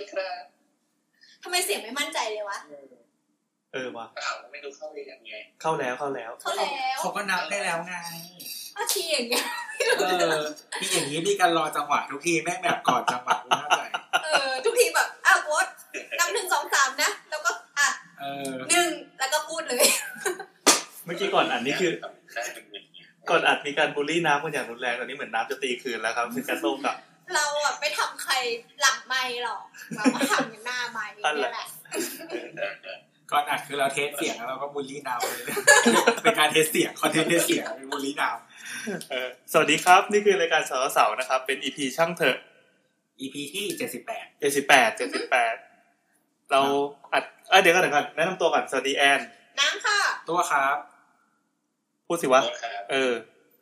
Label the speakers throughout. Speaker 1: ดีครับ
Speaker 2: ทำไมเสียงไม่มั่นใจเลยวะ
Speaker 3: เออว่ะ
Speaker 1: อ้าวไม่รู้เข้าไปยังไง
Speaker 3: เข้าแล้วเข้าแล้ว
Speaker 2: เขาแล้ว
Speaker 4: เขาก็นับได้แล้วไง
Speaker 2: เอาทีอย่างเงี้ย
Speaker 4: เออมีอย่างนี้มีการรอจังหวะทุกทีแม่งแบบก่อนจังหวะกูเข้าใจ
Speaker 2: เออ ทุกทีแบบ อ้าวโบ๊ทนับหนึ่งสองสามนะ แล้วก็ อ่ะ
Speaker 4: เออ
Speaker 2: หนึ่งแล้วก็พูดเลย
Speaker 3: เมื่อกี้ก่อนอัดนี่คือ
Speaker 1: ได้เป็นเงินเนี่ย
Speaker 3: ก่อนอัดมีการบูลลี่น้ำกันอย่างรุนแรงตอนนี้เหมือนน้ำจะตีคืนแล้วครับคือการโต้กลับ
Speaker 2: เราอ่ะไปทำใครหลังไม่หรอกเราก็ทำอย่างหน้าไม่นี่แหละ
Speaker 4: ก่อนอัดคือเราเทสเสียงแล้วเราก็บูลลี่นาว เลย เป็นการเทสเสียงคอนเทนต์เทสเสียงเป็นบูลลี่นาว
Speaker 3: เออสวัสดีครับ นี่คือรายการสาวเสาๆนะครับ เป็น EP ช่างเถอะ
Speaker 4: EP ที่เจ็ดสิบแปด
Speaker 3: 78 78 เราอัดเอ้ยเดี๋ยวก่อนเดี๋ยวก่อนแนะนำตัวก่อนสวัสดีแอน
Speaker 2: น้ำค่ะ
Speaker 4: ตัวครับ
Speaker 3: พูดสิวะ
Speaker 1: ครับ
Speaker 3: เออ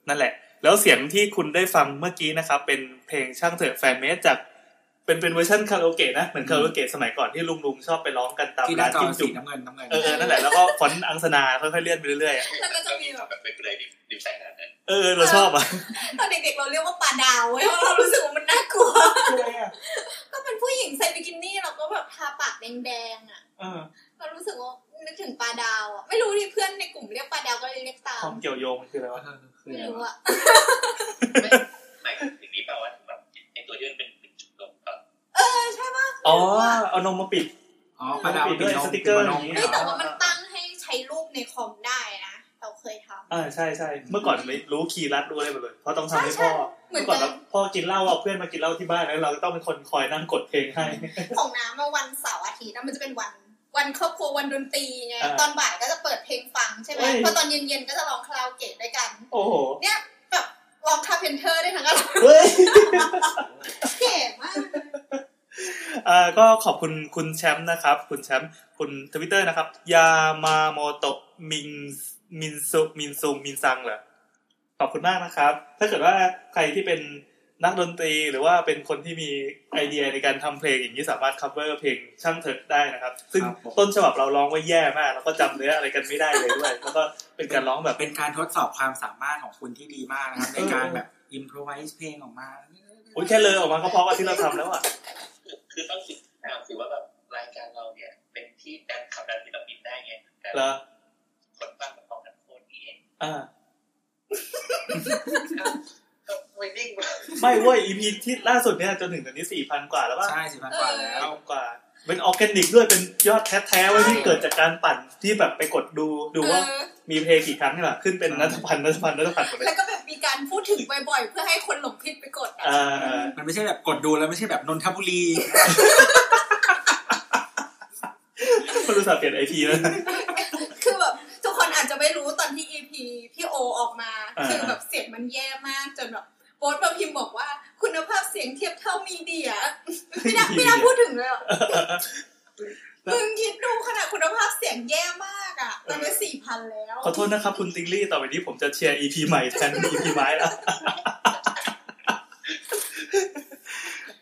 Speaker 3: นั่นแหละ แล้วเสียงที่คุณได้ฟังเมื่อกี้นะครับ เป็นเพลงช่างเถอะแฟนเมสจาก เป็นเป็นเวอร์ชันคาราโอเกะนะ เหมือนคาราโอเกะสมัยก่อนที่ลุงลุงๆชอบไปร้องกันตาม
Speaker 4: ที่ห
Speaker 3: ร้า
Speaker 4: น้าน จอ
Speaker 3: จิ้ม
Speaker 4: สี
Speaker 3: จุ่ม
Speaker 4: น้ำเงินน้ำเงิน
Speaker 3: เออเออนั่นแหละแล้วก็ฟอนต์อังสนาค่อยๆเลื่อนไปเรื่อยๆอะ
Speaker 2: แล้วก็จะมีแบบ
Speaker 1: ไปเปลยดิดิวไซน์นั้นนะ
Speaker 3: เออเราชอบอ่ะ
Speaker 2: ตอนเด็กๆเราเรียกว่าป่าดาวเว้ยเพราะเรารู้สึกว่ามันน่ากลัว ก็เป็นผู้หญิงใส่บิกินี่เราก็แบบทาปากแดงๆอ่ะ
Speaker 3: เออ
Speaker 2: เรารู้สึกว่านึกถึงปลาดาวอ่ะ ไม่รู้ดิเพื่อนในกลุ่มเรียกปลาดาวก็เลยเรียกตา
Speaker 3: ค
Speaker 2: ม
Speaker 3: วามเกี่ยวโยงมันคืออะไรวะ
Speaker 2: ไม่รู้อ่ะ
Speaker 1: หมายถึงนี้แปลว่าแบบไอตัวที่มันเป็นเป็นจุดลงตอน
Speaker 2: เออใช่ป่ะ
Speaker 3: อ๋อ เอานมมาปิด
Speaker 4: อ๋อประดับ
Speaker 3: ปิดด้วย
Speaker 4: นม
Speaker 3: สติกเกอร์
Speaker 4: ปิดนม
Speaker 3: อย่างงี้
Speaker 2: เฮ้ยแต่ว่ามันตั้งให้ใช้รูปในคอมได้นะ เราเคยทำ
Speaker 3: อ่าใช่ใช่เมื่อก่อนไม่รู้คีย์รัดรู้อะไรหมดเลย เพราะต้องทำให้
Speaker 2: ใช่
Speaker 3: พ่อ
Speaker 2: ใช่เหมือนกัน
Speaker 3: เมื่อก่อนเราพ่อกินเหล้าเอาเพื่อนมากินเหล้าที่บ้านแล้วเราก็ต้องเป็นคนคอยนั่งกดเพลงให้
Speaker 2: ของน้ำมาวันเสาร์อาทิตย์นะมันจะเป็นวัน วันครอบครัววันดนตรีไง
Speaker 3: อ่า
Speaker 2: ตอนบ่ายก็จะเปิดเพลงฟังใช่ไหม
Speaker 3: เอ้ย
Speaker 2: พอตอนเย็นๆก็จะร้องคาราโอเกะด้วยกัน
Speaker 3: โอ้โห
Speaker 2: แบบร้องคาเพนเทอร์ได้ทั้งกัน
Speaker 3: เฮ้ย
Speaker 2: เก๋มาก
Speaker 3: อ่าก็ขอบคุณคุณแชมป์นะครับ คุณแชมป์คุณทวิตเตอร์นะครับ ยามาโมโตะมิงมินซุมินซุงมินซังเหรอ ขอบคุณมากนะครับ ถ้าเกิดว่าใครที่เป็นนักดนตรีหรือว่าเป็นคนที่มีไอเดียในการทำเพลงอย่างนี้สามารถ cover เพลงช่างเถิดได้นะครับ ซึ่ง
Speaker 4: ครับผม
Speaker 3: ต้นฉบับเราร้องไว้แย่มาก แล้วก็จำเนื้ออะไรกันไม่ได้เลยด้วย แล้วก็เป็นการร้องแบบ
Speaker 4: เป็นการทดสอบความสามารถของคุณที่ดีมากนะครับ ในการแบบอิมพรไวส์เพลงออกมา
Speaker 3: อุ้ยแค่เลยออกมาก็เพราะว่าที่เราทำแล้วอ่ะ
Speaker 1: คือคือต้องคิดตามสิว่าแบบรายการเราเนี่ย เป็นที่ดันขับดันศิลปินได้ไงแต่
Speaker 3: เหรอ
Speaker 1: คนฟังมันของกันโคนนี้
Speaker 3: อ่า
Speaker 1: ก็ไม่นิ่งว่ะ
Speaker 3: ไม่เว้ย EP ที่ล่าสุดเนี่ยจนถึงตอนนี้สี่พันกว่าแล้วป่ะ
Speaker 4: ใช่สิพันกว่าแล้ว
Speaker 3: พันกว่า เป็นออร์แกนิกด้วยเป็นยอดแท้ๆไว้ยที่เกิดจากการปั่นที่แบบไปกดดูดูว่า
Speaker 2: เออ
Speaker 3: มีเพลงกี่ครั้งนี่แหละขึ้นเป็นนัทพันธ์นัทพันธ์นัทพันธ์หมดเล
Speaker 2: แล้
Speaker 3: ยว
Speaker 2: ก็แบบมีการพูดถึงบ่อยๆ เพื่อให้คนหลงผิดไปกดอะ
Speaker 3: อ่าอ่า
Speaker 4: มันไม่ใช่แบบกดดูแล้วไม่ใช่แบบนนทบุรี
Speaker 3: คนรู้สาห์เปลี่ยนไอทีแล้ว
Speaker 2: คือแบบทุกคนอาจจะไม่รู้ตอนที่ EP พี่โอออกมา
Speaker 3: อ่า
Speaker 2: คือแบบเสียงมันแย่มากจนแบบโพสต์มาพิมพ์บอกว่า คุณภาพเสียงเทียบเท่ามีเดี ย ไม่น่าไม่น่าพูดถึงเลยอะ มึงคิดดูขนาดคุณภาพเสียงแย่มากอ่ะ ตอนนี้สี่พันแล้ว
Speaker 3: ขอโทษนะครับคุณติงลี่ต่อไปนี้ผมจะเชียร์ EP ใหม่แทน EP ไม้แล้ว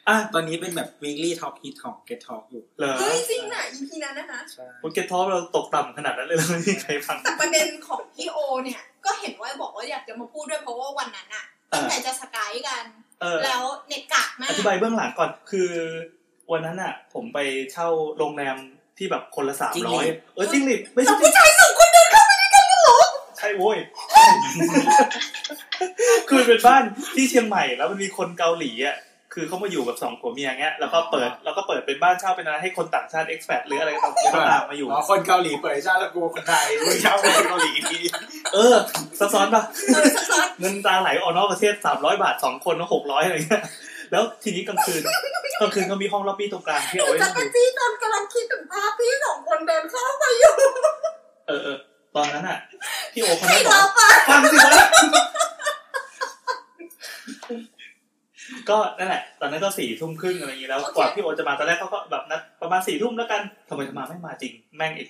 Speaker 3: อ่ะ
Speaker 4: ตอนนี้เป็นแบบ weekly top hit ของ Get Talk อยู่
Speaker 3: เหรอ
Speaker 2: เฮ้ยจริงน่ะ EP นั้นนะนะ
Speaker 4: ใช่
Speaker 3: โอเกทอปเราตกต่ำขนาดนั้นเลย แล้วไม่มีใครฟัง
Speaker 2: แต่ประเด็นของพี่โอเนี่ย ก็เห็นว่าบอกว่าอยากจะมาพูดด้วยเพราะว่าวันนั้นอ่ะตั้งใจจะสกายกัน
Speaker 3: เออ
Speaker 2: แล้วเน็ตกากมา
Speaker 3: อก ธิบายเบื้องหลังก่อน คือวันนั้นอ่ะ ผมไปเช่าโรงแรมที่แบบคนละสามร้อยเออจริงหลิดไม่ใช่
Speaker 2: ผู้ชายสองคนเดินเข้ามาด้วยกันเลยเหรอ
Speaker 3: ใช่โว้ย คือมันเป็นบ้านที่เชียงใหม่แล้วมันมีคนเกาหลีอ่ะ คือเขามาอยู่แบบสองผัวเมียเงี้ย แล้วก็เปิดแล้วก็เปิดเป็นบ้านเช่าเป็นอะไรให้คนต่างชาติเอ็กซ์แพดหรืออะไรต่างๆก็ตามมาอยู่
Speaker 4: อ๋อคนเกาหลีเปิดชาติแล้วกูคนไทยกูเช้าคนเกาหลีที
Speaker 3: เออซับซ้อนปะ
Speaker 2: เออซักซ้อน
Speaker 3: เงินตาไหลออกนอกประเทศสามร้อยบาทสองคนแล้วหกร้อยอะไรเงี้ย แล้วทีนี้กลางคืนกลางคืนเขามีห้องล็อบบี้ตรงกลางที่เอาไว้
Speaker 2: จั
Speaker 3: นั่ง
Speaker 2: กร
Speaker 3: ดู
Speaker 2: จี้ตอนกำลังคิดถึงภาพพี่สองคนเดินเข้ามาอยู่
Speaker 3: เออเออตอนนั้นอ่ะพี่โอคน
Speaker 2: ใคร
Speaker 3: นั้นบอก
Speaker 2: รั
Speaker 3: ว่า
Speaker 2: บอ่ะ
Speaker 3: ฟังสิวะก็นั่นแหละ ตอนนั้นก็สี่ทุ่มครึ่งอะไรอย่างงี้แล้วกว่าพี่โอจะมาตอนแรกเขาก็แบบนัดประมาณสี่ทุ่มแล้วกันทำไมจะมาไม่มาจริงแม่งอีก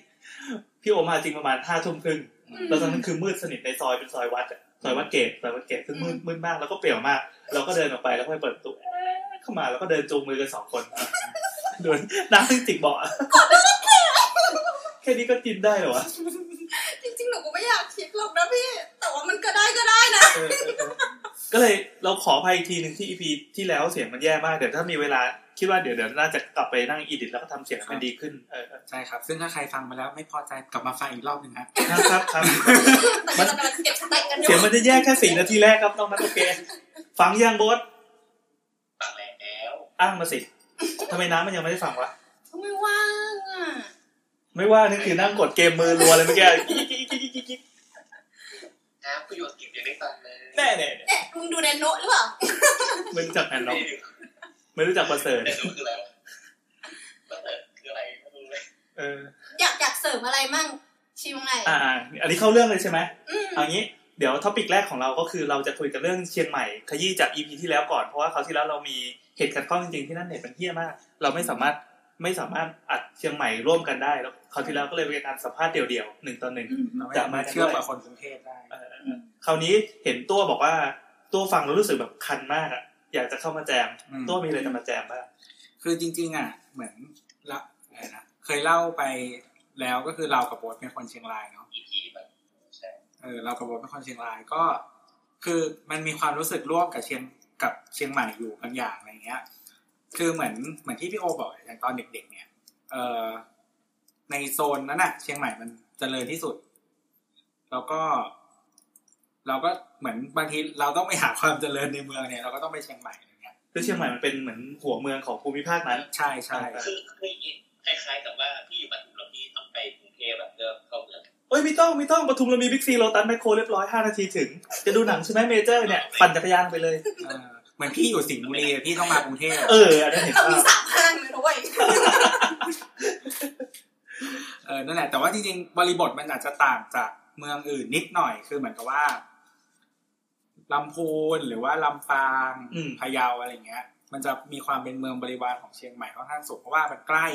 Speaker 3: พี่โอมาจริงประมาณห้าทุ่มครึ่ง แล้วตอนนั้นคือมืดสนิทในซอยเป็นซอยวัดอะซอยวัดเกตซอยวัดเกตซึ่งมืดมืดมากแล้วก็เปลี่ยวมาก เราก็เดินออกไปแล้วก็ไปเปิดประตูเอ๊ะเข้ามาแล้วก็เดินจูงมือกันสองคน เดินน้ำที่ติดเบาะแค่นี้ก็กินได้เหรอว ะ
Speaker 2: จริงๆหนูก็ไม่อยากคิดหรอกนะพี่ แต่ว่ามันก็ได้ก็ได้นะ
Speaker 3: เออเออเออก็เลยเราขออภัยอีกทีหนึ่งที่อีพีที่แล้วเสียงมันแย่มากเดี๋ยวถ้ามีเวลา คิดว่าเดี๋ยวเดี๋ยวน่าจะกลับไปนั่งอีดิทแล้วก็ทำเสียงให้มันดีขึ้นเออ
Speaker 4: ใช่ครับ ซึ่งถ้าใครฟังมาแล้วไม่พอใจกลับมาฟังอีกรอบหนึ่งฮะ
Speaker 3: ครับครับครับ
Speaker 2: ตอนนี้เรากำลังเก็บสเต็กกันอ
Speaker 3: เสีย
Speaker 2: ยู่
Speaker 3: งมันจะแย่แค่สี่นาทีแรกครับน้องนัทโอเค ฟังยังโบส
Speaker 1: ฟังแล้ว
Speaker 3: อ้างมาสิทำไมน้ำมันยังไม่ได้ฟังวะ
Speaker 2: ไม่ว่างอ่ะ
Speaker 3: ไม่ว่านี่คือนั่งกดเกมมือรัวเลยเมื่อกี้
Speaker 1: นะประโยชน์กิจยังได้ฟังเลย
Speaker 3: แน่แน่
Speaker 2: เนี่ยมึงดูแนนโนะหรือเปล่า
Speaker 3: ไม่รู้จักแอนน้
Speaker 1: ไม่
Speaker 3: อง
Speaker 1: ได้ดู
Speaker 3: ไม่รู้จักประเสริฐ
Speaker 1: ไม่ได้ดูคืออะไรวะประเสริฐคืออะไรไม่รู้เลย
Speaker 3: เออ
Speaker 2: อยากอยากเสริมอะไรมั่งชิมอะไร
Speaker 3: อ่าอ่าอันนี้เข้าเรื่องเลยใช่ไหม
Speaker 2: อืม
Speaker 3: เอางี้เดี๋ยวท็อปิกแรกของเราก็คือเราจะคุยกันเรื่องเชียงใหม่ขยี้จากอีพีที่แล้วก่อนเพราะว่าคราวที่แล้วเรามีเหตุการณ์ข้อจริงๆที่นั่นเน็ตมันเฮี้ยมาก เราไม่สามารถไม่สามารถอัดเชียงใหม่ร่วมกันได้แล้วคราวที่แล้วก็เลยเป็นการสัมภาษณ์เดี่ยวๆหนึ่งต่อหนึ่ง
Speaker 2: อืม
Speaker 4: เราไม่สามารถเชื่อมกับคนกรุงเทพได้
Speaker 3: เออคราวนี้เห็นตัวบอกว่าตัวฟังแล้วรู้สึกแบบคันมากอ่ะอยากจะเข้ามาแจม
Speaker 4: อืม
Speaker 3: ตัวมีอะไรจะมาแจมบ้าง
Speaker 4: คือจริง ๆ อ่ะ เหมือนละอะไรนะเคยเล่าไปแล้วก็คือเรากับโบ๊ทเป็นคนเชียงรายเนาะ
Speaker 1: อีพีแบบใช่
Speaker 4: เออเรากับโบ๊ทเป็นคนเชียงรายก็ คือมันมีความรู้สึกร่วมกับเชียงกับเชียงใหม่อยู่บางอย่างอะไรเงี้ย คือเหมือนเหมือนที่พี่โอบอกอย่างตอนเด็ก ๆ เนี่ย เออในโซนนั้นน่ะ เชียงใหม่มันเจริญที่สุด แล้วก็ เราก็เหมือนบางทีเราต้องไปหาความเจริญในเมืองเนี่ย เราก็ต้องไปเชียงใหม่อะไรเงี้ย
Speaker 3: คือเชียงใหม่มันเป็นเหมือนหัวเมืองของภูมิภาคนั้น
Speaker 4: ใช่ใช่
Speaker 1: คือคืออย่างงี้คล้ายๆกับว่าพี่อยู่ปทุมแล้วพี่ต้องไปกรุงเทพแบบเดิมเข้าเมือง
Speaker 3: เอ้ยไม่ต้องไม่ต้องปทุมเรามีบิ๊กซีโลตันแมคโครเรียบร้อยห้านาทีถึง จะดูหนังใช่ไหมเมเจอร์เนี่ยปั่นจักรยานไปเลย
Speaker 4: เออเหมือนพี่อยู่สิงห์บุรีอะพี่ต้องมากรุงเทพ
Speaker 3: เอออันนั้นเห็น
Speaker 2: เรา
Speaker 3: ภา
Speaker 2: มี
Speaker 3: พ
Speaker 2: สามห้างเลยด้วย
Speaker 4: เออนั่นแหละแต่ว่าจริงๆบริบทมันอาจจะต่างจากเมืองอื่นนิดหน่อยคือเหมือนกับว่าลำพูนหรือว่าลำปาง
Speaker 3: อืม
Speaker 4: พะเยาอะไรเงี้ย มันจะมีความเป็นเมืองบริวารของเชียงใหม่ค่อนข้างสูงเพราะว่ามันใกล้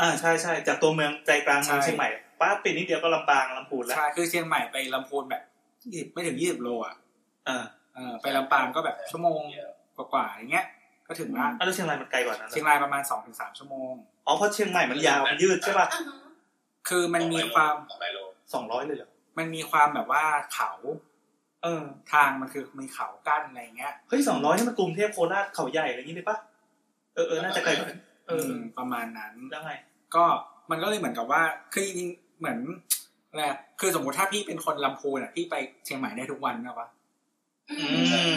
Speaker 3: อ่าใช่ใช่จากตัวเมืองใจกลางเมือง
Speaker 4: ใช่
Speaker 3: เชียงใหม่ป้าปีนี้เดียวก็ลำปางลำพูนแล้ว
Speaker 4: ใช่คือเชียงใหม่ไปลำพูนแบบ20ไม่ถึงยี่สิบโลอ่ะ
Speaker 3: อ่า
Speaker 4: เออไปลำปางก็แบบชั่วโมง
Speaker 1: เนี่ย
Speaker 4: กว่าๆอย่างเงี้ย ก็ถึงละ
Speaker 3: อ่ะแล้วเชียงรายมันไกลกว่านั้นเหร
Speaker 4: เชียง
Speaker 3: อ
Speaker 4: รายประมาณสองถึงสามชั่วโมง
Speaker 3: อ๋อเพราะเชียงใหม่มันยาวมันยืดใช่ป่ะ
Speaker 2: อ่าฮะ
Speaker 4: คือมันมีความ
Speaker 1: สองร้อยโล
Speaker 3: สองร้อยเลยเหรอ
Speaker 4: มันมีความแบบว่าเขา
Speaker 3: เออ
Speaker 4: ทางมันคือมีเขากั้นอะไรเงี้ย
Speaker 3: เฮ้ยสองร้อยนี่มันกรุงเทพโคราชเขาใหญ่อะไรอย่างงี้ได้ป่ะเออเออน่าจะไกลกว่านั้นเออ
Speaker 4: มประมาณนั้น
Speaker 3: แล้วไง
Speaker 4: ก็มันก็เลยเหมือนกับว่าคือจริงๆเหมือนอะไรอะคือสมมติถ้าพี่เป็นคนลำพูนอ่ะพี่ไปเชียงใหม่ได้ทุกวันนะวะ
Speaker 2: อืม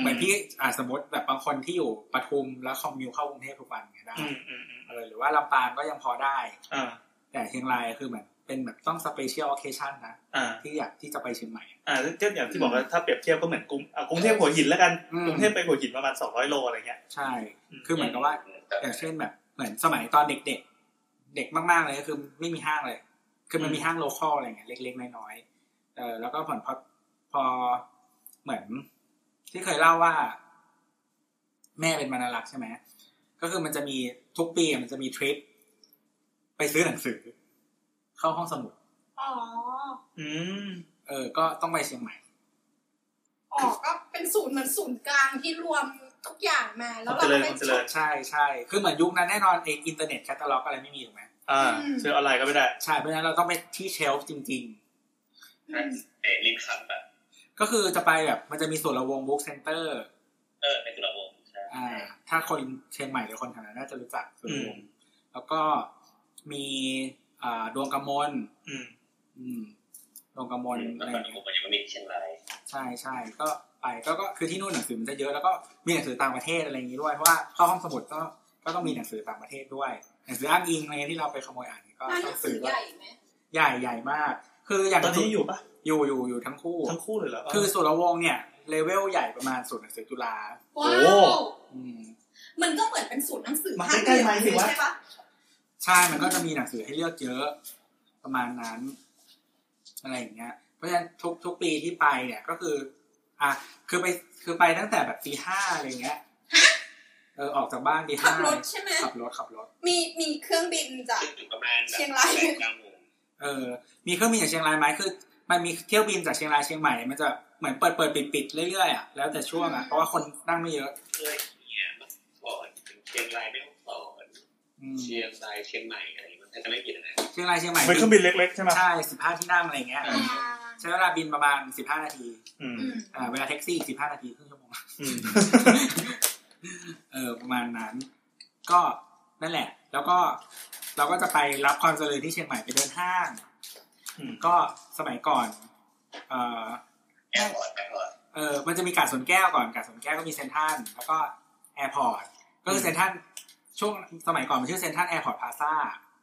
Speaker 4: เหมือนพี่อ่าสมมติแบบบางคนที่อยู่ปทุมแล้วคอมมิวเข้ากรุงเทพทุกวันเนี่ยได้
Speaker 3: อืมอืมอืม
Speaker 4: เออหรือว่าลำปางก็ยังพอได้
Speaker 3: อ่า
Speaker 4: แต่เชียงรายคือเหมือนเป็นแบบต้องสเปเชียลโอเคชั่นนะ
Speaker 3: อ่า
Speaker 4: ที่อยากที่จะไปเชียงใหม่อะ
Speaker 3: อ่าก็อย่างที่บอกว่าถ้าเปรียบเทียบก็เหมือนกรุงอ่ะกรุงเทพหัวหินแล้วกัน
Speaker 4: อืม
Speaker 3: กรุงเทพไปหัวหินประมาณสองร้อยโลอะไรเงี้ย
Speaker 4: ใช่ คือเหมือนกับว่า
Speaker 1: แต่
Speaker 4: อย่างเช่นแบบเหมือนสมัยตอนเด็กๆ เด็กมากๆเลยก็คือไม่มีห้างเลย คือมันมีห้างโลคอลอะไรเงี้ยเล็กๆน้อยๆเออแล้วก็เหมือนพอพอเหมือน ที่เคยเล่าว่า แม่เป็นมรณลักษ์ใช่ไหมก็คือมันจะมีทุกปีมันจะมีทริป ไปซื้อหนังสือ เข้าห้องสมุด
Speaker 2: อ๋อ
Speaker 3: อืม
Speaker 4: เออ ก็ต้องไปเชียงใหม่
Speaker 2: อ๋อก็เป็นศูนย์เหมือนศูนย์กลางที่รวมทุกอย่างมาแล้วเราก็ไป
Speaker 3: เจริญเจริ
Speaker 2: ช็อ
Speaker 3: ญ
Speaker 2: ป
Speaker 4: ใช่ใช่คือเหมือนยุคนั้นแน่นอนเองอินเทอร์เน็ตแคตตาล็อกอะไรไม่มีถูกไหม
Speaker 3: อ่า
Speaker 2: อืม
Speaker 3: ซื้อออนไลน์ก็ไม่ได้
Speaker 4: ใช่เพราะฉะนั้นเราต้องไปที่เชลฟ์จริง ๆ
Speaker 2: อืม
Speaker 1: เด็กลิ้นคันแบบ
Speaker 4: ก็คือจะไปแบบมันจะมีส่วนระวงบุ๊กเซ็นเตอร์
Speaker 1: เออเป็นตุลาวงใช่
Speaker 4: อ่า ถ้าคนเชียงใหม่หรือคนแถวนั้นน่าจะรู้จักส่วนระวง
Speaker 3: อืม
Speaker 4: แล้วก็มีอ่าดวงกำมล
Speaker 3: อืม
Speaker 4: อืมดวงกำม
Speaker 1: ค
Speaker 4: ล
Speaker 1: น
Speaker 4: อะไร
Speaker 1: มันอยู่มันอยู่มีเชียงราย
Speaker 4: ใช่ใช่ก็ไปก็ก็คือที่นู่นหนังสือมันจะเยอะแล้วก็มีหนังสือต่างประเทศอะไรอย่างนี้ด้วยเพราะว่าเข้าห้องสมุดก็ก็ต้องมีหนังสือต่างประเทศด้วยหนังสืออ้างอิงอะไรที่เราไปขโมยอ่านก็
Speaker 2: ร้านห
Speaker 4: ต้
Speaker 2: นั
Speaker 4: อง ง
Speaker 2: สื
Speaker 4: ซื้
Speaker 2: อ
Speaker 4: อ
Speaker 2: ให
Speaker 4: ด้วย
Speaker 2: ญ่ไหม
Speaker 4: ใหญ่ใหญ่มาก คืออย่าง
Speaker 3: ตอนนี้ยังอยู่ปะ
Speaker 4: อยู่อยู่อยู่ทั้งคู่
Speaker 3: ทั้งคู่เลยเหรอ
Speaker 4: คือ
Speaker 3: อ
Speaker 4: ส่วนระวงเนี่ยเลเวลใหญ่ประมาณส่วนย์หนังสือจุฬา
Speaker 2: ว้า
Speaker 3: โอ้
Speaker 2: ว
Speaker 4: อืม
Speaker 2: มันก็เหมือนเป็นศูนย์หนังสือ
Speaker 3: มาใกล้ๆไมค์สิวะ
Speaker 2: ใช่ปะ
Speaker 4: ใช่ มันก็จะมีหนังสือให้เลือกเยอะประมาณนั้น อะไรอย่างเงี้ย เพราะฉะนั้นทุกทุกปีที่ไปเนี่ยก็คือ อ่ะคือไปคือไปตั้งแต่แบบตีห้าอะไรเงี้ยเออออกจากบ้านตี
Speaker 2: ขั
Speaker 4: ห้า
Speaker 2: บรถใช่ไหม
Speaker 4: ขับรถขับรถ
Speaker 2: มีมีเครื่องบินจาก
Speaker 1: ซึ่งอยู่ประมาณแบบ
Speaker 2: เชียงราย
Speaker 1: แปดเก้าโมง
Speaker 4: เออ มีเครื่องบินจากเชียงรายไหมคือ มันมีเที่ยวบินจากเชียงรายเชียงใหม่มันจะเหมือนเปิดเปิดปิดปิดเรื่อยๆอ่ะแล้วแต่ช่วงอ่ะเพราะว่าคนนั่งไม่เยอะ
Speaker 1: เคยเนี่ยเมื่อก่อนเชียงรายไม่ต้องสอน
Speaker 4: อืม
Speaker 1: เชียงรายเชียงใหม่อะไรมันก็จะไม่ผิดนะ
Speaker 4: เชียงรายเชียงใหม่
Speaker 3: เป็นเครื่องบินเล็กๆใช่ไหม
Speaker 4: ใช่สิบห้าที่นั่งอะไรเงี้ย
Speaker 3: อ่
Speaker 4: ใช้เวลาบินประมาณสิบห้านาที
Speaker 3: อืม
Speaker 2: อืม
Speaker 4: อ่าเวลาแท็กซี่สิบห้านาทีครึ่งชั่วโมง
Speaker 3: อืม
Speaker 4: เออประมาณนั้น ก็นั่นแหละ แล้วก็เราก็จะไปรับความเจริญที่เชียงใหม่ไปเดินห้าง
Speaker 3: อืม
Speaker 4: ก็สมัยก่อน เอ่อ
Speaker 1: แอร์พอร์ตแอร์พอร์ต
Speaker 4: เออมันจะมีกาดสวนแก้วก่อนกาดสวนแก้วก็มีเซนทรันแล้วก็แอร์พอร์ต ก็คือเซนทรันช่วงสมัยก่อนมันชื่อเซนทรันแอร์พอร์ตพาซา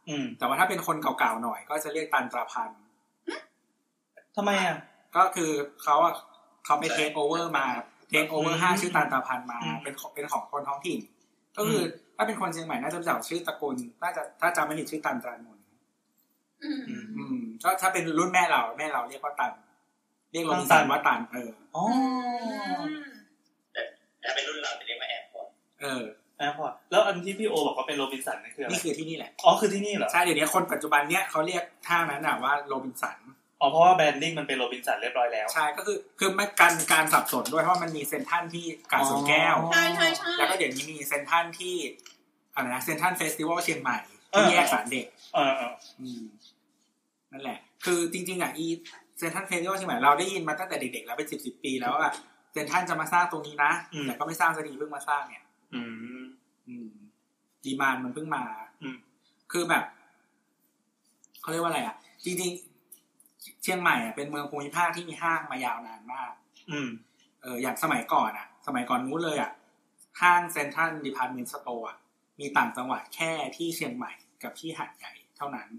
Speaker 3: อืม
Speaker 4: แต่ว่าถ้าเป็นคนเก่าๆหน่อย ก็จะเรียกตันตราพันธ์
Speaker 3: ทำไมอ่ะ
Speaker 4: ก็คือเขาอะเขาไปเทคโอเวอร์มาเทคโอเวอ
Speaker 3: อื
Speaker 4: ร์
Speaker 3: ม
Speaker 4: ห้างชื่อตันตราพันธ์มา
Speaker 3: อืม
Speaker 4: เป็นของเป็นของคนท้องถิ่น ก็คืออถ้าเป็นคนเชียงใหม่น่าจะรู้จักชื่อตระกูลน่าจะถ้าจำไม่ผิดชื่อตันตรานนท์
Speaker 2: อืม
Speaker 4: อืมก็ถ้าเป็นรุ่นแม่เราแม่เราเรียกว่าตัน เรียกโรบิน
Speaker 3: ตั
Speaker 4: สั
Speaker 3: น
Speaker 4: น
Speaker 3: ตัน
Speaker 4: ว่าตันเออ
Speaker 3: อ๋อ
Speaker 1: ถ้าเป็นรุ่นเราจะเรียกว่าแอร์พอร์ต
Speaker 4: เออ
Speaker 3: แอร์พอร์ตแล้วอันที่พี่โอบอกว่าเป็นโรบินสันนั่นคืออะไร
Speaker 4: นี่คือที่นี่แหละ
Speaker 3: อ๋อคือที่นี่เหรอ
Speaker 4: ใช่เดี๋ยวนี้คนปัจจุบันเนี้ยเขาเรียกห้างนั้นน่ะว่าโรบินสัน
Speaker 3: อ๋อเพราะว่าแบรนดิ้งมันเป็นโรบินสันเรียบร้อยแล้ว
Speaker 4: ใช่ก็คือคือไม่กันการสับสนด้วยเพราะมันมีเซนทรันที่กาดสวนแก้ว
Speaker 3: อ๋อ
Speaker 2: ใช่ใช่ใช่
Speaker 4: แล้วก็เดี๋ยวนี้มีเซนทรันที่อะไรนะเซนทรันเฟสติวัลเชียงใหม่
Speaker 3: เออ
Speaker 4: ที่แยกสารเด็ก
Speaker 3: เออเออ
Speaker 4: อืมนั่นแหละ คือจริงๆอ่ะอีเซนทรันเฟสติวัลเชียงใหม่เราได้ยินมาตั้งแต่เด็กๆแล้วเป็นสิบสิบปีแล้วว่าเซนทรันจะมาสร้างตรงนี้นะแต่ก็ไม่สร้างสักทีเพิ่งมาสร้างเนี่ย
Speaker 3: อืม
Speaker 4: อืมดีมานมันเพิ่งมา
Speaker 3: อืม
Speaker 4: คือแบบเขาเรียกว่าอะไรอ่ะ จริงๆ เชียงใหม่อ่ะเป็นเมืองภูมิภาคที่มีห้างมายาวนานมาก
Speaker 3: อืม
Speaker 4: เอออย่างสมัยก่อนอ่ะ สมัยก่อนนู้นเลยอ่ะ ห้างเซ็นทรัลดีพาร์ตเมนต์สโตร์อะมีต่างจังหวัดแค่ที่เชียงใหม่กับที่หาดใหญ่เท่านั้น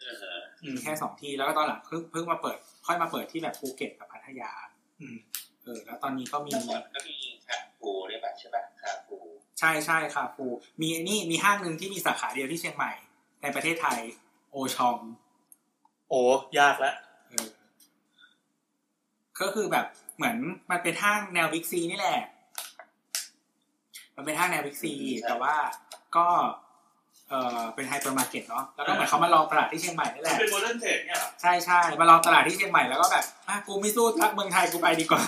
Speaker 1: เออ
Speaker 3: อืม
Speaker 4: มีแค่สองที่แล้วก็ตอนหลังเพิ่งเพิ่งมาเปิด ค่อยมาเปิดที่แบบภูเก็ตกับพัทยา
Speaker 3: อืม
Speaker 4: เออ แล้วตอนนี้ก็มี
Speaker 1: เมื่อก่อนก็มีคาปูด้วยป่ะใช่ป่ะคาปู
Speaker 4: ใช่ใช่ค่ะฟูมีนี่มีห้างหนึ่งที่มีสาขาเดียวที่เชียงใหม่ ในประเทศไทย โอชอง
Speaker 3: โอ้ยากละ
Speaker 4: เออก็คือแบบเหมือนมันเป็นห้างแนวบิ๊กซีนี่แหละ มันเป็นห้างแนวบิ๊กซีแต่ว่าก็เออเป็นไฮเปอร์มาร์เก็ตเนาะแล้วก็เหมือนเขามาลองตลาดที่เชียงใหม่นี่แหละ
Speaker 3: เป็นโมเดิร์นเทรดเนี่ยเหรอ
Speaker 4: ใช่ใช่มาลองตลาดที่เชียงใหม่แล้วก็แบบอ่ะกูไม่สู้ทักเมืองไทยกูไปดีกว่า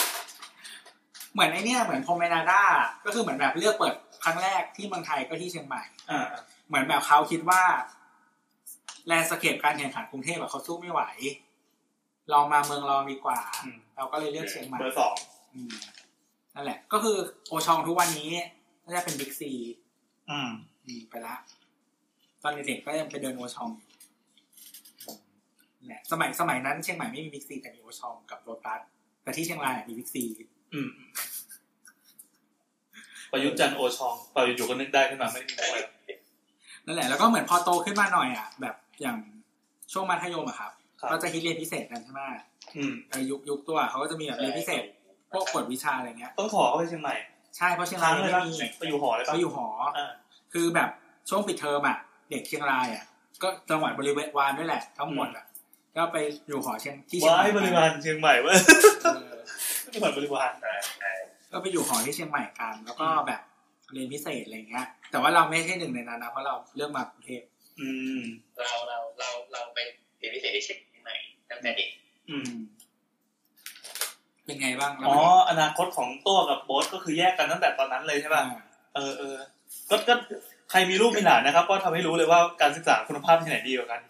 Speaker 4: เหมือนไอเนี่ยเหมือนพรมเมนาด้าก็คือเหมือนแบบเลือกเปิดครั้งแรกที่เมืองไทยก็ที่เชียงใหม่
Speaker 3: อ่า
Speaker 4: เหมือนแบบเขาคิดว่าแลนด์สเคปการแข่งขันกรุงเทพอะเขาสู้ไม่ไหว ลองมาเมืองรองดีกว่า
Speaker 3: อืม
Speaker 4: เราก็เลยเลือกเชียงใหม่
Speaker 3: เบอร์สอง
Speaker 4: อืมนั่นแหละ ก็คือโอชองทุกวันนี้น่าจะเป็นบิ๊กซี
Speaker 3: อืม
Speaker 4: อืมไปละ ตอนเด็กๆก็ยังไปเดินโอชองนั่นแหละสมัยสมัยนั้นเชียงใหม่ไม่มีบิ๊กซีแต่มีโอชองกับโรตัสแต่ที่เชียงรายอะมีบิ๊กซี
Speaker 3: อืมประยุทธ์จันทร์โอชองเปล่าอยู่ๆก็นึกได้ขึ้นมาไม่มีอะไร
Speaker 4: นั่นแหละแล้วก็เหมือนพอโตขึ้นมาหน่อยอ่ะ แบบอย่างช่วงมัธยมอะครับ
Speaker 3: ครับ
Speaker 4: ก็จะฮิตเรียนพิเศษกันใช่ไหม
Speaker 3: อืม
Speaker 4: เอ่อยุคยุคตัวเขาก็จะมีแบบเรียนพิเศษพวกกวดวิชาอะไรเงี้ย
Speaker 3: ต้องขอเข้าไปเชียงใหม่
Speaker 4: ใช่เพราะเชีย
Speaker 3: ค้าร
Speaker 4: งาง ย
Speaker 3: เลย
Speaker 4: ไม่
Speaker 3: ป่ะ
Speaker 4: มี
Speaker 3: ไปอยู่หอเลยป่ะ
Speaker 4: เขาอยู่หอ
Speaker 3: อ่า
Speaker 4: คือแบบช่วงปิดเทอมอ่ะเด็กเชียงรายอ่ะก็จังหวัดบริเวณวานด้วยแหละทั้งหมดอ่ะก็ไปอยู่หอเชียงที่เชียง
Speaker 3: ว้า
Speaker 4: ใหม่
Speaker 3: ยบริวารเชียงใหม่เว้ย
Speaker 4: เออบ
Speaker 3: ริวาร
Speaker 1: ใช่ใช่
Speaker 4: ก็ไปอยู่หอที่เชียงใหม่กัน แล้วก็
Speaker 3: อืม
Speaker 4: แบบเรียนพิเศษอะไรเงี้ย แต่ว่าเราไม่ใช่หนึ่งในนั้นนะเพราะเราเลือกมากรุงเทพ
Speaker 3: อืม
Speaker 1: เราเราเราเราไปเรียนพิเศษที่เชียงใหม่ตั้งแต่เด็ก
Speaker 3: อืม
Speaker 4: เป็นไงบ้างแล้ว
Speaker 3: อ๋อ
Speaker 4: มัน
Speaker 3: อนาคตของตัวกับโบสก็คือแยกกันตั้งแต่ตอนนั้นเลยใช่ป่ะ เออเออก็ก็ใครมีลูกมีหลานนะครับ ก็ทำให้รู้เลยว่าการศึกษาคุณภาพที่ไหนดีกว่ากัน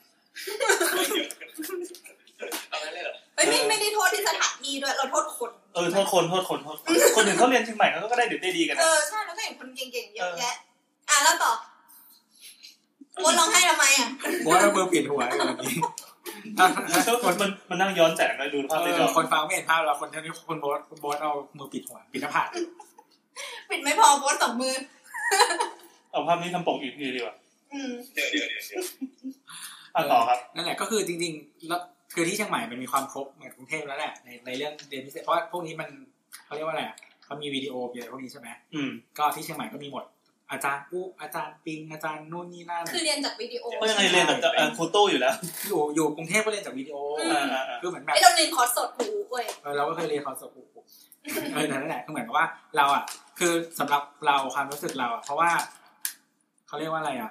Speaker 1: ตอนนั้นเลยเหรอ
Speaker 2: เฮ้ยไม่ไม่ได้โทษที่สถานีด้วยเราโทษคน
Speaker 3: เออโทษคนโทษคนโทษคนคนอื่นเขาเรียนเชียงใหม่เขาก็ได้เด็กได้ดีกัน
Speaker 2: เอ
Speaker 3: นะ
Speaker 2: อใช่แล้วก็เห็นคนเก่งๆเยอะ
Speaker 3: เออ
Speaker 2: แยะ อ่ะแล้วต่อคนร้องไห้ทำไมอ่ะ
Speaker 4: โบ๊ทเอามือปิดหัวอยู่แบบนี้อ่ะ
Speaker 3: ก็คนมันมันนั่งย้อนแสงเลยดูภาพ
Speaker 4: เอ
Speaker 3: ในจ
Speaker 4: อ
Speaker 3: อ
Speaker 4: คนฟังไม่เห็นภาพเราคนเท่านี้คนโบ๊ทคนโบ๊ทเอามือปิดหัวปิดหน้าผาก
Speaker 2: ปิดไม่พอโพสต์สองมือ
Speaker 3: เอาภาพนี้ทำปกอีกทีดีกว่า
Speaker 2: อืม
Speaker 1: เดี๋ยวเดี๋ยวเดี๋ยวเดี๋ยว
Speaker 3: อ่ะต่อครับ
Speaker 4: นั่นแหละก็คือจริงๆแล้วคือที่เชียงใหม่มันมีความครบเหมือนกรุงเทพแล้วแหละในในเรื่องเรียนพิเศษเพราะว่าพวกนี้มันเขาเรียกว่าอะไรอ่ะเขามีวิดีโอมีอะไรพวกนี้ใช่ไหม
Speaker 3: อืม
Speaker 4: ก็ที่เชียงใหม่ก็มีหมด อาจารย์อู้อาจารย์ปิงอาจารย์นู่นนี่นั่น
Speaker 2: คือเรียนจากวิดีโอ
Speaker 3: ก็ยังไงเรียนแบบจะเอ่อครูโต้อยู่แล้ว
Speaker 4: อยู่อยู่กรุงเทพก็เรียนจากวิดีโอ
Speaker 3: อ่าอ่าอ่า
Speaker 4: คือเหมือนแบ
Speaker 2: ไอบ เราเรียนคอร์สสดหูเว้ย
Speaker 4: เออเราก็เคยเรียนคอนเสิร์ตอู้เออนั่นแหละก็เหมือนกับว่าเราอ่ะ คือสำหรับเราความรู้สึกเราอ่ะเพราะว่าเขาเรียกว่าอะไรอ่ะ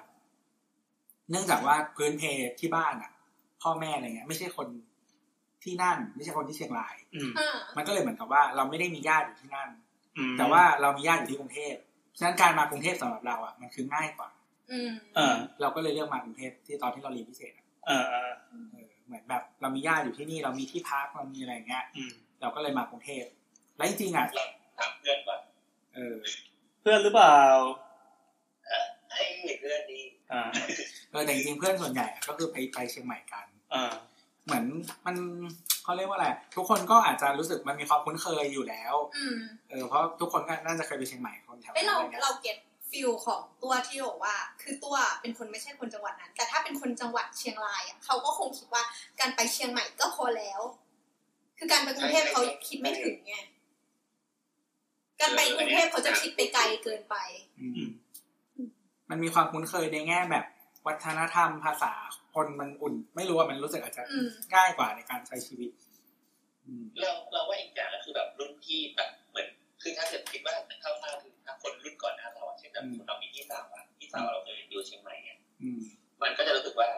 Speaker 4: เนื่องจากว่าพื้นเพที่บ้านอ่ะ พ่อแม่อะไรเงี้ย ไม่ใช่คนที่นั่น ไม่ใช่คนที่เชียงราย
Speaker 3: อืม
Speaker 2: อ่า
Speaker 4: มันก็เลยเหมือนกับว่าเราไม่ได้มีญาติอยู่ที่นั่น
Speaker 3: อืม
Speaker 4: แต่ว่าเรามีญาติอยู่ที่กรุงเทพฉะนั้นการมากรุงเทพสำหรับเราอ่ะมันคือง่ายกว่า
Speaker 2: อืม
Speaker 3: อ่า
Speaker 4: เราก็เลยเลือกมากรุงเทพที่ตอนที่เราเรียนพิเศษอะ
Speaker 3: อ่าอ่า
Speaker 4: เออเหมือนแบบเรามีญาติอยู่ที่นี่เรามีที่พักเรามีอะไรอย่างเงี้ย
Speaker 3: อืม
Speaker 4: เราก็เลยมากรุงเทพแล้วจริงๆอ่ะ
Speaker 1: ถามเพื่อนว่า
Speaker 4: เออ
Speaker 3: เพื่อนหรือเปล่า
Speaker 1: ให้เพื่อนดี
Speaker 3: อ่า
Speaker 4: เออแต่จริงๆเพื่อนส่วนใหญ่อะก็คือไปไปเชียงใหม่กัน
Speaker 3: อ่า
Speaker 4: เหมือนมันเขาเรียกว่าอะไรทุกคนก็อาจจะรู้สึกมันมีความคุ้นเคยอยู่แล้ว
Speaker 2: อืม
Speaker 4: เออเพราะทุกคนก็น่าจะเคยไปเชียงใหม่คนแถว
Speaker 2: ไม่
Speaker 4: นั้
Speaker 2: เรา
Speaker 4: นอะไรเงี้ย
Speaker 2: เราเก็ตฟิลของตัวที่บอกว่า คือตัวเป็นคนไม่ใช่คนจังหวัดนั้น แต่ถ้าเป็นคนจังหวัดเชียงรายอะเขาก็คงคิดว่าการไปเชียงใหม่ก็พอแล้ว คือการไปกรุงเทพเขาคิดไม่ถึงไงการไปกรุงเทพเขาจะคิดไปไกลเกินไป
Speaker 4: อืมมันมีความคุ้นเคยในแง่แบบ วัฒนธรรมภาษาคนมันอุ่น ไม่รู้ว่ามันรู้สึกอาจจะ
Speaker 2: อืม
Speaker 4: ง่ายกว่าในการใช้ชีวิต อืม
Speaker 1: เราเราว่าอีกอย่างก็คือแบบรุ่นพี่แบบเหมือน คือถ้าเกิดคิดว่าเท่าๆคือถ้าคนรุ่นก่อนหน้าเราอะเช่นแบบเรามีพี่สาวอะพี่สาวเราเคยอยู่เชียงใหม่เนี่ย
Speaker 4: อืม
Speaker 1: มันก็จะรู้สึกว่า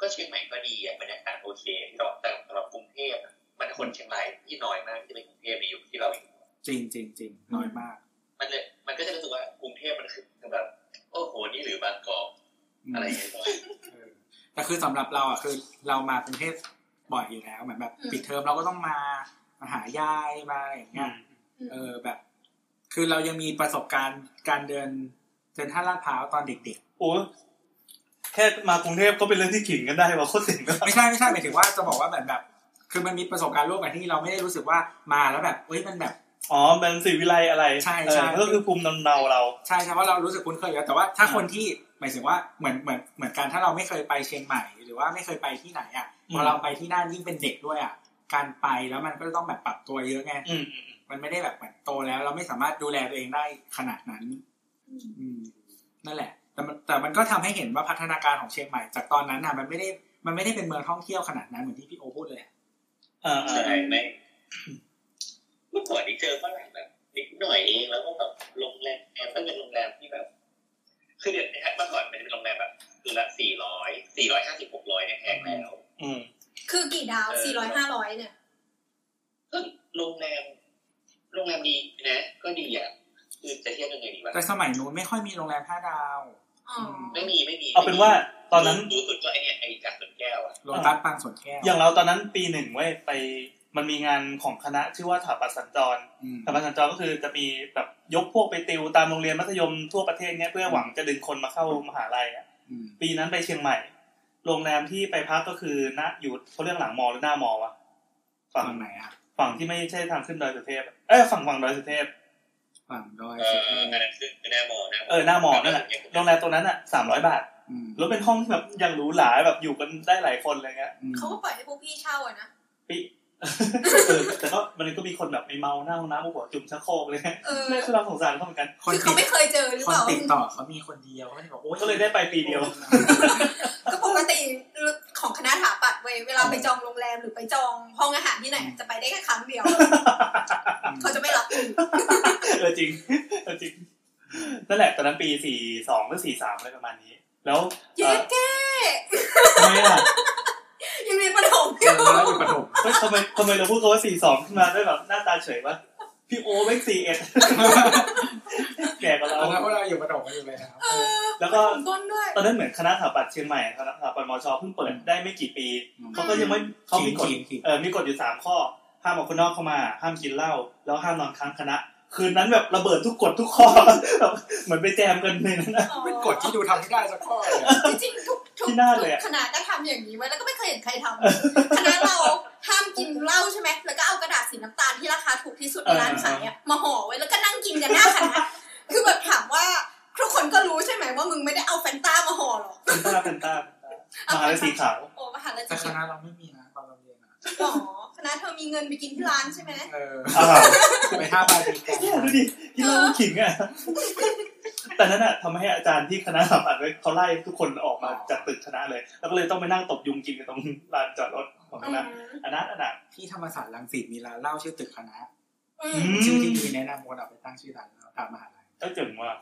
Speaker 1: ก็เชียงใหม่ก็ดีอ่ะบรรยากาศโอเคแต่แต่สำหรับกรุงเทพอะมันคนเชียงรายที่น้อยมากที่เป็นกรุงเทพในยุคที่เราอยู่
Speaker 4: จริงจริงจริงน้อยมาก
Speaker 1: มันเลยมันก็จะรู้สึกว่ากรุงเทพมันคือแบบโอ้โหนี่หรือบางกอก
Speaker 4: ม
Speaker 1: อะไรอย่างเงี้ย
Speaker 4: เออแต่คือสำหรับเราอ่ะคือเรามากรุงเทพบ่อยอยู่แล้วเหมือนแบบ
Speaker 2: อืม
Speaker 4: ปิดเทอมเราก็ต้องมามาหายายมาอะไรอย่าง
Speaker 3: อื
Speaker 4: เงี้ย
Speaker 3: ม
Speaker 4: เออแบบ คือเรายังมีประสบการณ์การเดินเดินท่าลาดพร้าวตอนเด็ก
Speaker 3: โอ้แค่มากรุงเทพก็เป็นเรื่องที่ขิงกันได้ว่าโคตรเจ๋ง
Speaker 4: ๆ ไม่ใช่ไม่ใช่หมายถึงว่าจะบอกว่าแบบแบบ คือมันมีประสบการณ์ร่วมกันที่เราไม่ได้รู้สึกว่ามาแล้วแบบเอ้ยมันแบบ
Speaker 3: อ๋อเป็นสีวิไลอะไร
Speaker 4: ใช่
Speaker 3: เอ
Speaker 4: ใช่
Speaker 3: อก็คือภูมิลำเนาเรา
Speaker 4: ใช่ใช่เพราะเรารู้สึกคุ้นเคยอยู่แล้วแต่ว่าถ้า
Speaker 3: อืม
Speaker 4: คนที่หมายถึงว่าเหมือนเหมือนเหมือนกันถ้าเราไม่เคยไปเชียงใหม่ หรือว่าไม่เคยไปที่ไหนอ่ะพออ
Speaker 3: ม
Speaker 4: เราไปที่นั่นยิ่งเป็นเด็กด้วยอ่ะการไปแล้วมันก็ต้องแบบปรับตัวเยอะไง
Speaker 3: อืม
Speaker 4: มันไม่ได้แบบเหมือนโตแล้ว เราไม่สามารถดูแลตัวเองได้ขนาดนั้น อืมนั่นแหละ แต่มันแต่มันก็ทำให้เห็นว่าพัฒนาการของเชียงใหม่ จากตอนนั้นน่ะ มันไม่ได้มันไม่ได้เป็นเมืองท่องเที่ยวขนาดนั้นเหมือนที่พี่โอพูดเลยอะ
Speaker 3: อ่า
Speaker 1: ใช่ไหมเมื่อก่อนนี่เจอฝรั่งแบบนิดหน่อยเองแล้วก็แบบโรงแรมก็เป็นโรงแรมที่แบบ คือเดี๋ยวนี้ฮะเมื่อก่อนมันจะเป็นโรงแรมแบบคือละสี่ร้อยสี่ร้อยห้าสิบหกร้อยเนี่ยแพงแล้ว
Speaker 3: อืม
Speaker 2: คือกี่ดาว
Speaker 1: เออ
Speaker 2: สี่ร้อยห้าร้อยเนี่ย
Speaker 1: ก็โรงแรมโรงแรมดีนะ ก็ดีอ่ะคือจะเทียบยังไงดีวะ
Speaker 4: แต่สมัยนู้นไม่ค่อยมีโรงแรมห้าดาว
Speaker 2: อ๋อ
Speaker 1: ไม่มีไม่มี
Speaker 3: เอาเป็นว่าตอนนั้น
Speaker 1: ดูสุดก็ไอเนี่ยไอจากสวนแก้วอ่ะ
Speaker 4: โลตัสบางสวนแก้ว
Speaker 3: อย่างเราตอนนั้นปีหนึ่งเว้ยไปมันมีงานของคณะชื่อว่าถาปัตย์สัญจร
Speaker 4: อืม
Speaker 3: ถาปัตย์สัญจรก็คือจะมีแบบยกพวกไปติวตามโรงเรียนมัธยมทั่วประเทศเนี่ยเพื่อหวังจะดึงคนมาเข้ามหาลัยอะ
Speaker 4: อืม
Speaker 3: ปีนั้นไปเชียงใหม่ โรงแรมที่ไปพักก็คือณอยู่เขาเรียกหลังมอหรือหน้ามอวะฝั่ง
Speaker 4: ฝั่งไหนอ่ะ
Speaker 3: ฝั่งที่ไม่ใช่ทางขึ้นดอยสุเทพอะเอ้ยฝั่งฝั่งดอยสุเทพ
Speaker 4: ฝั่งดอย
Speaker 1: เอ
Speaker 4: สุ
Speaker 1: ออัน
Speaker 4: เทพ
Speaker 1: นั้นคือหน้ามอหน้าม
Speaker 3: เออหน้ามอนั่นแหละ โรงแรมตัวนั้นอ่ะสามร้อยบาท
Speaker 4: อืม
Speaker 3: แล้วเป็นห้องที่แบบอยังหรูหราแบบอยู่กันได้หลายคนอะไรเงี้ย
Speaker 4: อืม
Speaker 2: เขาก็ปล่อยให้พวกพี่เช่าอะนะ
Speaker 3: ปี เออแต่ก็มันก็มีคนแบบไปเมาหน้าห้องน้ำหัวจุ่มชักโครกเลย
Speaker 2: เออ
Speaker 3: น่าจะเราสงสารเขาเหมือนกัน
Speaker 4: คน
Speaker 2: คือ
Speaker 4: ติ
Speaker 2: เขา
Speaker 4: ด
Speaker 2: ไม่เคยเจอหรือ
Speaker 4: ค
Speaker 2: เป
Speaker 4: น
Speaker 2: ล่า
Speaker 4: ติดต่อเขามีคนเดียวเขาเลยบอกโอ้ย
Speaker 3: ก็เลยได้ไปปีเดียว
Speaker 2: ก็ปกติของคณะถาปัดเว้ยเวลาไปจองโรงแรมหรือไปจองห้องอาหารที่ไหนจะไปได้แค่ครั้ง เดียว เขาจะไม่รับอีก
Speaker 3: เออจริงเออจริงนั่นแหละตอนนั้นปีสี่สองหรือสี่สามอะไรประมาณนี้ แล้ว
Speaker 2: เย้
Speaker 3: เอ่อ
Speaker 2: แก้
Speaker 3: ทำไมอ่ะ
Speaker 2: ยังเรียนประถมอ
Speaker 4: เอยู่ อแล้วอยู่ประถม
Speaker 3: เฮ้ยทำไมทำไมเราพูดคำว่าสี่สองขึ้นมาด้วยแบบหน้าตาเฉยวะพี่โอไม่สี่เอ็ด แก่กว่าเรา
Speaker 4: แล้วเราอยู่ประถมกันอยู่เลยนะครับ
Speaker 2: เออ
Speaker 3: แล้วก็
Speaker 2: ผมต้นด้วย
Speaker 3: ตอนนั้นเหมือนคณะสถาปัตย์เชียงใหม่คณะสถาปัตย์มอชอเพิ่งเปิดได้ไม่กี่ปี
Speaker 4: อืม
Speaker 3: เขาก็ยังไม่เขามีกฎ
Speaker 4: ขิงขิง
Speaker 3: เออมีกฎอยู่สามข้อ ห้ามออกคนนอกเข้ามา ห้ามกินเหล้าแล้วห้ามนอนค้างคณะ คืนนั้นแบบระเบิดทุกกฎทุกข้อ แบบเหมือนไปแจมกันในนั้นนะ
Speaker 4: เป็นกฎที่ดูทำไม่ได้สักข้อเลยอะ
Speaker 2: จริงๆทุกทุก
Speaker 3: ที่หน้าเลยอะ
Speaker 2: ทุกคณะก็ทำอย่างนี้ไว้แล้วก็ไม่เคยเห็นใครทำ คณะเราห้ามกินเหล้าใช่ไหมแล้วก็เอากระดาษสีน้ำตาลที่ราคาถูกที่สุดในร้านขายอะมาห่อไว้แล้วก็นั่งกินกันหน้าคณะคือแบบถามว่าทุกคนก็รู้ใช่ไหมว่ามึงไม่ได้เอาแฟนต้ามาห่อหรอก
Speaker 3: เป็นต้าเป็นต้าเป็นต้ามหาลัยสีขาว
Speaker 2: โอ้มหาลัย
Speaker 4: แต่ค
Speaker 2: จีน
Speaker 4: ณะเราไม่มีนะตอนเราเรียนอะ
Speaker 2: หรอคณะเธอมีเงินไปกินที่ร้านใช่ไหม
Speaker 4: เออ
Speaker 3: อ้าว
Speaker 4: ไปท่าบาดีกัน
Speaker 3: เนี่ยดูดิที่เราขิงอ่ะ แต่นั้นอ่ะทำให้อาจารย์ที่คณะสถาปัตย์เลยเขาไล่ทุกคนออกมาจากตึกคณะเลย แล้วก็เลยต้องไปนั่งตบยุงกินกันตรงลานจอดรถของคณะอันนั้นอันนั้น
Speaker 4: ที่ธรรมศาสตร์รังสิตมีร้านเหล้าชื่อตึกคณะ
Speaker 2: อืม
Speaker 3: อื
Speaker 4: ชื่
Speaker 3: ม
Speaker 4: อที่ดีแนะนำโมดเอาไปตั้งชื่อร้านแล้วตามมหาลัย
Speaker 3: ก็เจ๋งว่ะ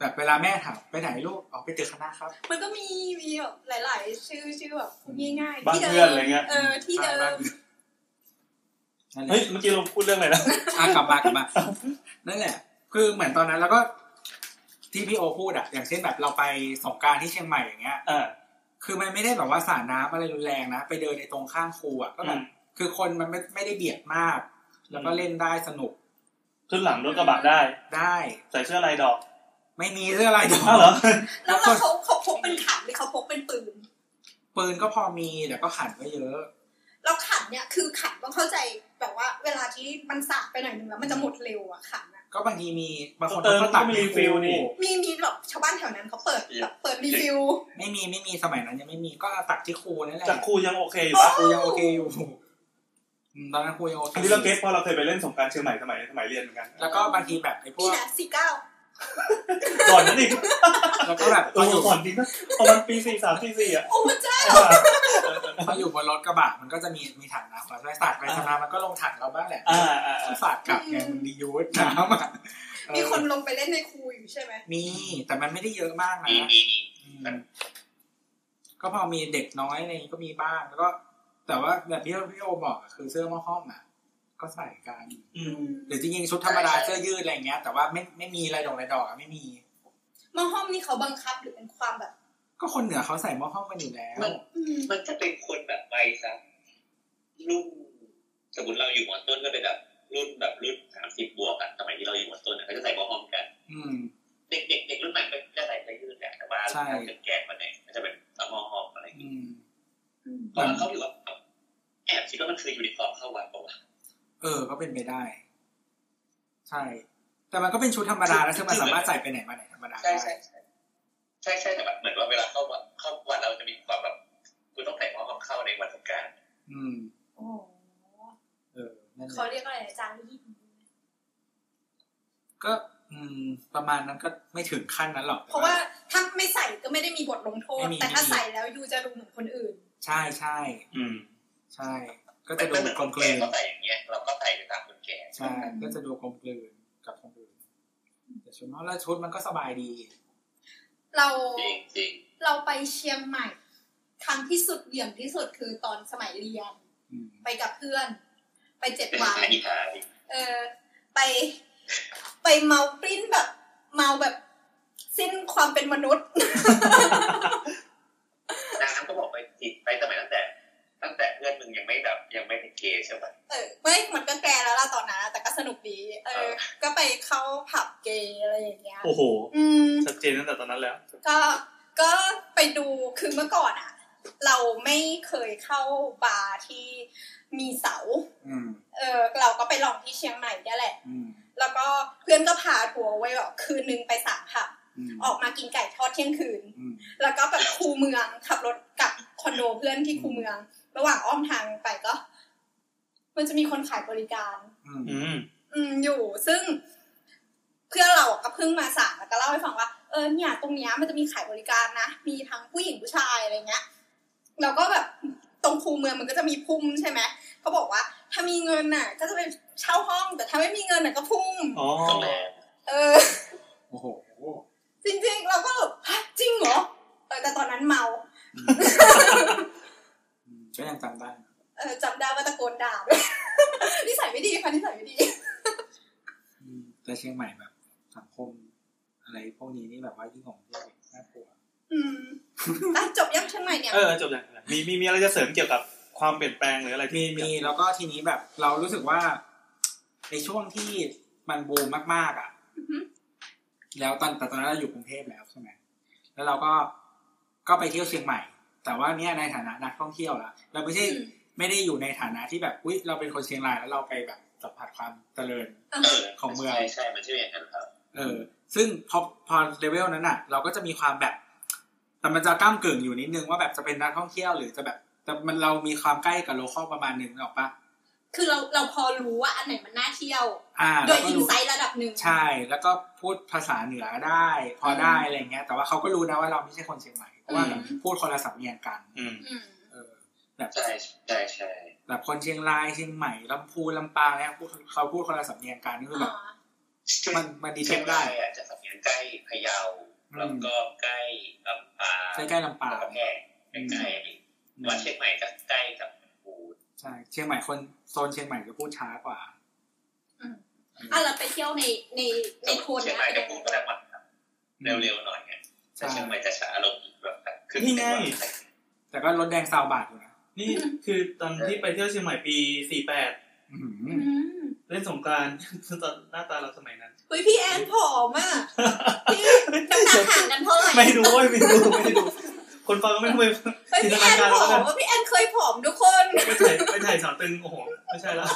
Speaker 4: แบบเวลาแม่ถามไปไหนลูกออกไปตึกคณะครับ
Speaker 2: มันก็มีมีแบบหลาย ๆ ชื่อชื่อแบบพูดง่ายๆ
Speaker 3: บ้าน
Speaker 2: ที่เดิ
Speaker 3: เพื่อน
Speaker 2: ม
Speaker 3: อะไรเงี้ย
Speaker 2: เออที่เดิม
Speaker 4: นั่นแห
Speaker 3: เฮ้ย
Speaker 4: ละ
Speaker 3: เมื่อกี้เราพูดเรื่องอะไรนะ
Speaker 4: อ่ะกลับมากลับมานั่นแหละ คือเหมือนตอนนั้นแล้วก็ที่พี่โอพูดอะอย่างเช่นแบบเราไปสงกรารที่เชียงใหม่อย่างเงี้ย
Speaker 3: อ่า
Speaker 4: คือมันไม่ได้แบบว่าสาดน้ำอะไรรุนแรงนะไปเดินในตรงข้างครูอะก็แบบคือคนมันไม่ไม่ได้เบียดมาก แล้วก็เล่นได้สนุก
Speaker 3: ขึ้นหลังรถกระบะได้
Speaker 4: ได้
Speaker 3: ใส่เสื้อลายดอก
Speaker 4: ไม่มีเสื้อลายดอ
Speaker 3: อ้าวเหรอก
Speaker 2: แล้วเราเขาเขาพกเป็นขันหรือเขาพกเป็นปืน
Speaker 4: ปืนก็พอมีแต่ก็ขันก็เยอะ
Speaker 2: เราขันเนี่ยคือขันต้องเข้าใจแบบว่า เวลาที่มันสาดไปหน่อยนึงแล้วมันจะหมดเร็วอะขันอะ
Speaker 4: ก็บางทีมีบางคน
Speaker 3: เติม
Speaker 4: เขาตัด
Speaker 3: ก็มีรีฟิลนี่
Speaker 2: มีมีแบบชาวบ้านแถวนั้นเขาเปิดแบบเปิดรีวิว
Speaker 4: ไม่มีไม่มีสมัยนั้นยังไม่มีก็ตัดที่ครูนั่นแหละ
Speaker 3: จากครูยังโอเคอยู่ปะ
Speaker 4: ครูยังโอเคอยู่อืมตอนนั้นครูยังโอเค
Speaker 3: อันนี้เราเก็ตเพราะเราเคยไปเล่นสงกรารเชียงใหม่สมัยสมัยเรียนเหมือนกัน
Speaker 4: แล้วก็บางทีแบบไอ้พ
Speaker 2: นี่
Speaker 4: วก
Speaker 2: นะสี่เก้า
Speaker 3: ก่อนนั้นอีก
Speaker 4: แล้วก็แบบพ
Speaker 3: เอ
Speaker 4: ออ
Speaker 3: อยู่ก่อนจริงนะประมาณปีสี่สามสี่สี่อ่ะ
Speaker 2: โอ้พระเจ้า
Speaker 4: พออยู่บนรถกระบะมันก็จะมีมีถังน้ำไว้สาดไปสาดมามันก็ลงถังเราบ้างแหละ
Speaker 3: อ่าอ่าอ่า
Speaker 4: สาดกลับไงมันดียูสน้ำอ่ะเออ
Speaker 2: มีคนลงไปเล่นในครูอยู่ใช่ไหม
Speaker 4: มีแต่มันไม่ได้เยอะมากนะ
Speaker 1: มีมีมี
Speaker 4: อื
Speaker 1: มัน
Speaker 4: มก็พอมีเด็กน้อยอะไรอย่างงี้ก็มีบ้างแล้วก็ แต่ว่าแบบที่พี่โอบอกอะคือเสื้อหม้อห้อมอ่ะ ก็ใส่กัน
Speaker 3: อืม
Speaker 4: หรือจริงๆชุดธรรมดาเสื้อยืดอะไรอย่างเงี้ย แต่ว่าไม่ไม่มีลายดอกลายดอกอะไม่มี
Speaker 2: มอห้อมนี่เขาบังคับหรือเป็นความแบบ
Speaker 4: ก็คนเหนือเขาใส่หม้อห้อมกันอยู่แล้ว
Speaker 1: มัน
Speaker 2: อืม
Speaker 1: มันจะเป็นคนแบบวัยสักรุ่นสมมติเราอยู่มอต้นก็เป็นแบบรุ่นแบบรุ่นสามสิบบวกอะสมัยที่เราอยู่มอต้นอะก็จะใส่บอหอมกัน
Speaker 4: อืม
Speaker 1: เด็กเด็กเด็กรุ่นใหม่ก็จะใส่เสื้อยืดแหละแต่ว่า
Speaker 4: ใช่
Speaker 1: ถ้าเกิดแก่กว่าเนี่ยมันจะเป็นตะมอหอมอะไรอย่างเงี้ย
Speaker 4: อืม
Speaker 2: อืม
Speaker 1: ตอนนั้นเขาอยู่แบบแอบคิดว่ามันคือยูนิฟอร์มเข้าวัดปะวะ
Speaker 4: เออ ก็เป็นไปได้ ใช่ แต่มันก็เป็นชุดธรรมดาแล้วซึ่งมันสามารถใส่ไปไหนมาไหนธรรมดา
Speaker 1: ใช่
Speaker 4: ได้
Speaker 1: ใช่ใช่ใช่ใช่แต่แบบเหมือนว่าเวลาเข้าวัดเข้าวัดเราจะมีความแบบคุณต้องใส่หมอหอมเข้าในวันสงกราร
Speaker 4: อืม
Speaker 2: โอ้
Speaker 4: เออนั่นแห
Speaker 2: เขา
Speaker 4: ละ
Speaker 2: เรียกอะไรนะจางยี่
Speaker 4: ก็ อืม ประมาณนั้นก็ไม่ถึงขั้นนั้นหรอก
Speaker 2: เพราะว่าถ้าไม่ใส่ก็ไม่ได้มีบทลงโทษ
Speaker 4: ไม่มี
Speaker 2: แต่ถ้าใส่แล้วยูจะดูเหมือนคนอื่น
Speaker 4: ใช่ใช่
Speaker 3: อืม
Speaker 4: ใช่ ก็จะดู
Speaker 1: เหมือนค
Speaker 4: กล
Speaker 1: น
Speaker 4: มก
Speaker 1: แก่
Speaker 4: ลืน
Speaker 1: เขาใส่อย่างเงี้ยเราก็ใส่ไปตามคนแก่
Speaker 4: ใช่ ก็จะดูกลมกลืนกับคนอื่นแต่ชุดนอกแล้วชุดมันก็สบายดี
Speaker 2: เรา
Speaker 1: จริงจริง
Speaker 2: เราไปเชียงใหม่ ครั้งที่สุดเหวี่ยงที่สุดคือตอนสมัยเรียน
Speaker 4: อืม
Speaker 2: ไปกับเพื่อน ไปเจ็ด
Speaker 1: เป็น
Speaker 2: วัน
Speaker 1: สายอีพาดิ
Speaker 2: เออไป ไปเมาปริ้นแบบ เมาแบบ สิ้นความเป็นมนุษย์
Speaker 1: น้ำก็บอกไปติดไปสมัยตั้งแต่ ตั้งแต่เพื่อนมึงยังไม่แบบยังไม่เป็นเกย์ใช่ปะ
Speaker 2: เออไม่มันก็แกแล้วล่ะตอนนั้นแต่ก็สนุกดี เออ ก็ไปเข้าผับเกย์อะไรอย่างเงี้ย
Speaker 3: โอ้โห
Speaker 2: อืม
Speaker 3: ชัดเจนตั้งแต่ตอนนั้นแล้ว
Speaker 2: ก็ก็ไปดูคือเมื่อก่อนอะเราไม่เคยเข้าบาร์ที่มีเสา
Speaker 4: อืม
Speaker 2: เออเราก็ไปลองที่เชียงใหม่เนี่ยแหละ
Speaker 4: อืม
Speaker 2: แล้วก็เพื่อนก็พาทัวร์ไว้แบบคืนนึงไปสามผับ
Speaker 4: อืม
Speaker 2: ออกมากินไก่ทอดเที่ยงคืน
Speaker 4: อืม
Speaker 2: แล้วก็แบบคูเมืองขับรถกลับคอนโดเพื่อนที่คูเมือง ระหว่างอ้อมทางไปก็ มันจะมีคนขายบริการ
Speaker 4: อืม
Speaker 3: อืม
Speaker 2: อืมอยู่ซึ่ง เพื่อนเราอะก็เพิ่งมาสั่งแล้วก็เล่าให้ฟังว่าเออเนี่ย ตรงเนี้ยมันจะมีขายบริการนะมีทั้งผู้หญิงผู้ชายอะไรเงี้ยเราก็แบบตรงคูเมืองมันก็จะมีพุ่มใช่ไหมเขาบอกว่า ถ้ามีเงินน่ะ ก็จะไปเช่าห้องแต่ถ้าไม่มีเงินน่ะก็พุ่ม
Speaker 3: อ๋อ
Speaker 1: โรงแรม
Speaker 2: เออ
Speaker 4: โอ้โห
Speaker 2: จริงๆ เราก็แบบฮะจริงเหรอเออแต่ตอนนั้นเมา
Speaker 4: อืมก็ยังจำได้นะ
Speaker 2: เออจำได้ว่าตะโกนด่าด้วย นิสัยไม่ดีค่ะนิสัยไม่ดี
Speaker 4: อืมแต่เชียงใหม่แบบ สังคม อะไรพวกนี้นี่แบบว่ายิ่งของที่น่ากลัว
Speaker 2: อืมอ่ะจบยังเชียงใหม่เนี่ย
Speaker 3: เออจบแล้วมีมีมีอะไรจะเสริมเกี่ยวกับความเปลี่ยนแปลงหรืออะไร
Speaker 4: มี
Speaker 3: ที่
Speaker 4: มีแล้วก็ทีนี้แบบเรารู้สึกว่า ในช่วงที่มันบูมมาก ๆ อ่ะ
Speaker 2: อือหือ
Speaker 4: แล้วตอนแต่ตอนนั้นเราอยู่กรุงเทพแล้วใช่ไหมแล้วเราก็ก็ไปเที่ยวเชียงใหม่ แต่ว่าเนี่ยในฐานะนักท่องเที่ยวละเราไม่ใช่
Speaker 2: อืม
Speaker 4: ไม่ได้อยู่ในฐานะที่แบบอุ้ยเราเป็นคนเชียงรายแล้วเราไปแบบสัมผัสความเจริญ
Speaker 2: อ่ะ
Speaker 1: เออ
Speaker 4: ของเมือง
Speaker 1: ใช่ใช่มันชื่ออย่างนั้นครับ
Speaker 4: เออ ซึ่งพอพอเลเวลนั้นอ่ะ เราก็จะมีความแบบ แต่มันจะก้ามกึ่งอยู่นิดนึงว่าแบบจะเป็นนักท่องเที่ยวหรือจะแบบแต่มันเรามีความใกล้กับโลคอลประมาณหนึ่งนึกออกปะ
Speaker 2: คือเราเราพอรู้ว่าอันไหนมันน่าเที่ยว
Speaker 4: อ่า
Speaker 2: โด
Speaker 4: เรา
Speaker 2: ย
Speaker 4: ก็
Speaker 2: อิน
Speaker 4: รู้
Speaker 2: ไซต์ระดับหนึ่ง
Speaker 4: ใช่ แล้วก็พูดภาษาเหนือได้ พอได้อะไรเงี้ย แต่ว่าเขาก็รู้นะว่าเราไม่ใช่คนเชียงใหม่ เพราะว่าแบบ
Speaker 2: อืม
Speaker 4: พูดคนละสำเนียงกัน
Speaker 3: อืม
Speaker 2: อืม
Speaker 4: เออ แบบ
Speaker 1: ใช่ใช่ใช่
Speaker 4: แบบคนเชียงราย เชียงใหม่ ลำพูนลำปางเนี่ยพูดเขาพูดคนละสำเนียงกันนี่คือแบบ
Speaker 2: อ๋อ
Speaker 4: มันมันดีเท
Speaker 1: เชีย
Speaker 4: ค
Speaker 1: ง
Speaker 4: ได้
Speaker 1: รายอ่ะจะสำเนียงใกล้พะเยาแล้วก็ใกล้ลำปาง
Speaker 4: ใกล้ๆลำปาง
Speaker 1: กำแพงใกล้
Speaker 4: อืม
Speaker 1: ๆว่าเชียงใหม่จะใกล้กับลำพูน
Speaker 4: ใช่ เชียงใหม่คนโซนเชียงใหม่จะพูดช้ากว่า
Speaker 2: อ่ะเราไปเที่ยวในในในโทน
Speaker 1: เชียง
Speaker 2: เนี้
Speaker 1: ใหม่จะ
Speaker 2: ย
Speaker 1: พูดก็จะมันครับเร็วๆหน่อยไงแต่เชียงใหม่จะช้าลงอีกแบบขึ้น
Speaker 3: นี่ไง
Speaker 4: แต่ก็ลดแดงซาวบาทอยู่นะ
Speaker 3: นี่คือตอนที่ไปเที่ยวเชียงใหม่ปี 48
Speaker 4: อื้อหื
Speaker 2: อื
Speaker 4: อ
Speaker 2: ม
Speaker 3: เล่นสงกราร ตอนหน้าตาเราสมัยนั้น
Speaker 2: เฮ้ยพี่แอนผอมอ่ะพี่น้ำหนักห่างกันเท่าไหร่
Speaker 3: ไม่รู้เว้ยไม่รู้ไม่รู้ คนฟังก็ไม่รู้ไป
Speaker 2: เฮ้ย
Speaker 3: จินต
Speaker 2: พี่แอ
Speaker 3: นาการ
Speaker 2: นผอ
Speaker 3: แล้ว
Speaker 2: ม
Speaker 3: กัน
Speaker 2: ว่าพี่แอนเคยผอมทุกคน
Speaker 3: ไม่ใช่ไม่ใช่สาวตึงโอ้โหไม่ใช่แล้ว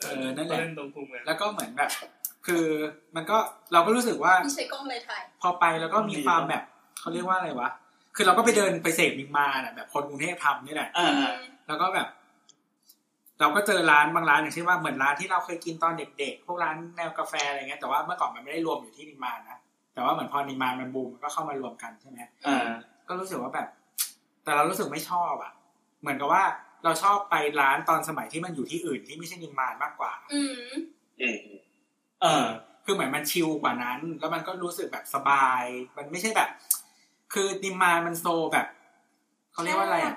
Speaker 4: เออนั่นแหละ
Speaker 3: เล่นตรงภูมิกัน
Speaker 4: แล้วก็เหมือนแบบ คือมันก็เราก็รู้สึกว่า
Speaker 2: นี่ใช้กล้องอะไรถ่าย
Speaker 4: พอไปแล้วก็มีความแบบเขาเรียกว่าอะไรวะ คือเราก็ไปเดินไปเสพมิมมาน่ะแบบคนกรุงเทพทำนี่แหละ
Speaker 3: อ่าอ่า
Speaker 4: แล้วก็แบบ เราก็เจอร้านบางร้านอย่างเช่นว่าเหมือนร้านที่เราเคยกินตอนเด็กๆพวกร้านแนวกาแฟอะไรเงี้ยแต่ว่าเมื่อก่อนมันไม่ได้รวมอยู่ที่นิมมานนะแต่ว่าเหมือนพอนิมมานมันบูมมันก็เข้ามารวมกันใช่ไหม
Speaker 3: อ่า
Speaker 4: ก็รู้สึกว่าแบบ แต่เรารู้สึกไม่ชอบอ่ะ เหมือนกับว่าเราชอบไปร้านตอนสมัยที่มันอยู่ที่อื่นที่ไม่ใช่นิมมานมากกว่า
Speaker 2: อืม
Speaker 1: อืม
Speaker 3: อ่า
Speaker 4: คือเหมือนมันชิลกว่านั้น แล้วมันก็รู้สึกแบบสบาย มันไม่ใช่แบบ คือนิมมานมันโซแบบเขาเรียกว่าอะไรอะ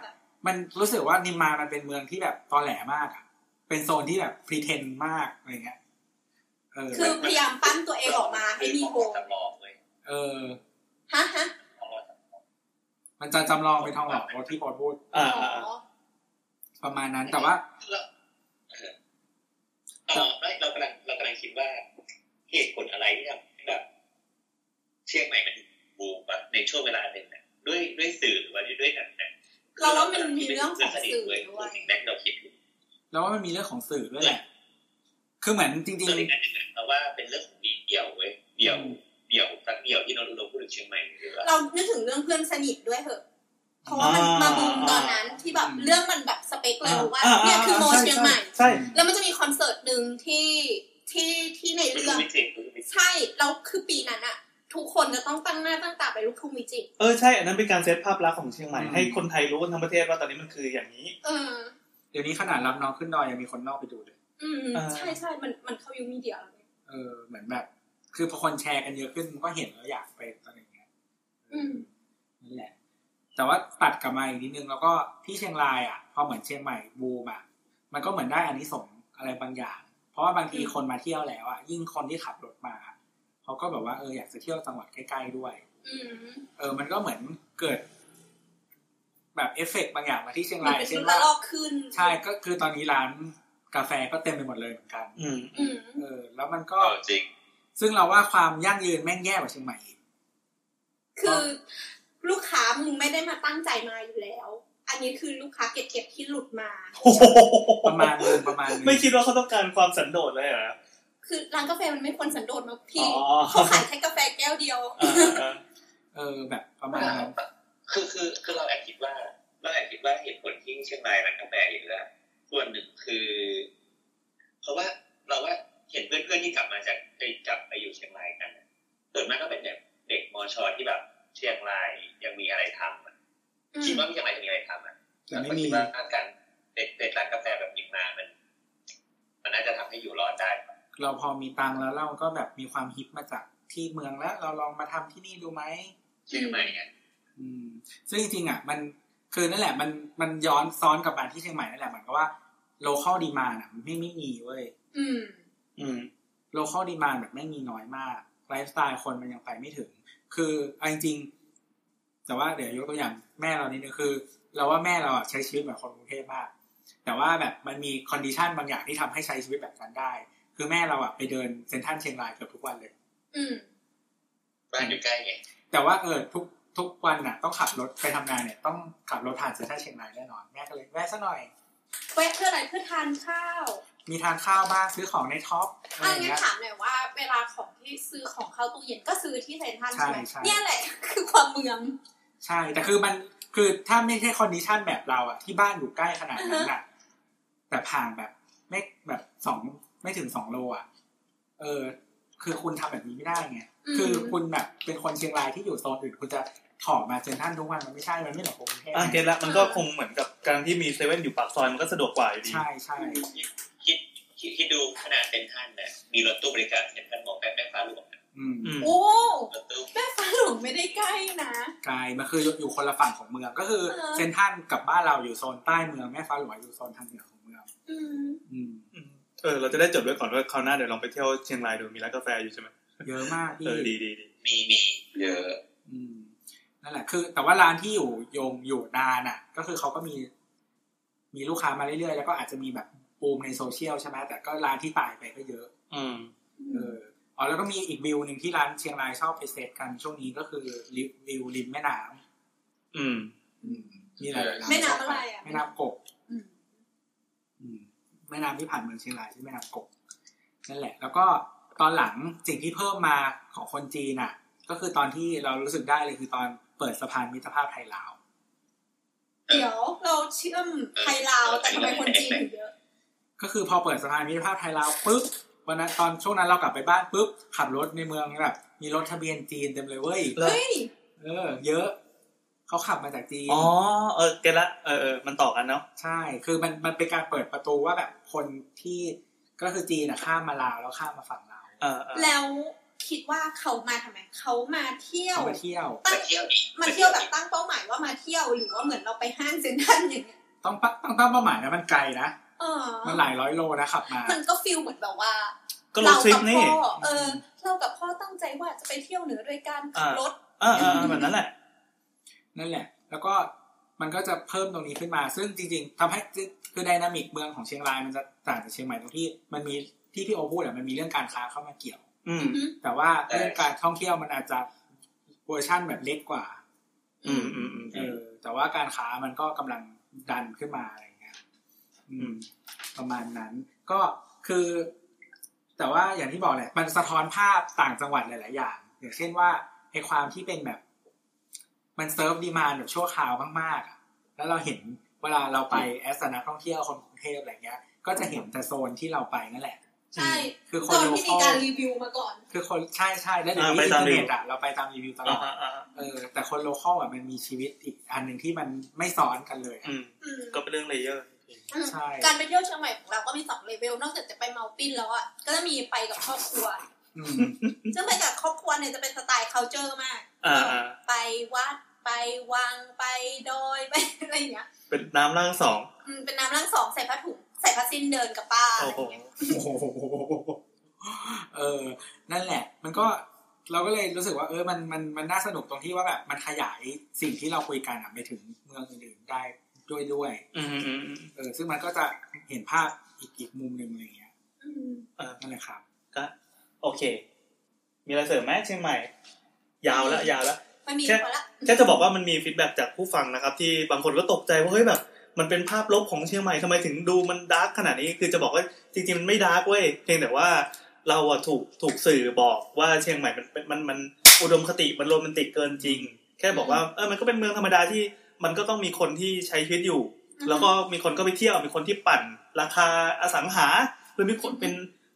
Speaker 4: มันรู้สึกว่านิมมานมันเป็นเมืองที่แบบตอแหลมากอะเป็นโซนที่แบบพรีเทนมากอะไรเงี้ย เออ
Speaker 2: คือพยายามปั้นตัวเองออกมาให้มีโก
Speaker 1: งจำลองเลย
Speaker 4: เออ
Speaker 2: ฮะฮะ
Speaker 1: ของเราจำลอง
Speaker 4: มันจะจำลองเป็นทองหล่อเพราะที่โปรดพูด
Speaker 3: อ่า
Speaker 2: อ๋
Speaker 3: อ
Speaker 2: อ
Speaker 3: ่า
Speaker 4: ประมาณนั้น แต่ว่า
Speaker 1: เราเออต่อไม่เรากำลังเรากำลังคิดว่าเหตุผลอะไรที่ทำให้แบบเชียงใหม่มันบูมอะในช่วงเวลาหนึ่งนะด้วยด้วยสื่อหรือว่าด้วยหนังนะ
Speaker 2: เราว่ามันมีเรื่องของสื่อ
Speaker 1: เว้
Speaker 2: ด้
Speaker 1: ยพู
Speaker 2: ว
Speaker 1: ด
Speaker 2: ย
Speaker 1: ถึงแม็กเราคิดถึง
Speaker 4: แล้วว่ามันมีเรื่องของสื่อด้วยแหละ คือเหมือนจริง
Speaker 1: ส่วนอีกอันหนึ่งอะเราว่าเป็นเรื่องของมีเดี่ยวเว้ยเดี่ยวเดี่ยวสักเดี่ยวที่นนท์อุดมพูดถึงเชียงใหม่หรือว่า
Speaker 2: เรานึกถึงเรื่องเพื่อนสนิทด้วยเหอะเพราะว่ามันมาบูมตอนนั้นที่แบบเรื่องมันแบบสเปคเลยว่าเนี่ยคือโมเชียงใหม่
Speaker 3: ใช่
Speaker 2: แล้วมันจะมีคอนเสิร์ตหนึ่งที่ที่ที่ใน
Speaker 1: ไม่รู้
Speaker 2: เรื่อง
Speaker 1: ไม่จริงไม่รู้ไม่จริง
Speaker 2: ใช่แล้วคือปีนั้นอะทุกคนจะต้องตั้งหน้าตั้งตาไปลูกทุ่งมิจิ
Speaker 3: เออใช่อันนั้นเป็นการเซตภาพลักษณ์ของเชียงใหม่
Speaker 4: อืม
Speaker 3: ให้คนไทยรู้กันทั้งประเทศว่าตอนนี้มันคืออย่างนี้
Speaker 2: เออ
Speaker 4: ๆ เดี๋ยวนี้ขนาดรับน้องขึ้นดอยยังมีคนนอกไปดูเลย
Speaker 2: อืม
Speaker 3: อ่า
Speaker 2: ใช่ใช่มันมันเข้ายุคมีเดียแล้วเนี่ย
Speaker 4: เออ เหมือนแบบ คือพอคนแชร์กันเยอะขึ้นมันก็เห็นแล้วอยากไปอะไรอย่างเงี้ย
Speaker 2: อืม
Speaker 4: นั่นแหละ แต่ว่าตัดกลับมาอีกนิดนึงแล้วก็ที่เชียงรายอ่ะ พอเหมือนเชียงใหม่บูมอ่ะ มันก็เหมือนได้อานิสงส์อะไรบางอย่าง เพราะว่าบางทีคนมาเที่ยวแล้วอ่ะ ยิ่งคนที่ขับรถมาเขาก็แบบว่าเอออยากจะเที่ยวจังหวัดใกล้ๆด้วย
Speaker 2: อืม
Speaker 4: เออ มันก็เหมือนเกิด แบบเอฟเฟกต์บางอย่างมาที่เชียง
Speaker 2: มัน
Speaker 4: ราย
Speaker 2: เป็น
Speaker 4: เช่น
Speaker 2: ระ
Speaker 4: ว่า
Speaker 2: ลอกขึ้น
Speaker 4: ใช่ ก็คือตอนนี้ร้านกาแฟก็เต็มไปหมดเลยเหมือนกัน
Speaker 3: อืม
Speaker 2: อืม
Speaker 4: เออ แล้วมัน
Speaker 1: เอ
Speaker 4: ก็
Speaker 1: อจริง
Speaker 4: ซึ่งเราว่าความยั่งยืนแม่งแย่กว่าเชียงใหม่อีก
Speaker 2: คือลูกค้ามึงไม่ได้มาตั้งใจมาอยู่แล้ว อันนี้คือลูกค้าเก็บเก็บที่หลุดมา
Speaker 3: โอ้โห
Speaker 4: ประมาณนึงประมาณนึง
Speaker 3: ไม่คิดว่าเขาต้องการความสันโดษเลยเหรอ
Speaker 2: คือร้านกาแฟมันไม่ควรสันโดษมาก
Speaker 3: อ๋
Speaker 2: พี่
Speaker 3: อ
Speaker 2: เขาขายแค่กาแฟแก้วเดียว
Speaker 3: อ่าอ่า
Speaker 4: เออ แบบประมาณนั้น
Speaker 1: คือคือคือเราแอบคิดว่าเราแอบคิดว่าเหตุผลที่เชียงรายร้านกาแฟเยอะอะส่วนหนึ่งคือ เพราะว่าเราว่าเห็นเพื่อนๆที่กลับมาจากไปกลับไปอยู่เชียงรายกันอะส่วนมากก็เป็นแบบเด็กมอชอที่แบบเชียงรายยังมีอะไรทำอะ
Speaker 2: อืม
Speaker 1: คิดว่าเชียงรายยังมีอะไรทำอะ
Speaker 4: แต่ไม่มี
Speaker 1: คิดว่าการเด็ดเด็ดร้านกาแฟแบบนิมมานมัน มันน่าจะทำให้อยู่รอดได้
Speaker 4: เราพอมีตังค์แล้วเราก็แบบมีความฮิปมาจากที่เมืองแล้ว เราลองมาทำที่นี่ดูไหม
Speaker 1: เชียงใหม่เนี่ย
Speaker 4: อืม ซึ่งจริงๆอ่ะ มันคือนั่นแหละ มันมันย้อนซ้อนกลับมาที่เชียงใหม่นั่นแหละเหมือนกับว่า local demand อ่ะมันไม่ไม่มีเว้ย
Speaker 2: อืม
Speaker 3: อืม
Speaker 4: local demand แบบไม่มีน้อยมากไลฟ์สไตล์คนมันยังไปไม่ถึง คือเอาจริงๆแต่ว่าเดี๋ยวยกตัวอย่างแม่เรานิดนึงคือ เราว่าแม่เราอ่ะใช้ชีวิตแบบคนกรุงเทพมาก แต่ว่าแบบมันมีคอนดิชันบางอย่างที่ทำให้ใช้ชีวิตแบบนั้นได้ คือแม่เราอ่ะไปเดินเซ็นทรัลเชียงรายเกือบทุกวันเลย
Speaker 2: อืม
Speaker 1: บ้านอยู่ใกล้ไง
Speaker 4: แต่ว่าเออทุกทุกวันน่ะ ต้องขับรถไปทำงานเนี่ย ต้องขับรถผ่านเซ็นทรัลเชียงรายแน่นอนแม่ก็เลยแวะซะหน่อย
Speaker 2: แวะเพื่ออะไรเพื่อทานข้าว
Speaker 4: มีทานข้าวบ้างซื้อของในท็อปอะไร
Speaker 2: อั
Speaker 4: อน ย่าง
Speaker 2: งั้น
Speaker 4: เงี้ย
Speaker 2: ถามหน่อยว่าเวลาของที่ซื้อของเข้าตู้เย็นก็ซื้อที่เซนทรัน
Speaker 4: ใช่
Speaker 2: ใช่ไหม
Speaker 4: ใช่
Speaker 2: เนี่ยแหละ คือความเมือง
Speaker 4: ใช่ แต่คือมันคือถ้าไม่ใช่คอนดิชันแบบเราอะที่บ้านอยู่ใกล้ขนาดนั้นอะแต่ผ่านแบบไม่แบบสองไม่ถึงสองโลอะเออ คือคุณทำแบบนี้ไม่ได้ไงคือ
Speaker 2: ม
Speaker 4: คุณแบบเป็นคนเชียงรายที่อยู่โซนอื่นคุณจะถอดมาเซ็นทรัลทุกวันมันไม่ใช่มันไม่เหมือนกรุงเทพ
Speaker 3: อ่าเก็ตละมันก็คงเหมือนกับการที่มีเซเว่นอยู่ปากซอยมันก็สะดวกกว่าอยู่ดี
Speaker 4: ใช่ใช่
Speaker 1: คิดคิดคิดดูขนาดเซ็นทรัลเนี่ยมีรถตู้บริการเซ็นทรัลมองแบบแม่ฟ้าหลวงนะ
Speaker 4: อืม
Speaker 3: อืม
Speaker 2: โอ้
Speaker 1: รถตู้
Speaker 2: แม่ฟ้าหลวงไม่ได้ใกล้นะ
Speaker 4: ไกลมันคืออยู่คนละฝั่งของเมืองก็คือ
Speaker 2: เออ
Speaker 4: เซนทรันกับบ้านเราอยู่โซนใต้เมืองแม่ฟ้าหลวงอยู่โซนทางเหนือของเมือง
Speaker 2: อืม
Speaker 4: อืม
Speaker 3: อืมเออเราจะได้จดไว้ก่อนว่าคราวหน้าเดี๋ยวลองไปเที่ยวเชียงรายดูมีร้านกาแฟอยู่ใช่ไหม
Speaker 4: เยอะมาก
Speaker 3: เอ
Speaker 4: พี่
Speaker 3: อดีดีดี
Speaker 1: มีมีเยอะ
Speaker 4: อืมนั่นแหละ คือ แต่ว่าร้านที่อยู่โยงอยู่นานอ่ะ ก็คือเขาก็มี มีลูกค้ามาเรื่อยๆแล้วก็อาจจะมีแบบบูมในโซเชียลใช่ไหมแต่ก็ร้านที่ตายไปก็เยอะ
Speaker 3: อืม
Speaker 4: เอออ๋อแล้วก็มีอีกวิวหนึ่งที่ร้านเชียงรายชอบไปเซตกันช่วงนี้ก็คือริวิวริมแม่น้
Speaker 3: อืม
Speaker 4: ำอืมมีหลายๆร้า
Speaker 2: แม่น้ำอะไรอะ
Speaker 4: แม่น้ำกบ
Speaker 2: อืม
Speaker 4: อืมแม่น้ำที่ผ่านเมืองเชียงรายที่อแม่น้ำกกนั่นแหละ แล้วก็ตอนหลังสิ่งที่เพิ่มมาของคนจีนอ่ะ ก็คือตอนที่เรารู้สึกได้เลยคือตอนเปิดสะพานมิตรภาพไทยลาว
Speaker 2: เดี๋ยวเราเชื่อมไทยลาวแต่ทำไมคนจีนถึงเยอะ
Speaker 4: ก็คือพอเปิดสะพานมิตรภาพไทยลาวปุ๊บวันนั้นตอนช่วงนั้นเรากลับไปบ้านปุ๊บขับรถในเมืองแบบมีรถทะเบียนจีนเต็มเลยเว้ย
Speaker 3: แล้ว
Speaker 2: เฮ้ย
Speaker 4: เออ เยอะเขาขับมาจากจีน
Speaker 3: อ๋อ เออ เก็ตละ เออเออมันต่อกันเนาะ
Speaker 4: ใช่ คือมันมันเป็นการเปิดประตูว่าแบบคนที่ก็คือจีนอะข้ามมาลาวแล้วข้ามมาฝั่งลาว
Speaker 3: เออเออ
Speaker 2: แล้วคิดว่าเขามาทำไม เขามาเที่ยว
Speaker 4: เขามาเที่ยว
Speaker 2: ตั้ง
Speaker 1: มาเที่ยวดิ
Speaker 2: มาเที่ยวแบบตั้งเป้าหมายว่ามาเที่ยวหรือว่าเหมือนเราไปห้างเซ็นทรัลอย่างเงี้ย
Speaker 4: ต้องปะต้องตั้งเป้าหมายนะมันไกลนะ
Speaker 2: เออ
Speaker 4: มันหลายร้อยโลนะขับมา
Speaker 2: มันก็ฟิลเหมือนแบบว่า
Speaker 3: ก็ร
Speaker 2: เรา
Speaker 3: ถทริ
Speaker 2: กั
Speaker 3: ป
Speaker 2: บ
Speaker 3: นี่
Speaker 2: พ่อเออ เรากับพ่อตั้งใจว่าจะไปเที่ยวเหนือด้วยการขับรถ
Speaker 3: เออเออเออแบบนั้นแหละ
Speaker 4: นั่นแหละ แล้วก็มันก็จะเพิ่มตรงนี้ขึ้นมา ซึ่งจริงๆทำให้คือไดนามิกเมืองของเชียงรายมันจะต่างจากเชียงใหม่ตรงที่ มันมีที่พี่โอพูดอะมันมีเรื่องการค้าเข้ามาเกี่ยว
Speaker 3: อืม
Speaker 4: แต่ว่าเรื่องการท่องเที่ยวมันอาจจะเวอร์ชั่นแบบเล็กกว่า
Speaker 3: อืมอืมอืม
Speaker 4: เออ แต่ว่าการค้ามันก็กำลังดันขึ้นมาอะไรอย่างเงี้ย อืม ประมาณนั้น ก็คือ แต่ว่าอย่างที่บอกแหละ มันสะท้อนภาพต่างจังหวัดหลาย ๆ อย่าง อย่างเช่นว่าไอความที่เป็นแบบ มันเซิร์ฟดีมานแบบชั่วคราวมากๆอะแล้วเราเห็นเวลาเราไปแอสนักท่องเที่ยวคนกรุงเทพอะไรเงี้ย ก็จะเห็นแต่โซนที่เราไปนั่นแหละ
Speaker 2: ใช่
Speaker 4: คือค
Speaker 2: ต
Speaker 4: น
Speaker 2: อน
Speaker 4: โล
Speaker 2: ที่
Speaker 4: ค
Speaker 2: มี
Speaker 4: อ
Speaker 2: การ
Speaker 4: ล
Speaker 2: รีวิวมาก่อน
Speaker 4: คือคนใช่ใช่แล้วเดี๋ยวนี้
Speaker 3: อ่าไป
Speaker 4: อิน
Speaker 3: ตาม
Speaker 4: เทอ
Speaker 3: รี
Speaker 4: ร์
Speaker 3: วิ
Speaker 4: เน็ต
Speaker 3: ว
Speaker 4: อะเราไปตามรีวิวตล
Speaker 3: อ่า
Speaker 4: อด
Speaker 3: อ่าอ่า
Speaker 4: เออแต่คนโลคอลอ่ะมันมีชีวิตอีกอันหนึ่งที่มันไม่ซ้อนกันเลยอะ
Speaker 3: อืม
Speaker 2: อืม
Speaker 3: ก็เป็นเรื่องเลเยอร์
Speaker 2: อืม
Speaker 4: ใช่
Speaker 2: การไปเที่ยวเชียงใหม่ของเราก็มีสองเลเวล นอกจากจะไปเมาปิ้นแล้วอ่ะ ก็จะมีไปกับครอบครัว
Speaker 4: อืม
Speaker 2: ซึ่งไปกับครอบครัวเนี่ยจะเป็นสไตล์ culture มาก
Speaker 3: อ่าอ่า
Speaker 2: ไปวัด ไปวัง ไปดอย ไปอะไรอย่างเงี้ย
Speaker 3: เป็นน้ำร่างสอง
Speaker 2: อืมเป็นน้ำร่างสองใส่ผ้าถุง ใส่ผ้าสิ้นเดินกับป้าอะไร
Speaker 3: โอ้
Speaker 2: อ
Speaker 3: โห
Speaker 2: ย่างเงี้ย
Speaker 4: โอ้โหเออ นั่นแหละ มันก็เราก็เลยรู้สึกว่าเออมันมันมันน่าสนุกตรงที่ว่าแบบมันขยายสิ่งที่เราคุยกันอะไปถึงเมืองอื่นๆได้ด้วยด้วย
Speaker 3: อืมอืมอืม
Speaker 4: เออซึ่งมันก็จะเห็นภาพอีกอีกมุมหนึ่งอะไรอย่างเงี้ย
Speaker 2: อืม
Speaker 4: นั่นแหละครับ
Speaker 3: ก็โอเค มีอะไรเสริมไหมเชียงใหม่ ยาวละยาวละ
Speaker 2: ไม่มี
Speaker 3: แค่
Speaker 2: พอละ
Speaker 3: แค่จะบอกว่ามันมีฟีดแบ็กจากผู้ฟังนะครับ ที่บางคนก็ตกใจว่าเฮ้ยแบบ มันเป็นภาพลบของเชียงใหม่ทำไมถึงดูมันดาร์กขนาดนี้คือจะบอกว่าจริงๆมันไม่ดาร์กเว้ยเพียงแต่ว่าเราอะถูกถูกสื่อบอกว่าเชียงใหม่มันเป็นมันมันอุดมคติมันโรแมนติกเกินจริง แค่บอกว่าเออมันก็เป็นเมืองธรรมดาที่มันก็ต้องมีคนที่ใช้ชีวิตอยู่
Speaker 2: อืม
Speaker 3: แล้วก็มีคนก็ไปเที่ยวมีคนที่ปั่นราคาอสังหาหรือมีคนเป็น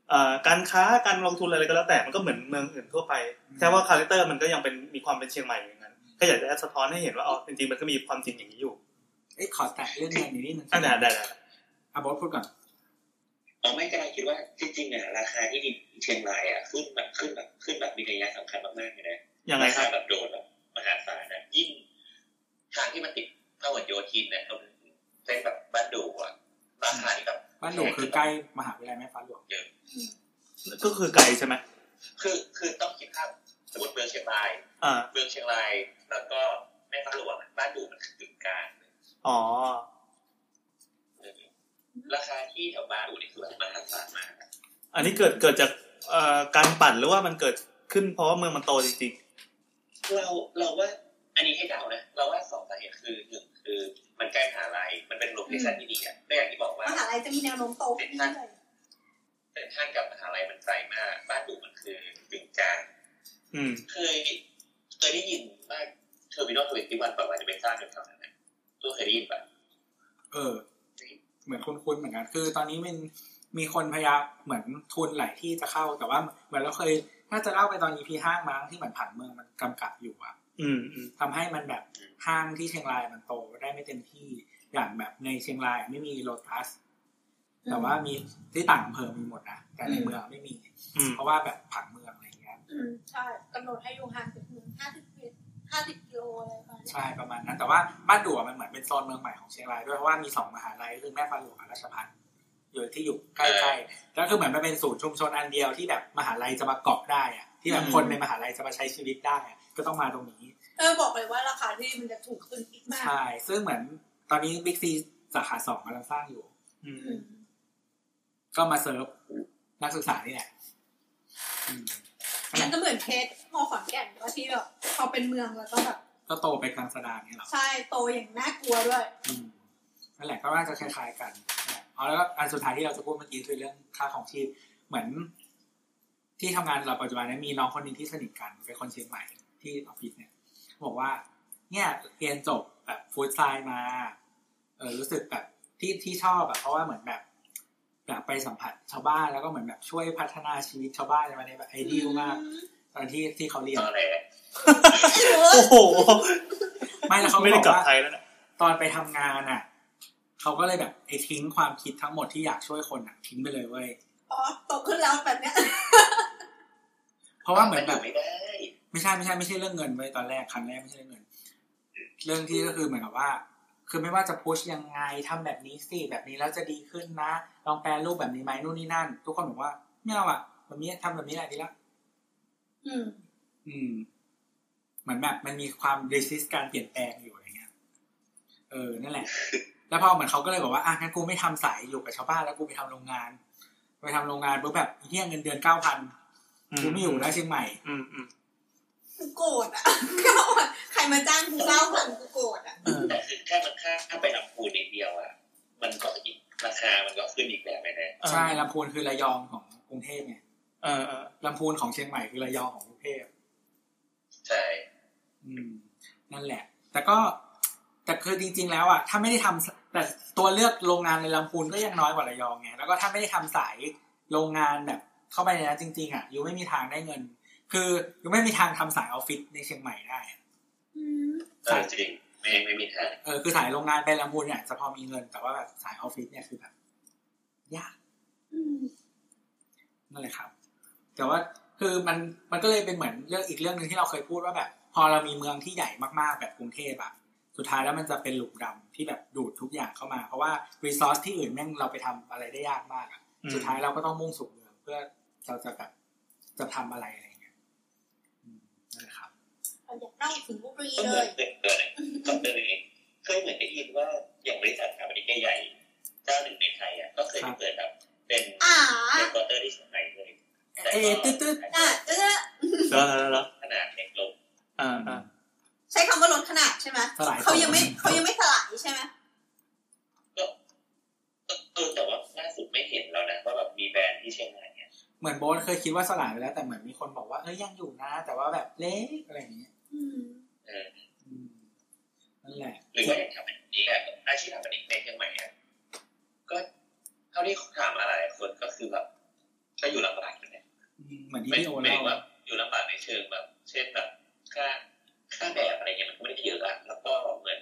Speaker 3: เอ่อการค้าการลงทุนอะไรก็แล้วแต่มันก็เหมือนเมืองอื่นทั่วไป
Speaker 4: อืม
Speaker 3: แค่ว่าคาแรคเตอร์มันก็ยังเป็นมีความเป็นเชียงใหม่อย่างนั้นก็อยากจะสะท้อนให้เห็นว่าอ๋อจริงๆมันก็มีความจริงอย่างนี้อยู่
Speaker 4: เอ้ยขอแตะเรื่องเงินนิดนึง
Speaker 3: อ่ะได้ได้ได้
Speaker 4: อ่ะบอสพูดก่อน
Speaker 1: เราไม่กำลังคิดว่าจริงๆอ่ะราคาที่ดินเชียงรายอ่ะขึ้นแบบขึ้นแบบขึ้นแบบมีนัยยะสำคัญมากๆเลยนะ
Speaker 3: ยังไงครับ
Speaker 1: แบบโดนแบบมหาศาลนะยิ่งทางที่มันติดพหลโยธินเนี่ยรวมถึงเส้นแบบบ้านดูอ่ะราคานี่แบบ
Speaker 4: บ้านหนูคือใกล้มหาวิทยาลัยแม่ฟ้าหลวง
Speaker 3: ก็คือไกลใช่ไหม
Speaker 1: คือคือต้องคิดภาพสมมติเมืองเชียงราย
Speaker 3: อ่า
Speaker 1: เมืองเชียงราย แล้วก็แม่ฟ้าหลวงอะบ้านดูมันคือกึ่งกลาง
Speaker 3: อ๋อ
Speaker 1: ราคาที่แถวบ้านดูนี่คือแบบมหาศาลมากอะ
Speaker 3: อันนี้เกิดเกิดจากเอ่อการปั่นหรือว่ามันเกิดขึ้นเพราะว่าเมืองมันโตจริง
Speaker 1: เราเราว่าอันนี้ให้เดานะเราว่าสองสาเหตุคือหนึ่งคือมันใกล้มหาลัยมันเป็นโลเคชั่นที่ดีอ่ะและอย่างที่บอกว่า
Speaker 2: มหาลัยจะมีแนวโน้มโตขึ้นเรื่อย
Speaker 1: เป็นท่านกับมหาลัยมันไกลมาก บ้านดูมันคือกึ่งกลาง
Speaker 3: ๆ อืม
Speaker 1: เคยเคยได้ยินว่าเทอร์มินอลทเวนตี้วันประมาณจะเป็นสร้างแถวๆนั้นนะตัวเคยได้ยินปะ
Speaker 4: เออ เหมือนคุ้นๆเหมือนกัน คือตอนนี้มันมีคนพยายามเหมือนทุนหลายที่จะเข้า แต่ว่าเหมือนเราเคยน่าจะเล่าไปตอน EP ห้างมั้งที่เหมือนผังเมืองมันกำกับอยู่อะ
Speaker 3: อืมอืม
Speaker 4: ทำให้มันแบบห้างที่เชียงรายมันโตได้ไม่เต็มที่อย่างแบบในเชียงรายไม่มีโลตัส
Speaker 2: ๆ
Speaker 4: แต่ว่ามีที่ต่างอำเภอมีหมดนะแต่ในเมืองไม่มี
Speaker 3: อืม
Speaker 4: เพราะว่าแบบผังเมืองอะไรอย่างเงี้ย
Speaker 2: อืมใช่กำหนดให้อยู่ห่างจากเมืองห้าสิบเมตรห้าสิบกิโลอะไรประมาณเนี้ย
Speaker 4: ใช่ประมาณนั้น แต่ว่าบ้านดัวมันเหมือนเป็นโซนเมืองใหม่ของเชียงรายด้วยเพราะว่ามีสองมหาลัยคือแม่ฟ้าหลวงกับราชภัฏอยู่ที่อยู่ใกล้ๆแล้วคือเหมือนมันเป็นศูนย์ชุมชนอันเดียวที่แบบมหาลัยจะมาเกาะได้อะที่แบบคนในมหาลัยจะมาใช้ชีวิตได้อะก็ต้องมาตรงนี้
Speaker 2: เออบอกเลยว่าราคาที่มันจะถูกขึ้นอีกมาก
Speaker 4: ใช่ซึ่งเหมือนตอนนี้บิ๊กซีสาขาสองกำลังสร้างอยู่
Speaker 3: อืม
Speaker 2: อืม
Speaker 4: ก็มาเซิร์ฟนักศึกษานี่แหละ อืม
Speaker 2: มันก็เหมือนเพชรมอขอนแก่นว่าที่แบบพอเป็นเมืองแล้วก็แบบ
Speaker 4: ก็โตไปกลางสดานเนี่ยเหรอ
Speaker 2: ใช่โตอย่างน่ากลัวด้วย
Speaker 4: อืมนั่นแหละก็น่าจะคล้ายๆกันนะเอาแล้วก็อันสุดท้ายที่เราจะพูดเมื่อกี้คือเรื่องค่าของชีพเหมือน ที่ทำงานเราปัจจุบันเนี้มีน้องคนหนึ่งที่สนิทกันเป็นคนเชียงใหม่ที่ออฟฟิศเนี่ยบอกว่า เนี่ยเรียนจบแบบฟู้ดไซน์มา เออรู้สึกแบบที่ที่ชอบอะเพราะว่าเหมือนแบบอยากไปสัมผัสชาวบ้านแล้วก็เหมือนแบบช่วยพัฒนาชีวิตชาวบ้านอะไรมาในแบบไอเดียมาก ตอนที่ที่เขาเรียน
Speaker 1: ตอนแรก
Speaker 3: โอ้โห
Speaker 4: ไม่แล้วเขา
Speaker 3: ไม่
Speaker 4: บ
Speaker 3: ได้
Speaker 4: อก
Speaker 3: กลับ
Speaker 4: ว่า
Speaker 3: ไทยแล้วนะ
Speaker 4: ตอนไปทำงานอ่ะ เขาก็เลยแบบไอ้ทิ้งความคิดทั้งหมดที่อยากช่วยคนอ่ะ ทิ้งไปเลยเว้ย
Speaker 2: อ๋อโตขึ้นแล้วแบบเนี้ย
Speaker 4: เพราะว่าเหมือนแบบ
Speaker 1: ไม่ได้
Speaker 4: ไม่ใช่ไม่ใช่ไม่ใช่เรื่องเงินไว้ยตอนแรกครั้งแรกไม่ใช่เรื่องเงิน เรื่องที่ก็คือเหมือนกับว่า คือไม่ว่าจะพุชยังไงทำแบบนี้สิแบบนี้แล้วจะดีขึ้นนะลองแปลรูปแบบนี้ไหมนู่นนี่นั่น ทุกคนบอกว่าไม่เอาอ่ะแบบนี้ทำแบบนี้แหละดีละ
Speaker 2: อืม
Speaker 4: อืม เหมือนแบบมันมีความรีสิสการเปลี่ยนแปลงอยู่อะไรเงี้ยเออนั่นแหละ แล้วพอเหมือนเขาก็เลยบอกว่าอ่ะงั้นกูไม่ทำสายอยู่กับชาวบ้านแล้วกูไปทำโรงงานไปทำโรงงานปุ๊บแบบเฮี้ยเงินเดือนเก้าพันกูไม่อยู่แล้วเชียงใหม่
Speaker 3: อืมอืม
Speaker 2: กูโกรธอ่ะ ใครมาจ้างกูเล่าผ่านกูโกรธอ่ะ
Speaker 4: เออ
Speaker 1: แต่คือแค่มันค่าถ้าไปลำพูนนิดเดียวอ่ะ มันก็อีกราคามันก็ขึ้นอีกแบบแน่
Speaker 4: ใช่ลำพูนคือระยองของกรุงเทพไง
Speaker 3: เออเออ
Speaker 4: ลำพูนของเชียงใหม่คือระยองของกรุงเทพ
Speaker 1: ๆใช่
Speaker 4: อืม นั่นแหละ แต่ก็แต่คือจริง ๆ แล้วอ่ะถ้าไม่ได้ทำแต่ตัวเลือกโรงงานในลำพูนก็ยังน้อยกว่าระยองไงแล้วก็ถ้าไม่ได้ทำสายโรงงานแบบเข้าไปในนั้นจริง ๆ อ่ะยูไม่มีทางได้เงิน คือยูไม่มีทางทำสายออฟฟิศในเชียงใหม่ได้อะ
Speaker 2: อืม
Speaker 1: เออจริงไม่ไม่มีทาง
Speaker 4: เออคือสายโรงงานไปลำพูนเนี่ยจะพอมีเงิน แต่ว่าแบบสายออฟฟิศเนี่ยคือแบบยาก
Speaker 2: อืม
Speaker 4: นั่นแหละครับ แต่ว่าคือมันมันก็เลยเป็นเหมือนเรื่องอีกเรื่องหนึ่งที่เราเคยพูดว่าแบบ พอเรามีเมืองที่ใหญ่มากๆแบบกรุงเทพอะสุดท้ายแล้วมันจะเป็นหลุมดำที่แบบดูดทุกอย่างเข้ามา เพราะว่ารีซอสที่อื่นแม่งเราไปทำอะไรได้ยากมากอะ
Speaker 3: อืม
Speaker 4: สุดท้ายเราก็ต้องมุ่งสู่เมืองเพื่อเราจะแบบจะทำอะไรอะไรอย่างเงี้ยอืมนั่นแหละครับ
Speaker 2: เราอยากเล่าถึงบุรี
Speaker 1: ก็เห
Speaker 2: เล
Speaker 1: มือน
Speaker 2: ย
Speaker 1: เดิมเลยก็เลยเคยเหมือนได้ยินว่าอย่างบริษัทอเมริกาใหญ่เจ้าหนึ่งในไทยอ่ะก็เคยเปิดแบบเป็น
Speaker 2: อ่า
Speaker 1: เป็นควอเตอร์ที่เชียงใหม่เลยแต่
Speaker 4: เอ๊ะ
Speaker 1: ก็
Speaker 4: ตึ๊ดตึ๊ด
Speaker 2: อ่ะเออ
Speaker 3: แล้วแล้วแล้ว
Speaker 1: ขนาดเล็กลง
Speaker 3: อ่าอ่า
Speaker 2: ใช้คำว่าลดขนาดใช่ไหม
Speaker 4: สลายตัว
Speaker 2: เขายังไม่เขายังไม่สลายใช่ไหม
Speaker 1: เออแต่ว่าล่าสุดไม่เห็นแล้วนะว่าแบบมีแบรนด์ที่เชียงรายเนี่ย
Speaker 4: เหมือนโบ๊ทเคยคิดว่าสลายไปแล้วแต่เหมือนมีคนบอกว่าเอ้ยยังอยู่นะ แต่ว่าแบบเล็กอะไรอย่างเงี้ย
Speaker 2: อืม
Speaker 1: เออ
Speaker 4: อืมนั่นแหละ
Speaker 1: หรือว่าอย่างทำแบบนี้อะอาชีพทำแบบนี้ในเชียงใหม่อะก็เท่าที่ถามอะไรคนก็คือแบบก็อยู่ลำบากอยู่เนี่ย
Speaker 4: อืมเหมือนที่
Speaker 1: ไม่
Speaker 4: พี่โอ
Speaker 1: ไม่
Speaker 4: เล่า
Speaker 1: ว่าอยู่ลำบากในเชิงแบบ เช่นแบบค่าค่าแบบอะไรเงี้ยมันก็ไม่ได้เยอะอะแล้วก็เหมือน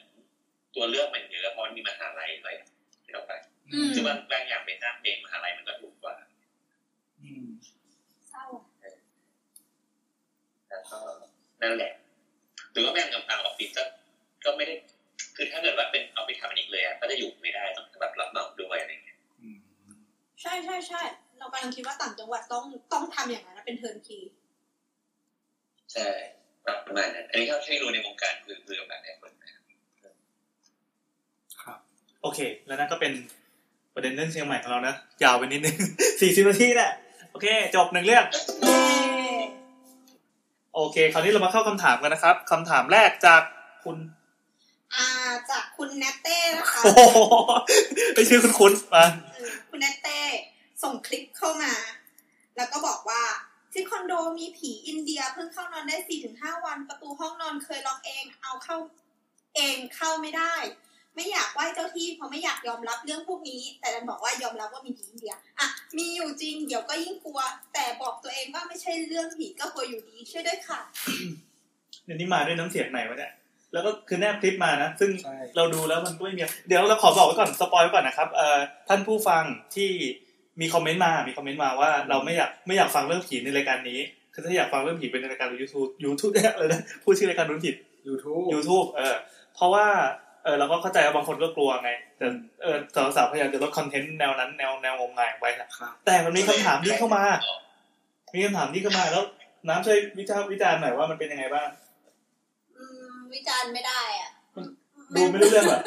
Speaker 1: ตัวเลือกมันเยอะเพราะมันมีมหาลัยอะไรที่เราไป
Speaker 4: อืม
Speaker 1: คือบางบางอย่างเป็นน้ำเองมหาลัยมันก็ถูกกว่า
Speaker 4: อืม
Speaker 2: เศร้าอ่ะ
Speaker 1: แล้วก็นั่นแหละหรือว่าแม่งกับทางออฟฟิศก็ก็ไม่ได้คือถ้าเกิดว่าเป็นเอาไปทำอันนี้เลยอะก็จะอยู่ไม่ได้ต้องแบบรับเหมาด้วยอะไรเงี้ย
Speaker 4: อืม
Speaker 2: ใช่ใช่ใช่เรากำลังคิดว่าต่างจังหวัดต้องต้องทำอย่างนั้นนะเป็นเทิร์นคี
Speaker 1: ใช่ประมาณนั้นอันนี้เท่าที่รู้ในวงการคือคือประมาณนี้คนนะครับ
Speaker 4: ครับ
Speaker 3: โอเค แล้วนั่นก็เป็นประเด็นเรื่องเชียงใหม่ของเรานะยาวไปนิดนึง สี่สิบนาทีแหละโอเค จบหนึ่งเรื่อง โอเค คราวนี้เรามาเข้าคำถามกันนะครับคำถามแรกจากคุณ
Speaker 2: อ่าจากคุณเนตเต้นะคะ
Speaker 3: โอ้โหไม่ชื่อคุณคุณมา
Speaker 2: เออคุณเนตเต้ส่งคลิปเข้ามา แล้วก็บอกว่า ที่คอนโดมีผีอินเดียเพิ่งเข้านอนได้สี่ถึงห้าวัน ประตูห้องนอนเคยล็อกเอง เอาเข้าเองเข้าไม่ได้ ไม่อยากไหว้เจ้าที่เพราะไม่อยากยอมรับเรื่องพวกนี้ แต่ดันบอกว่ายอมรับว่ามีผีอินเดียอ่ะมีอยู่จริงเดี๋ยวก็ยิ่งกลัว แต่บอกตัวเองว่าไม่ใช่เรื่องผีก็กลัวอยู่ดีช่วยด้วยค่ะ
Speaker 3: เดี๋ยวนี้มาด้วยน้ำเสียงไหนวะเนี่ย แล้วก็คือแนบคลิปมานะ ซึ่ง
Speaker 4: ใช่
Speaker 3: เราดูแล้วมันก็ไม่มีเดี๋ยวเราขอบอกไว้ก่อน สปอยไว้ก่อนนะครับเอ่อท่านผู้ฟังที่มีคอมเมนต์มา มีคอมเมนต์มาว่าเราไม่อยากไม่อยากฟังเรื่องผีในรายการนี้ คือถ้าอยากฟังเรื่องผีเป็นในรายการยูทูบยูทูบเนี่ยเลยนะพูดชื่อรายการนู้นผิด
Speaker 4: YouTube
Speaker 3: YouTube เออเพราะว่าเออเราก็เข้าใจว่าบางคนก็กลัวไง แต่เออสาวๆพยายามจะลดคอนเทนต์แนวนั้นแนวแนวงมงายออกไปนะ
Speaker 4: ครับ
Speaker 3: แต่มันมีคำถามที่เข้ามา มีคำถามที่เข้ามาแล้ว น้ำช่วยวิจารณ์วิจารณ์หน่อยว่ามันเป็นยังไงบ้าง
Speaker 2: อืมวิจารณ์ไม่ได้อ่ะ
Speaker 3: ดูไม่รู้เรื่องเหรอ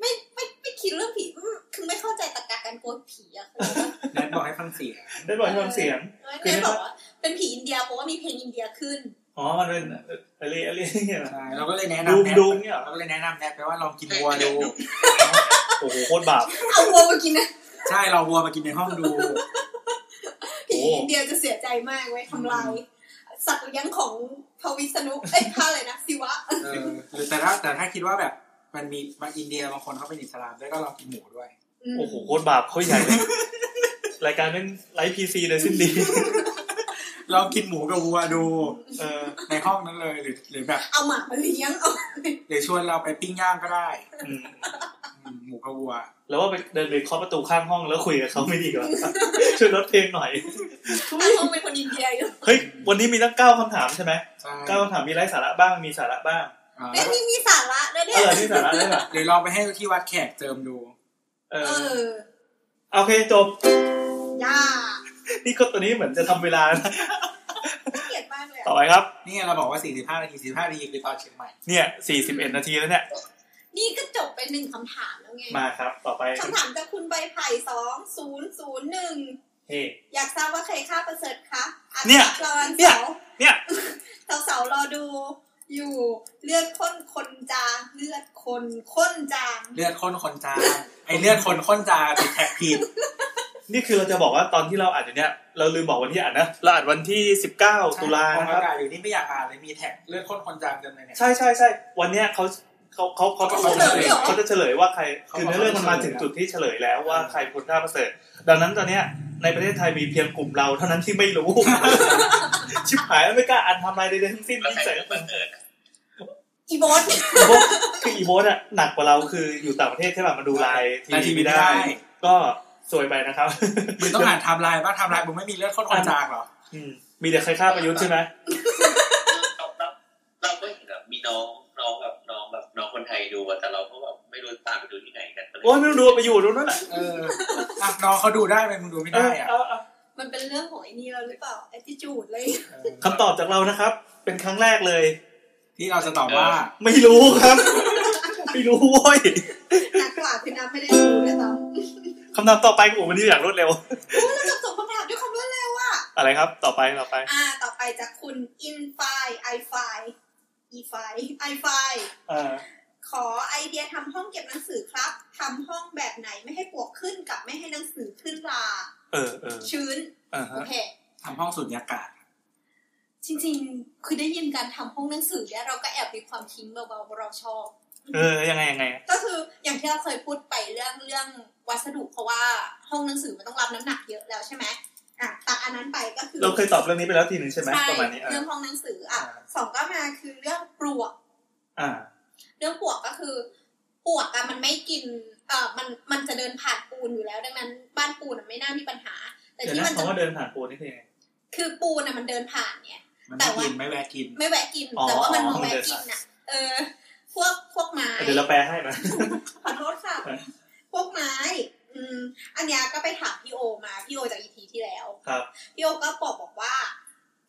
Speaker 2: ไม่ไม่ไม่คิดเรื่องผีอืมคือไม่เข้าใจตรรกะการกลัวผีอะ
Speaker 4: แนทบอกให้ฟังเสียง
Speaker 3: ได้บอกให้ฟังเสียง
Speaker 2: คือเนยบอกว่าเน เป็นผีอินเดียเพราะว่ามีเพลงอินเดียขึ้น
Speaker 3: อ๋อมันเป็นอะไรอะไรเนี่ยนะ
Speaker 4: ใช่เราก็เลยแนะ
Speaker 3: ดู
Speaker 4: นำแนท
Speaker 3: ดูเนี่ยเหรอ
Speaker 4: เราก็เลยแนะนำแนทไปว่าลองกินวัวดู
Speaker 3: โอ้โหโคตรบาป
Speaker 2: เอาวัวมากินนะ
Speaker 4: ใช่เราวัวมากินในห้องดู
Speaker 2: ผี
Speaker 3: โอ้
Speaker 2: อินเดียจะเสียใจมากไว้ยทำลายสัตว์เลี้ยงของพระวิษณุเอ้ยพระอะไรนะศิวะ
Speaker 4: เออหรือแต่ถ้าแต่ถ้าคิดว่าแบบมันมีบางอินเดียบางคนเขาเป็นอิสลามด้วยก็ลองกินหมูด้วย
Speaker 2: ม
Speaker 3: โอ้โหโคตรบาปโคตรใหญ่เลยรายการเป็นไลฟ์พีซีเลยสิ้นดี
Speaker 4: ลองกินหมูกับวัวดู
Speaker 3: เออ
Speaker 4: ในห้องนั้นเลยหรือหรือแบบ
Speaker 2: เอาหมามาเลี้ยงเอา
Speaker 4: หรือชวนเราไปปิ้งย่างก็ได้
Speaker 3: อืม
Speaker 4: อืมหมูกับวัว
Speaker 3: แล้วว่าไปเดินไปเคาะประตูข้างห้องแล้วคุยกับเขาไม่ดีกว่า ช่วยลดเพลงหน่อย
Speaker 2: ถ้าเขาเป็นคนอินเดียอยู่
Speaker 3: เฮ้ย วันนี้มีตั้งเก้าคำถามใช่ไหม
Speaker 4: ใช่
Speaker 3: เก้าคำถามมีไร้สาระบ้างมีสาระบ้าง
Speaker 4: อ่า
Speaker 2: เอ้ยมีมีสาระด้วยเนี่
Speaker 3: เอย อมีสาระด้วยเหรอ
Speaker 4: หรือลองไปให้ที่วัดแขกเจิมดู
Speaker 3: เอ
Speaker 2: เอ
Speaker 3: อ
Speaker 2: อ
Speaker 3: โอเคจบ
Speaker 2: ยา
Speaker 3: นี่ก็ตัวนี้เหมือนจะทำเวลานะ
Speaker 2: เกลียดมากเลย
Speaker 3: ต่อ
Speaker 2: อะ
Speaker 3: ไปครับ
Speaker 4: นี่ไงเราบอกว่า 45 นาที 45 นาทีคือตอนเชียงใหม่
Speaker 3: เนี่ยสี่สิบเอ็ดนาทีแล้วเนี่ย
Speaker 2: นี่ก็จบไปหนึ่งคำถามแล้วไง
Speaker 3: มาครับ ต่อไป
Speaker 2: คำถามจากคุณใบไผ่สองศูนย์ศูนย์หนึ่ง
Speaker 3: เฮ้
Speaker 2: อยากทราบว่าใครฆ่าประเสริฐคะอ่ะ
Speaker 3: เนี่ย
Speaker 2: รอวันเสาร์
Speaker 3: เนี่ย
Speaker 2: สาวสาวๆรอดู อยู่เลือดข้นคนจางเลือดคนข้นจาง
Speaker 4: เลือดข้นคนจางไอเลือดคนข้นจางติดแท็กผิด
Speaker 3: นี่คือเราจะบอกว่าตอนที่เราอัดอยู่เนี่ย เราลืมบอกวันที่อัดนะ เราอัดวันที่สิบเก้าตุลา
Speaker 4: อ
Speaker 3: นะค
Speaker 4: งอา
Speaker 3: รับ
Speaker 4: กาศอยู่นี่ไม่อยากอ่านเลยมีแท็กเลือดข้นคนจางเต็มเลยเนี่ย
Speaker 3: ใช่ใช่ใช่วันเนี้ยเขาเขาเขาเขา
Speaker 4: เขา
Speaker 3: เขา
Speaker 4: เฉ
Speaker 3: จะเฉ
Speaker 4: ล
Speaker 3: ลย
Speaker 4: ยเหรอ
Speaker 3: เขาจะเฉลยว่าใครคือ
Speaker 4: เขา
Speaker 3: เนื้อเรื่องมันมา
Speaker 4: เขาเฉลย
Speaker 3: ถึงจุดที่เฉลยแล้วว่า
Speaker 4: เออ
Speaker 3: ใครคนฆ่าประเสริฐดังนั้นตอนเนี้ยในประเทศไทยมีเพียงกลุ่มเราเท่านั้นที่ไม่รู้ ชิบหายแล้วไม่กล้าอ่านไทำอะไรใดๆทั้งสิ้น
Speaker 1: แล้ว
Speaker 3: ที่
Speaker 1: ใคร
Speaker 3: ใส่
Speaker 1: เลือกบังเกิดอะ
Speaker 2: อีโบอส
Speaker 3: อีโบสคืออีโบสอะหนักกว่าเราคืออยู่ต่างประเทศใช่ป่ะมาดูไลน์
Speaker 4: ไลน์ที
Speaker 3: ที
Speaker 4: วี
Speaker 3: วี
Speaker 4: ไม่
Speaker 3: ไม่
Speaker 4: ได้
Speaker 3: ได้ ก็สวยไปนะครับ
Speaker 4: มึงต้องอ่านไทม์ไลน์ว่าไทม์ไลน์มึงไม่มีเลือดข้นคนจางเหรอ
Speaker 3: อืมมีแต่ใครฆ่าประยุทธ์ใช่ไหม
Speaker 1: เราเราเราก็เห็นแบบมีน้องน้องแบบน้องแบบน้องคนไทยดูอะแต่เราก็แบบไม่รู้ตามไปดูที่ไหนกันก็เลย
Speaker 3: โอ้ยไม่รู้ว่าไปอยู่ตรงนั้นแหละ
Speaker 4: เอออ่ะน้องเขาดูได้ไหมมึงดูไม่ได้อ่ะ
Speaker 3: เออเออ
Speaker 2: มันเป็นเรื่องของไอ้นี่เราหรือเปล่า a t t i t u d e เลย
Speaker 4: เออ
Speaker 3: คำตอบจากเรานะครับ เป็นครั้งแรกเลย
Speaker 4: ที่เราจะตอบว่า
Speaker 3: ไม่รู้ครับ ไม่รู้เว้ย
Speaker 2: หนักกว่าพี่น้ำไม่ได้รู้เลยซ้ำ
Speaker 3: คำถามต่อไปกูมันนี้อยากรวดเร็ว
Speaker 2: โอ้ยเราจบส่งคำถามด้วยคำรวดเร็วอ่ะ
Speaker 3: อะไรครับ ต่อไปต่อไป
Speaker 2: อ่า ต่อไปจากคุณอินไฟไอไฟอีไฟไอไฟ
Speaker 3: เออ
Speaker 2: ขอไอเดียทำห้องเก็บหนังสือครับทำห้องแบบไหนไม่ให้ปวกขึ้นกับไม่ให้หนังสือขึ้นรา
Speaker 3: เออเออ
Speaker 2: ชื้น
Speaker 3: อ่า
Speaker 2: โอ
Speaker 3: ฮะ
Speaker 2: เค
Speaker 4: ทำห้องสุญญากาศ
Speaker 2: จริงๆ คือได้ยินการทำห้องหนังสือเนี่ยเราก็แอบมีความคิงเบาๆว่าเราชอบ
Speaker 3: เออยังไงยังไง
Speaker 2: ก็คืออย่างที่เราเคยพูดไปเรื่องเรื่องวัสดุเพราะว่าห้องหนังสือมันต้องรับน้ำหนักเยอะแล้วใช่ไหมอ่ะตัดอันนั้นไปก็คือ
Speaker 3: เราเคยตอบเรื่องนี้ไปแล้วทีหนึ่งใช่ไหม
Speaker 2: ใช่
Speaker 3: ประมาณนี้เอ
Speaker 2: เรื่
Speaker 3: อ
Speaker 2: องห้องหนังสืออ่ะ
Speaker 4: อ่า
Speaker 2: สองก็มาคือเรื่องปลวก
Speaker 3: อ่า
Speaker 2: เรื่องปวกก็คือปวกอะมันไม่กินเอ่อมันมันจะเดินผ่านปูนอยู่แล้ว ดังนั้น บ้านปูนอะไม่น่ามีปัญหา แต่
Speaker 3: เดี๋ยว
Speaker 2: ที่
Speaker 3: นะ
Speaker 2: มันจะ
Speaker 3: คำว่าเดินผ่านปูนนี่คือยังไง
Speaker 2: คือปูนอะมันเดินผ่านเนี่ย
Speaker 4: มันไม่กินไม่แวะกิน
Speaker 2: ไม่แวะกิน
Speaker 3: อ๋อ
Speaker 2: แต่ว่ามัน
Speaker 3: อ๋อ
Speaker 2: มา
Speaker 3: มันเดิ
Speaker 2: แวะ
Speaker 3: น
Speaker 2: กิ
Speaker 3: ผ่าน
Speaker 2: นอะเออ พวกพวกไม้
Speaker 3: เดี๋ยวเราแปลให้นะ
Speaker 2: ขอโทษค่ะ
Speaker 3: เออ
Speaker 2: พวกไม้ อืม อันเนี้ยก็ไปถามพี่โอมาพี่โอจากอีพีที่แล้ว
Speaker 3: ครับ
Speaker 2: พี่โอก็บอกบอกว่า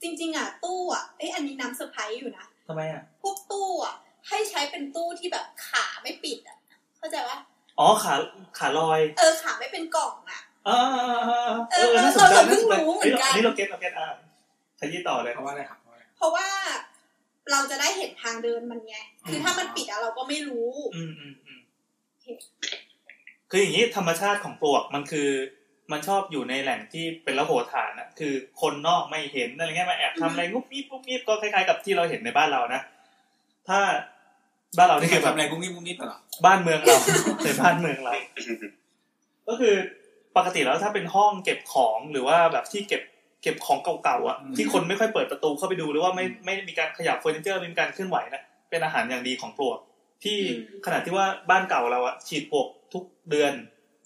Speaker 2: จริง ๆอะตู้อะเอ้ยอันนี้น้ำเซอร์ไพรส์อยู่นะ
Speaker 3: ทำไมอ่ะ
Speaker 2: พวกตู้อะให้ใช้เป็นตู้ที่แบบขาไม่ปิดอะเข้าใจว่า
Speaker 3: อ๋อขาขาลอย
Speaker 2: เออขาไม่เป็นกล่องอะ
Speaker 3: อ่าอ่าอ่าอ่าเออ
Speaker 2: เออ
Speaker 3: น่าสนใจ
Speaker 2: เรา
Speaker 3: น่าสนใจ
Speaker 2: เพิ่งรู้เหมื
Speaker 3: เฮ้
Speaker 2: อย นกัน
Speaker 3: อันนี้เราเก็ตเราเก็ตอ่าขยี้ต่อเลย
Speaker 4: เพราะว่าอะไรครับเพราะอะไร
Speaker 2: เพราะว่าเราจะได้เห็นทางเดินมันไง คือถ้ามันปิดอะเราก็ไม่รู้
Speaker 3: อืมอืมอืมคืออย่างนี้ธรรมชาติของปลวกมันคือ มันชอบอยู่ในแหล่งที่เป็นระโหฐานอะคือคนนอกไม่เห็นอะไรเงี้ยมาแอบ
Speaker 2: อือฮึ
Speaker 3: ทำอะไรงุบงิบงุบงิบก็คล้ายๆกับที่เราเห็นในบ้านเรานะถ้าบ้านเรา
Speaker 4: นี่
Speaker 3: นี่
Speaker 4: คื
Speaker 3: คือ อแบ
Speaker 4: แบ
Speaker 3: บ บ
Speaker 4: อะไรกุ้งกิ้งกุ้งนิดเหรอ
Speaker 3: บ้านเมืองเรา ในบ้านเมืองเรา ก็คือปกติแล้วถ้าเป็นห้องเก็บของหรือว่าแบบที่เก็บเก็บของเก่าๆอ่ะที่คนไม่ค่อยเปิดประตูเข้าไปดูหรือว่าไม่ไม่มีการขยับเฟอร์นิเจอร์ไม่มีการเคลื่อนไหวนะเป็นอาหารอย่างดีของปลวก ที่
Speaker 2: อืม
Speaker 3: ขนาดที่ว่าบ้านเก่าเราอ่ะฉีดปลวกทุกเดือน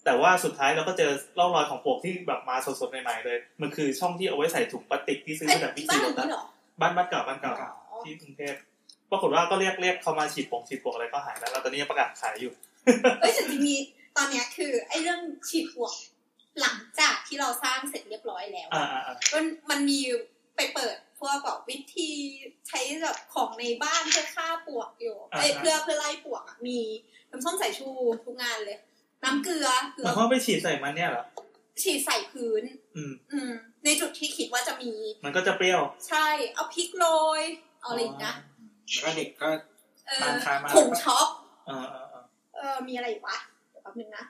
Speaker 3: แต่ว่าสุดท้ายเราก็เจอร่องรอยของปลวกที่แบบมาสดๆใหม่ๆเลย มันคือช่องที่เอาไว้ใส่ถุงพลาสติกที่ซื้อ
Speaker 2: ไอ้
Speaker 3: มาจากบิ๊ก
Speaker 2: บ้า
Speaker 3: ซี
Speaker 2: นหลัง
Speaker 3: โลตั
Speaker 2: นี้
Speaker 3: ส
Speaker 2: เหรอ
Speaker 3: บ้านบ้านเก่าบ้านเก่า
Speaker 4: เก่า
Speaker 2: อ๋อ
Speaker 3: ที่กรุงเทพปรากฏว่าก็เรียกเรียกเขามาฉีดปลวกฉีดปลวกอะไรก็หายแล้วแล้วตอนนี้ยังประกาศขายอยู่
Speaker 2: เอ้ยแต่จริงๆมีตอนเนี้ยคือไอ้เรื่องฉีดปลวก หลังจากที่เราสร้างเสร็จเรียบร้อยแล้ว
Speaker 3: อ่า
Speaker 2: อะ
Speaker 3: อ่าอ่า
Speaker 2: มันมันมีไปเปิดพวกแบบวิธีใช้แบบของในบ้านเพื่อฆ่าปลวกอยู่เอ้ยเพื่อเพื่อไล่ปลวกอะมีน้ำส้มสายชูทุกงานเลย น้ำเกลือเกลื
Speaker 3: แล้
Speaker 2: อ
Speaker 3: วเขาไปฉีดใส่มันเนี่ยเหรอ
Speaker 2: ฉีดใส่พื้น
Speaker 3: อืม
Speaker 2: อืมในจุดที่คิดว่าจะมี
Speaker 3: มันก็จะเปรี้ยว
Speaker 2: ใช่ เอาพริกโรย เอาอะไรอีกนะ
Speaker 4: แล้วก็เด็กก็
Speaker 2: เอ
Speaker 4: ร้า
Speaker 2: อน
Speaker 4: ค้ามา
Speaker 2: ถุงช็อป
Speaker 3: อ่าอ่าอ่า
Speaker 2: เออ มีอะไรอีกวะ เดี๋ยวแป๊บนึงนะ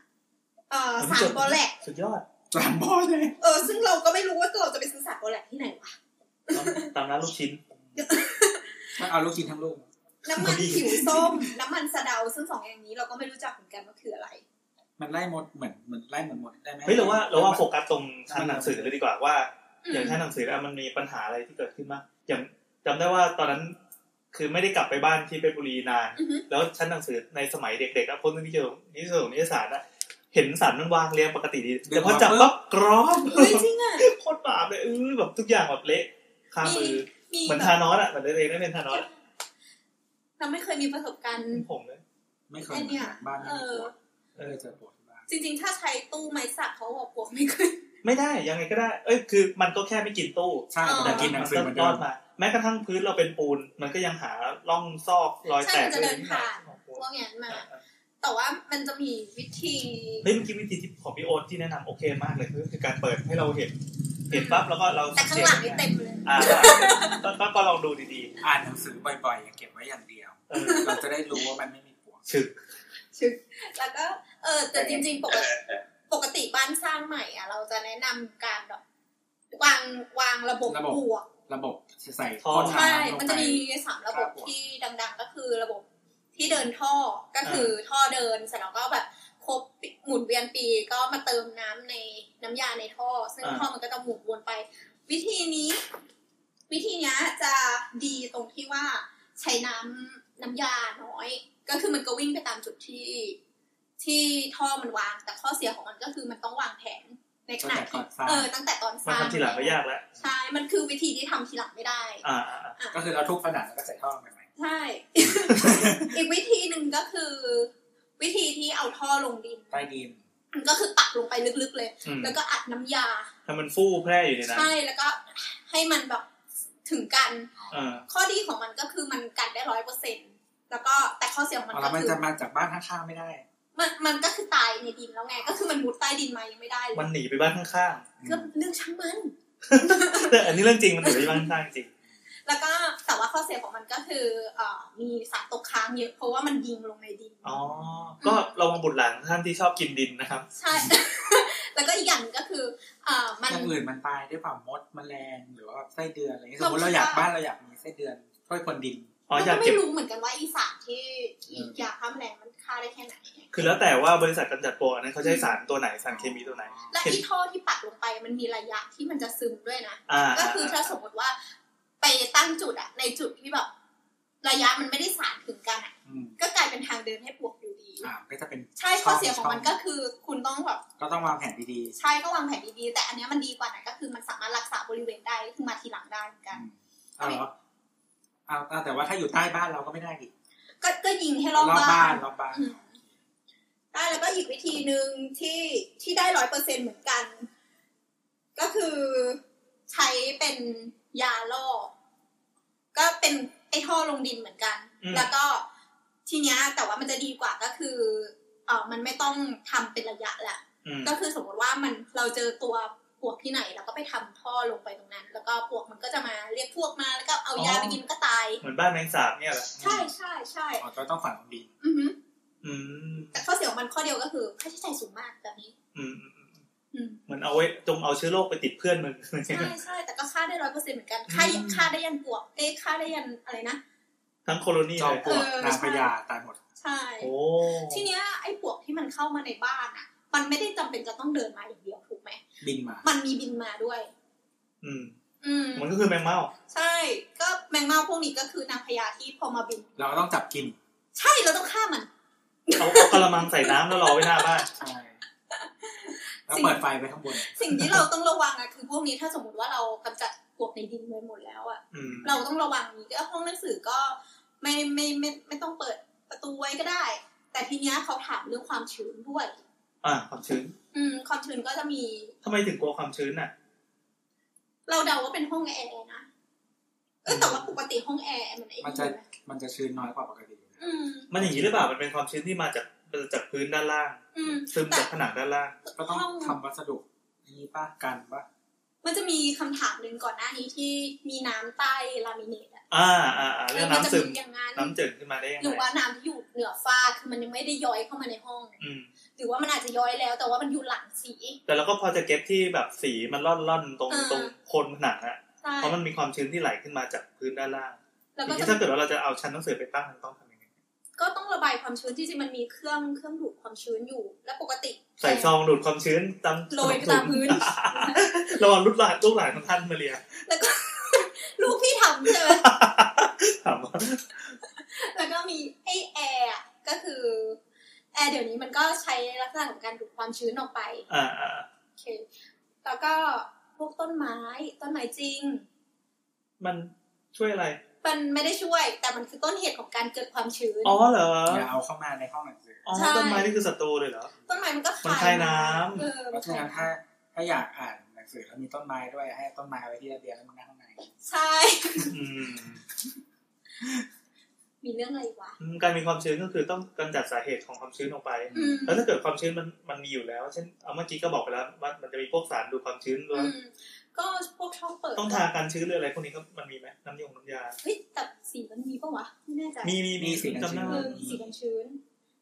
Speaker 2: เออสารโปรแลก
Speaker 3: สุดยอ ด
Speaker 4: สามพ่อเลย
Speaker 2: เออ ซึ่งเราก็ไม่รู้ว่าเราจะไปซื้อสารโปรแลกที่ไหนวะ
Speaker 3: ตามตามร้านลูกชิ้น
Speaker 4: มันเอาลูกชิ้นทั้งลูก
Speaker 2: น้ำมันผิวส้ ม น้ำมันสะเดา ซึ่งสองอย่างนี้เราก็ไม่รู้จักเหมือนกันว่าคืออะไร
Speaker 4: มันไล่หมดเหมือนเหมือนไล่หมดหมดได้ไหม
Speaker 3: เฮ้ยเรา ว่าเราว่าโฟกัสตรงชั้นหนังสือเลยดีกว่าว่า อย่างชั้นหนังสืออะมันมีปัญหาอะไรที่เกิดขึ้นมางอย่างจำได้ว่าตอนนั้นคือไม่ได้กลับไปบ้านที่เพชรบุรีนาน
Speaker 2: อือฮึ
Speaker 3: แล้วชั้นหนังสือในสมัยเด็กๆอะคนที่เจอนิสสนิสสารอะเห็นสารมันวางเรียงปกติดีแต่พอจับปั๊บกรอบ
Speaker 2: เฮ้ยจริงอ่ะ
Speaker 3: โคตรบาปเลยเออแบบทุกอย่างแบบเละข้ามมือ
Speaker 2: มี
Speaker 3: เหมือน
Speaker 2: แบ
Speaker 3: ทา
Speaker 2: บ
Speaker 3: นอสอะเหมือนเด็กๆนั่นเป็นทานอส
Speaker 2: เราไม่เคยมีประสบการณ์
Speaker 3: ผมเลย
Speaker 4: ไม่เคย
Speaker 2: อันเนี้ย
Speaker 4: บ้าน
Speaker 2: เอ
Speaker 4: ไม่มี
Speaker 2: อ
Speaker 4: ปวดเออเจอปวดที่บ้าน
Speaker 2: จริง ๆ ถ้าใช้ตู้ไม้สักเขาบอกปวกไม่ขึ้น
Speaker 3: ไม่ได้ยังไงก็ได้ เอ้ยคือมันก็แค่ไม่กินตู้
Speaker 4: ใช่
Speaker 2: เออ
Speaker 4: แต่กินหนังสือเหมือน
Speaker 3: ร
Speaker 4: เดิ
Speaker 3: อด
Speaker 4: ม
Speaker 3: มาแม้กระทั่งพื้นเราเป็นปูน มันก็ยังหาร่องซอกรอยแตก
Speaker 2: ใช่มันจะเดินผ่าน
Speaker 3: ของปู
Speaker 2: พ
Speaker 3: น
Speaker 2: วกอย่างนั้นมา แต่ว่ามันจะมีวิธี
Speaker 3: เฮ้ยเมื่อกี้วิธีที่ของพี่โอ๊ตที่แนะนำโอเคมากเลยคือคือการเปิดให้เราเห็น เห็นปั๊บแล้วก็เรา
Speaker 2: แต่ข้างหลังนี่เต็มเลย
Speaker 3: อ่าก็ก็ก็ลองดูดี
Speaker 4: อ่านหนังสือบ่อยๆอย่าเก็บไว้อย่างเดียว
Speaker 3: ๆเออ
Speaker 4: เราจะได้รู้ว่ามันไม่มีปวด
Speaker 3: ฉึก
Speaker 2: แล้วก็เออแต่จริง ๆ ปกติปกติบ้านสร้างใหม่อ่ะ เราจะแนะนำการแบบวางวางระบบปวก
Speaker 4: ระบบใส่
Speaker 2: ใช่
Speaker 4: ำลงไป
Speaker 2: มันจะมีสามระบบที่ดัง ๆ ก็คือระบบที่เดินท่อก็คือท่อเดินเสร็จแล้วก็แบบครบหมุนเวียนปีก็มาเติมน้ำในน้ำยาในท่อ ซึ่งท่อมันก็จะหมุนวนไป วิธีนี้ วิธีเนี้ยจะดีตรงที่ว่าใช้น้ำน้ำยาน้อย ก็คือมันก็วิ่งไปตามจุดที่ที่ท่อมันวาง แต่ข้อเสียของมันก็คือมันต้องวางแผนในข
Speaker 4: ตั้ง
Speaker 2: ณะที่
Speaker 4: แต่ก่อนสร้าง
Speaker 2: เออตั้งแต่ตอนส
Speaker 3: มา
Speaker 2: ร้าง
Speaker 3: ทำทีหลังก็ยากแล้ว
Speaker 2: ใช่ มันคือวิธีที่ทำทีหลังไม่ได้
Speaker 3: อ่าอ่าอ่า
Speaker 4: ก็คือเราทุบผนังแล้วก็ใส่ท่อลงไปใหม่
Speaker 2: ใช่ อีกวิธีหนึ่งก็คือ วิธีที่เอาท่อลงดิน
Speaker 4: ใต้ดิน
Speaker 2: ก็คือปักลงไปลึกๆเลย
Speaker 3: อืม
Speaker 2: แล้วก็อัดน้ำยา
Speaker 3: ถ้ามันฟู่แพร่อยู่ในนั้น
Speaker 2: ใช่แล้วก็ให้มันแบบถึงกัน
Speaker 3: เออ
Speaker 2: ข้อดีของมันก็คือมันกันได้ร้อยเปอร์เซ็นแล้วก็แต่ข้อเสียของมัน
Speaker 4: เอาแล้
Speaker 2: ก็
Speaker 4: วมัน
Speaker 2: คือ
Speaker 4: จะมาจากบ้านข้างๆไม่ได้
Speaker 2: มันมันก็คือตายในดินแล้วไง ก็คือมันมุดใต้ดินมายังไม่ได้เล
Speaker 3: มัน
Speaker 2: ย
Speaker 3: หนีไปบ้านข้าง
Speaker 2: ก็เรื่องช่างมัน
Speaker 3: ๆแต่อันนี้เรื่องจริงมันหนีไปบ้านข้างๆจริง
Speaker 2: แล้วก็แต่ว่าข้อเสียของมันก็คือเอ่อมีสารตกค้างเยอะเพราะว่ามันยิงลงในดิน
Speaker 3: อ๋อก็ระวังบุตรหลานท่านที่ชอบกินดินนะครับ
Speaker 2: ใช่ แล้วก็อีกอย่างหนึ่งก็คือเอ่อมัน
Speaker 4: อย่างอื่นมันตายด้วยความมดแมลงหรือว่าไส้เดือนอะไรเงี้ยส
Speaker 2: เรา
Speaker 4: มมติเรา
Speaker 2: คิด
Speaker 4: อยาก
Speaker 2: ว่า
Speaker 4: บ้านเราอยากมีไส้เดือนช่วยคนดิน
Speaker 3: อ๋อ
Speaker 2: เรา
Speaker 3: อยา
Speaker 2: ก็
Speaker 3: ก
Speaker 2: ไม่
Speaker 3: เก็บ
Speaker 2: รู้เหมือนกันว่าอีสารที่
Speaker 4: เออ
Speaker 2: ยาฆ่าแมลงมันฆ่าได้แค่ไหน
Speaker 3: คือแล้วแต่ว่าบริษัทกำจัดปลวกอันนั้นเขาใช้สารตัวไหนสารเคมีตัวไหน
Speaker 2: และอีท่อที่ปักลงไปมันมีระยะที่มันจะซึมด้วยนะ
Speaker 3: อ่า
Speaker 2: ก็คือถ้าสมมติว่า ไปตั้งจุดอะในจุดที่แบบ ระยะมันไม่ได้สานถึงกันอะ
Speaker 4: อืม
Speaker 2: ก็กลายเป็นทางเดินให้ปลวกอยู่ดี
Speaker 4: อ่าก็จะเป็น
Speaker 2: ใช่ข้อเสียของมันก็คือคุณต้องแบบ
Speaker 4: ก็ต้องวางแผนดี
Speaker 2: ใช่ก็วางแผนดีๆ แต่อันเนี้ยมันดีกว่านะก็คือมันสามารถรักษาบริเวณได้คือมาทีหลังได้เหมือน
Speaker 4: ๆ
Speaker 2: กั
Speaker 4: อื
Speaker 2: น
Speaker 4: มเอาเหรอเอาเอาแต่ว่าถ้าอยู่ใต้บ้านเราก็ไม่ได้ดิ
Speaker 2: ก็ก็ยิงให้รอบบ้าน
Speaker 4: รอบบ้าน
Speaker 2: อืมได้แล้วก็อีกวิธีหนึ่งที่ที่ได้ร้อยเปอร์เซ็นเหมือนกัน ก็คือใช้เป็นยาล่อ ก็เป็นไอท่อลงดินเหมือนกัน
Speaker 3: อืม
Speaker 2: แล้วก็ทีเนี้ยแต่ว่ามันจะดีกว่าก็คือเออมันไม่ต้องทำเป็นระยะแหละ
Speaker 3: อืม
Speaker 2: ก็คือสมมติว่ามันเราเจอตัวปวกที่ไหนเราก็ไปทำท่อลงไปตรงนั้น แล้วก็ปวกมันก็จะมาเรียกพวกมาแล้วก็เอายาไปกินก็ตาย
Speaker 3: เหมือนบ้านแมงสาบเนี่ยเหรอ
Speaker 2: ใช่ใช่ใช่
Speaker 4: อ๋อเราต้องฝังลงดิน
Speaker 2: อือหือ
Speaker 3: อืม
Speaker 2: แต่ข้อเสียของมันข้อเดียวก็คือค่าใช้จ่ายสูงมากแบบนี้
Speaker 3: อืมอืมอืม
Speaker 2: อืม
Speaker 3: เหมือนเอาไว้จงเอาเชื้อโรคไปติดเพื่อนมึง
Speaker 2: ใช่ใช่แต่ก็ค่าได้ร้อยเปอร์เซ็นต์เหมือนกันค่ายันค่าได้ยันบวกเอ้ยค่าได้ยันอะไรนะ
Speaker 3: ทั้งโคโลนี
Speaker 4: จอ
Speaker 3: เล
Speaker 4: ม
Speaker 3: ย
Speaker 4: ปลวก
Speaker 2: เออ
Speaker 4: นางพญาตายหมด
Speaker 2: ใช่
Speaker 3: โอ้
Speaker 2: ทีเนี้ยไอ้ปวกที่มันเข้ามาในบ้านอ่ะ มันไม่ได้จำเป็นจะต้องเดินมาอย่างเดียวถูกไหม
Speaker 4: บินมา
Speaker 2: มันมีบินมาด้วย
Speaker 3: อืม
Speaker 2: อืม
Speaker 3: มันก็คือแมงเม่า
Speaker 2: ใช่ ก็แมงเม่าพวกนี้ก็คือนางพญาที่พอมาบิน
Speaker 4: เราก็ต้องจับกิน
Speaker 2: ใช่เราต้องฆ่ามัน
Speaker 3: เอาเอากระมังใส่น้ำแล้วรอไว้หน้าบ้าน
Speaker 4: ใช่แล้ว
Speaker 2: สิ่ง
Speaker 4: เปิดไฟไว้ข้างบน
Speaker 2: สิ่งที่เราต้องระวังอะคือพวกนี้ถ้าสมมติว่าเรากำจัดปวกในดินไปหมดแล้วอะ
Speaker 3: อืม
Speaker 2: เราต้องระวังนี้ก็ห้องหนังสือก็ไม่ไม่ไม่ไม่ต้องเปิดประตูไว้ก็ได้ แต่ทีเนี้ยเขาถามเรื่องความชื้นด้วย
Speaker 3: อ่าความชื้น
Speaker 2: อืมความชื้นก็จะมี
Speaker 3: ทำไมถึงกลัวความชื้นอ่ะ
Speaker 2: เราเดาว่าเป็นห้องแอร์นะเออแต่ว่าปกติห้องแอร์มันไอ้
Speaker 4: มัน
Speaker 2: นี่
Speaker 4: จะ
Speaker 2: อยู่นะ
Speaker 4: มันจะชื้นน้อยกว่าปกติอยู่แล้ว
Speaker 2: อืม
Speaker 3: มันอย่างนี้หรือเปล่ามันเป็นความชื้นที่มาจากจากพื้นด้านล่าง
Speaker 2: อืม
Speaker 3: ซึมจากผนังด้านล่าง
Speaker 4: ก็ต้อง
Speaker 2: ห้อง
Speaker 4: ทำวัสดุนี่ป้ะกันปะ
Speaker 2: มันจะ มีคำถามหนึ่งก่อนหน้านี้ที่มีน้ำใต้ลามิเนตอะ
Speaker 3: อ่าอ่าอ่า
Speaker 2: เอ
Speaker 3: เรื่อ
Speaker 2: อง มันจะ
Speaker 3: น้ำซึ
Speaker 2: มี
Speaker 3: ม
Speaker 2: อย่างนั้น
Speaker 3: น้ำจืดขึ้นมาได้ยัง
Speaker 2: หรือ
Speaker 3: ไง
Speaker 2: ว่าน้ำที่อยู่เหนือฟ้าคือมันยังไม่ได้ย้อยเข้ามาในห้อง
Speaker 3: อืม
Speaker 2: หรือว่ามันอาจจะย้อยแล้ว แต่ว่ามันอยู่หลังสี
Speaker 3: แต่เราก็พอจะเก็ตที่แบบสีมันร่อนร่อนๆตรงตรงโคนผนังอะ
Speaker 2: ใช่
Speaker 3: เพราะมันมีความชื้นที่ไหลขึ้นมาจากพื้นด้านล่าง
Speaker 2: แล้ว
Speaker 3: ที
Speaker 2: ก็
Speaker 3: นี้
Speaker 2: จะ
Speaker 3: ถ้าเกิดว่าเราจะเอาชั้นหนังสือไปตั้งมันต้องทำยังไง
Speaker 2: ก็ต้องระบายความชื้นที่จริงๆมันมีเครื่องเครื่องดูดความชื้นอยู่ และปกติ
Speaker 3: ใส่ซองดูดความชื้นตาม
Speaker 2: โรยไปตามพื้น
Speaker 3: ระวังลูกหลานลูกหลานของท่านมา เรีย
Speaker 2: แล้วก็ ลูกพี่ทำใช่ไหม
Speaker 3: ถามว่า
Speaker 2: แล้วก็มีไอแอร์อะก็คือแอร์เดี๋ยวนี้มันก็ใช้ลักษณะของการดูดความชื้นออกไป
Speaker 3: อ่าอ่า
Speaker 2: โอเคแล้วก็พวกต้นไม้ต้นไม้จริง
Speaker 3: มันช่วยอะไร
Speaker 2: มันไม่ได้ช่วย แต่มันคือต้นเหตุของการเกิดความชื้น
Speaker 3: อ๋อเหรอ
Speaker 4: อย่าเอาเข้ามาในห้องหนังสือ
Speaker 3: อ๋อ
Speaker 2: ใช่
Speaker 3: ต้นไม้นี่คือศัตรูเลยเหรอ
Speaker 2: ต้นไม้มันก็
Speaker 3: มันคายน้ำ
Speaker 2: เออ
Speaker 4: เพ
Speaker 2: มันคาย
Speaker 4: ราะฉะนั้น
Speaker 2: น้
Speaker 4: ถ้าถ้าอยากอ่านหนังสือแล้วมีต้นไม้ด้วยให้เอาต้นไม้ไว้ที่ระเบียงแล้วมันนั่งข้างใน
Speaker 2: ำใช่
Speaker 3: อืม
Speaker 2: มีเรื่องอะไรอีกวะ
Speaker 3: อืมการมีความชื้นก็คือต้องกำจัดสาเหตุของความชื้นออกไป
Speaker 2: อืม
Speaker 3: แล้วถ้าเกิดความชื้นมันมันมีอยู่แล้วเช่นเอาเมื่อกี้ก็บอกไปแล้วว่ามันจะมีพวกสารดูดความชื้นด้วย
Speaker 2: อืมก็พวกชอบเปิด
Speaker 3: ต้องทากันชื้นหรืออะไรพวกนี้ก็มันมีไหมน้ำยงน้ำยา
Speaker 2: เฮ้ยแต่สีมันมีปะวะไม่แน่ใจ
Speaker 3: มีมีมี
Speaker 4: สีกัน
Speaker 3: จำได้
Speaker 4: ชื้
Speaker 2: เออน สีกันชื้น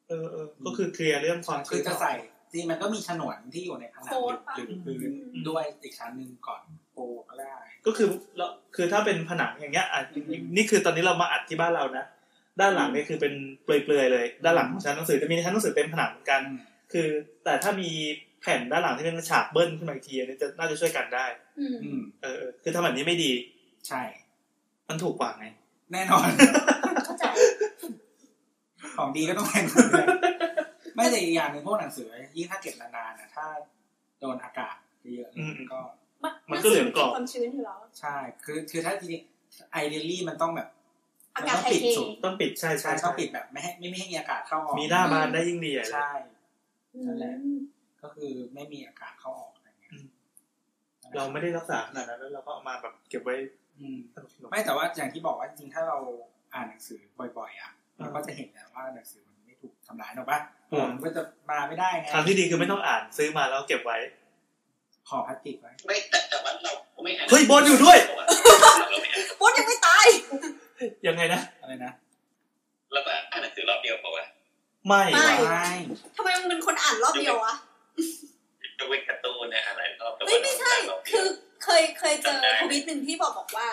Speaker 3: เออเออก็คือเคลียร์เรื่องความ
Speaker 4: คื
Speaker 3: ชื้
Speaker 4: อน จะใส่จริงมันก็มีฉนวนที่อยู่ในผนัง
Speaker 2: โค้ดปะ
Speaker 4: หรือพื้น
Speaker 3: อืม
Speaker 4: ด้วยอีกชั้นหนึ่งก่อนปูก็ได้
Speaker 3: ก็คือแล้วคือถ้าเป็นผนังอย่างเงี้ยอ่ะ
Speaker 4: อืม
Speaker 3: นี่คือตอนนี้เรามาอัดที่บ้านเรานะด้านหลังเนี่ยคือเป็นเปลือยๆเลย ด้านหลังของชั้นหนังสือจะมีชั้นหนังสือเต็มผนังเหมือนกัน คือ แต่ถ้ามีแผ่นด้านหลังที่เป็นฉากเบิ้ลขึ้นมาอีกทีอันนี้จะน่าจะช่วยกันได้
Speaker 2: อืม
Speaker 4: อืม
Speaker 3: เออเออคือทำแบบนี้ไม่ดี
Speaker 4: ใช่
Speaker 3: มันถูกกว่าไง
Speaker 4: แน่นอน
Speaker 2: เข้าใจ
Speaker 4: ของดีก็ต้องแพงไม่แต่อีกอย่างหนึ่งพวกหนังสือยิ่งถ้าเก็บนานๆนะถ้าโดนอากาศเยอะๆ
Speaker 3: อืม
Speaker 4: ก็
Speaker 3: มันก็เหลืองกรอบ
Speaker 2: มันสีมันมีความชื้นอยู่แล้ว
Speaker 4: ใช่คือคือถ้าจริงไอเดลี่มันต้องแบบ
Speaker 2: อา
Speaker 4: มัน
Speaker 2: กาศ
Speaker 4: ต้อง
Speaker 2: ไทย
Speaker 4: ปิด
Speaker 2: เท
Speaker 4: สูง
Speaker 3: ต้องปิดใช่ใช่
Speaker 4: ใช่ต้องปิดแบบไม่ให้ไม่ไม่ให้มีอากาศเข้าออก
Speaker 3: มีหน้าบานได้ยิ่งดีใหญ่เลย
Speaker 4: ใช่ นั่นแหละ
Speaker 2: อืม
Speaker 4: ก็คือไม่มีอากาศเข้าออกอะไรเงี้ย
Speaker 3: อืม เราไม่ได้รักษาขนาดนั้นแล้วเราก็เอามาแบบเก็บไว้
Speaker 4: อืม
Speaker 3: สนุกๆ
Speaker 4: ไม่แต่ว่าอย่างที่บอกว่าจริงๆถ้าเราอ่านหนังสือบ่อยๆอ่ะเราก็จะเห็นแล้วว่าหนังสือมันไม่ถูกทำลายหรอกปะ
Speaker 3: อืม
Speaker 4: มันก็จะมาไม่ได้ไง
Speaker 3: ทางที่ดีคือไม่ต้องอ่านซื้อมาแล้วเก็บไว้
Speaker 4: ห่อพลาสติกไว้
Speaker 1: ไม่แต่แต่ว่าเราไม่อ่าน
Speaker 3: เฮ้ยบอลอยู่ด้วย
Speaker 1: เราไม่อ่าน
Speaker 2: โบ๊ทยังไม่ตาย
Speaker 3: ยังไงนะ
Speaker 4: อะไรนะ
Speaker 1: เราก็อ่านหนังสือรอบเดียวเปล่าวะ
Speaker 3: ไม่
Speaker 2: ไม่
Speaker 3: ว่ะ
Speaker 4: ไม่
Speaker 2: ทำไมมึงเป็นคนอ่านรอบเดียววะ
Speaker 1: ยกเว้นการ์ตูนนะอ่านหลายรอบแต่ว่า
Speaker 2: เฮ้ยไม่ใช่
Speaker 1: เราไม่
Speaker 2: คื
Speaker 1: อ่า
Speaker 2: อน เคยเคยเจอ
Speaker 1: จำได้
Speaker 2: ทวิตหนึ่งที่บอกบอกว่า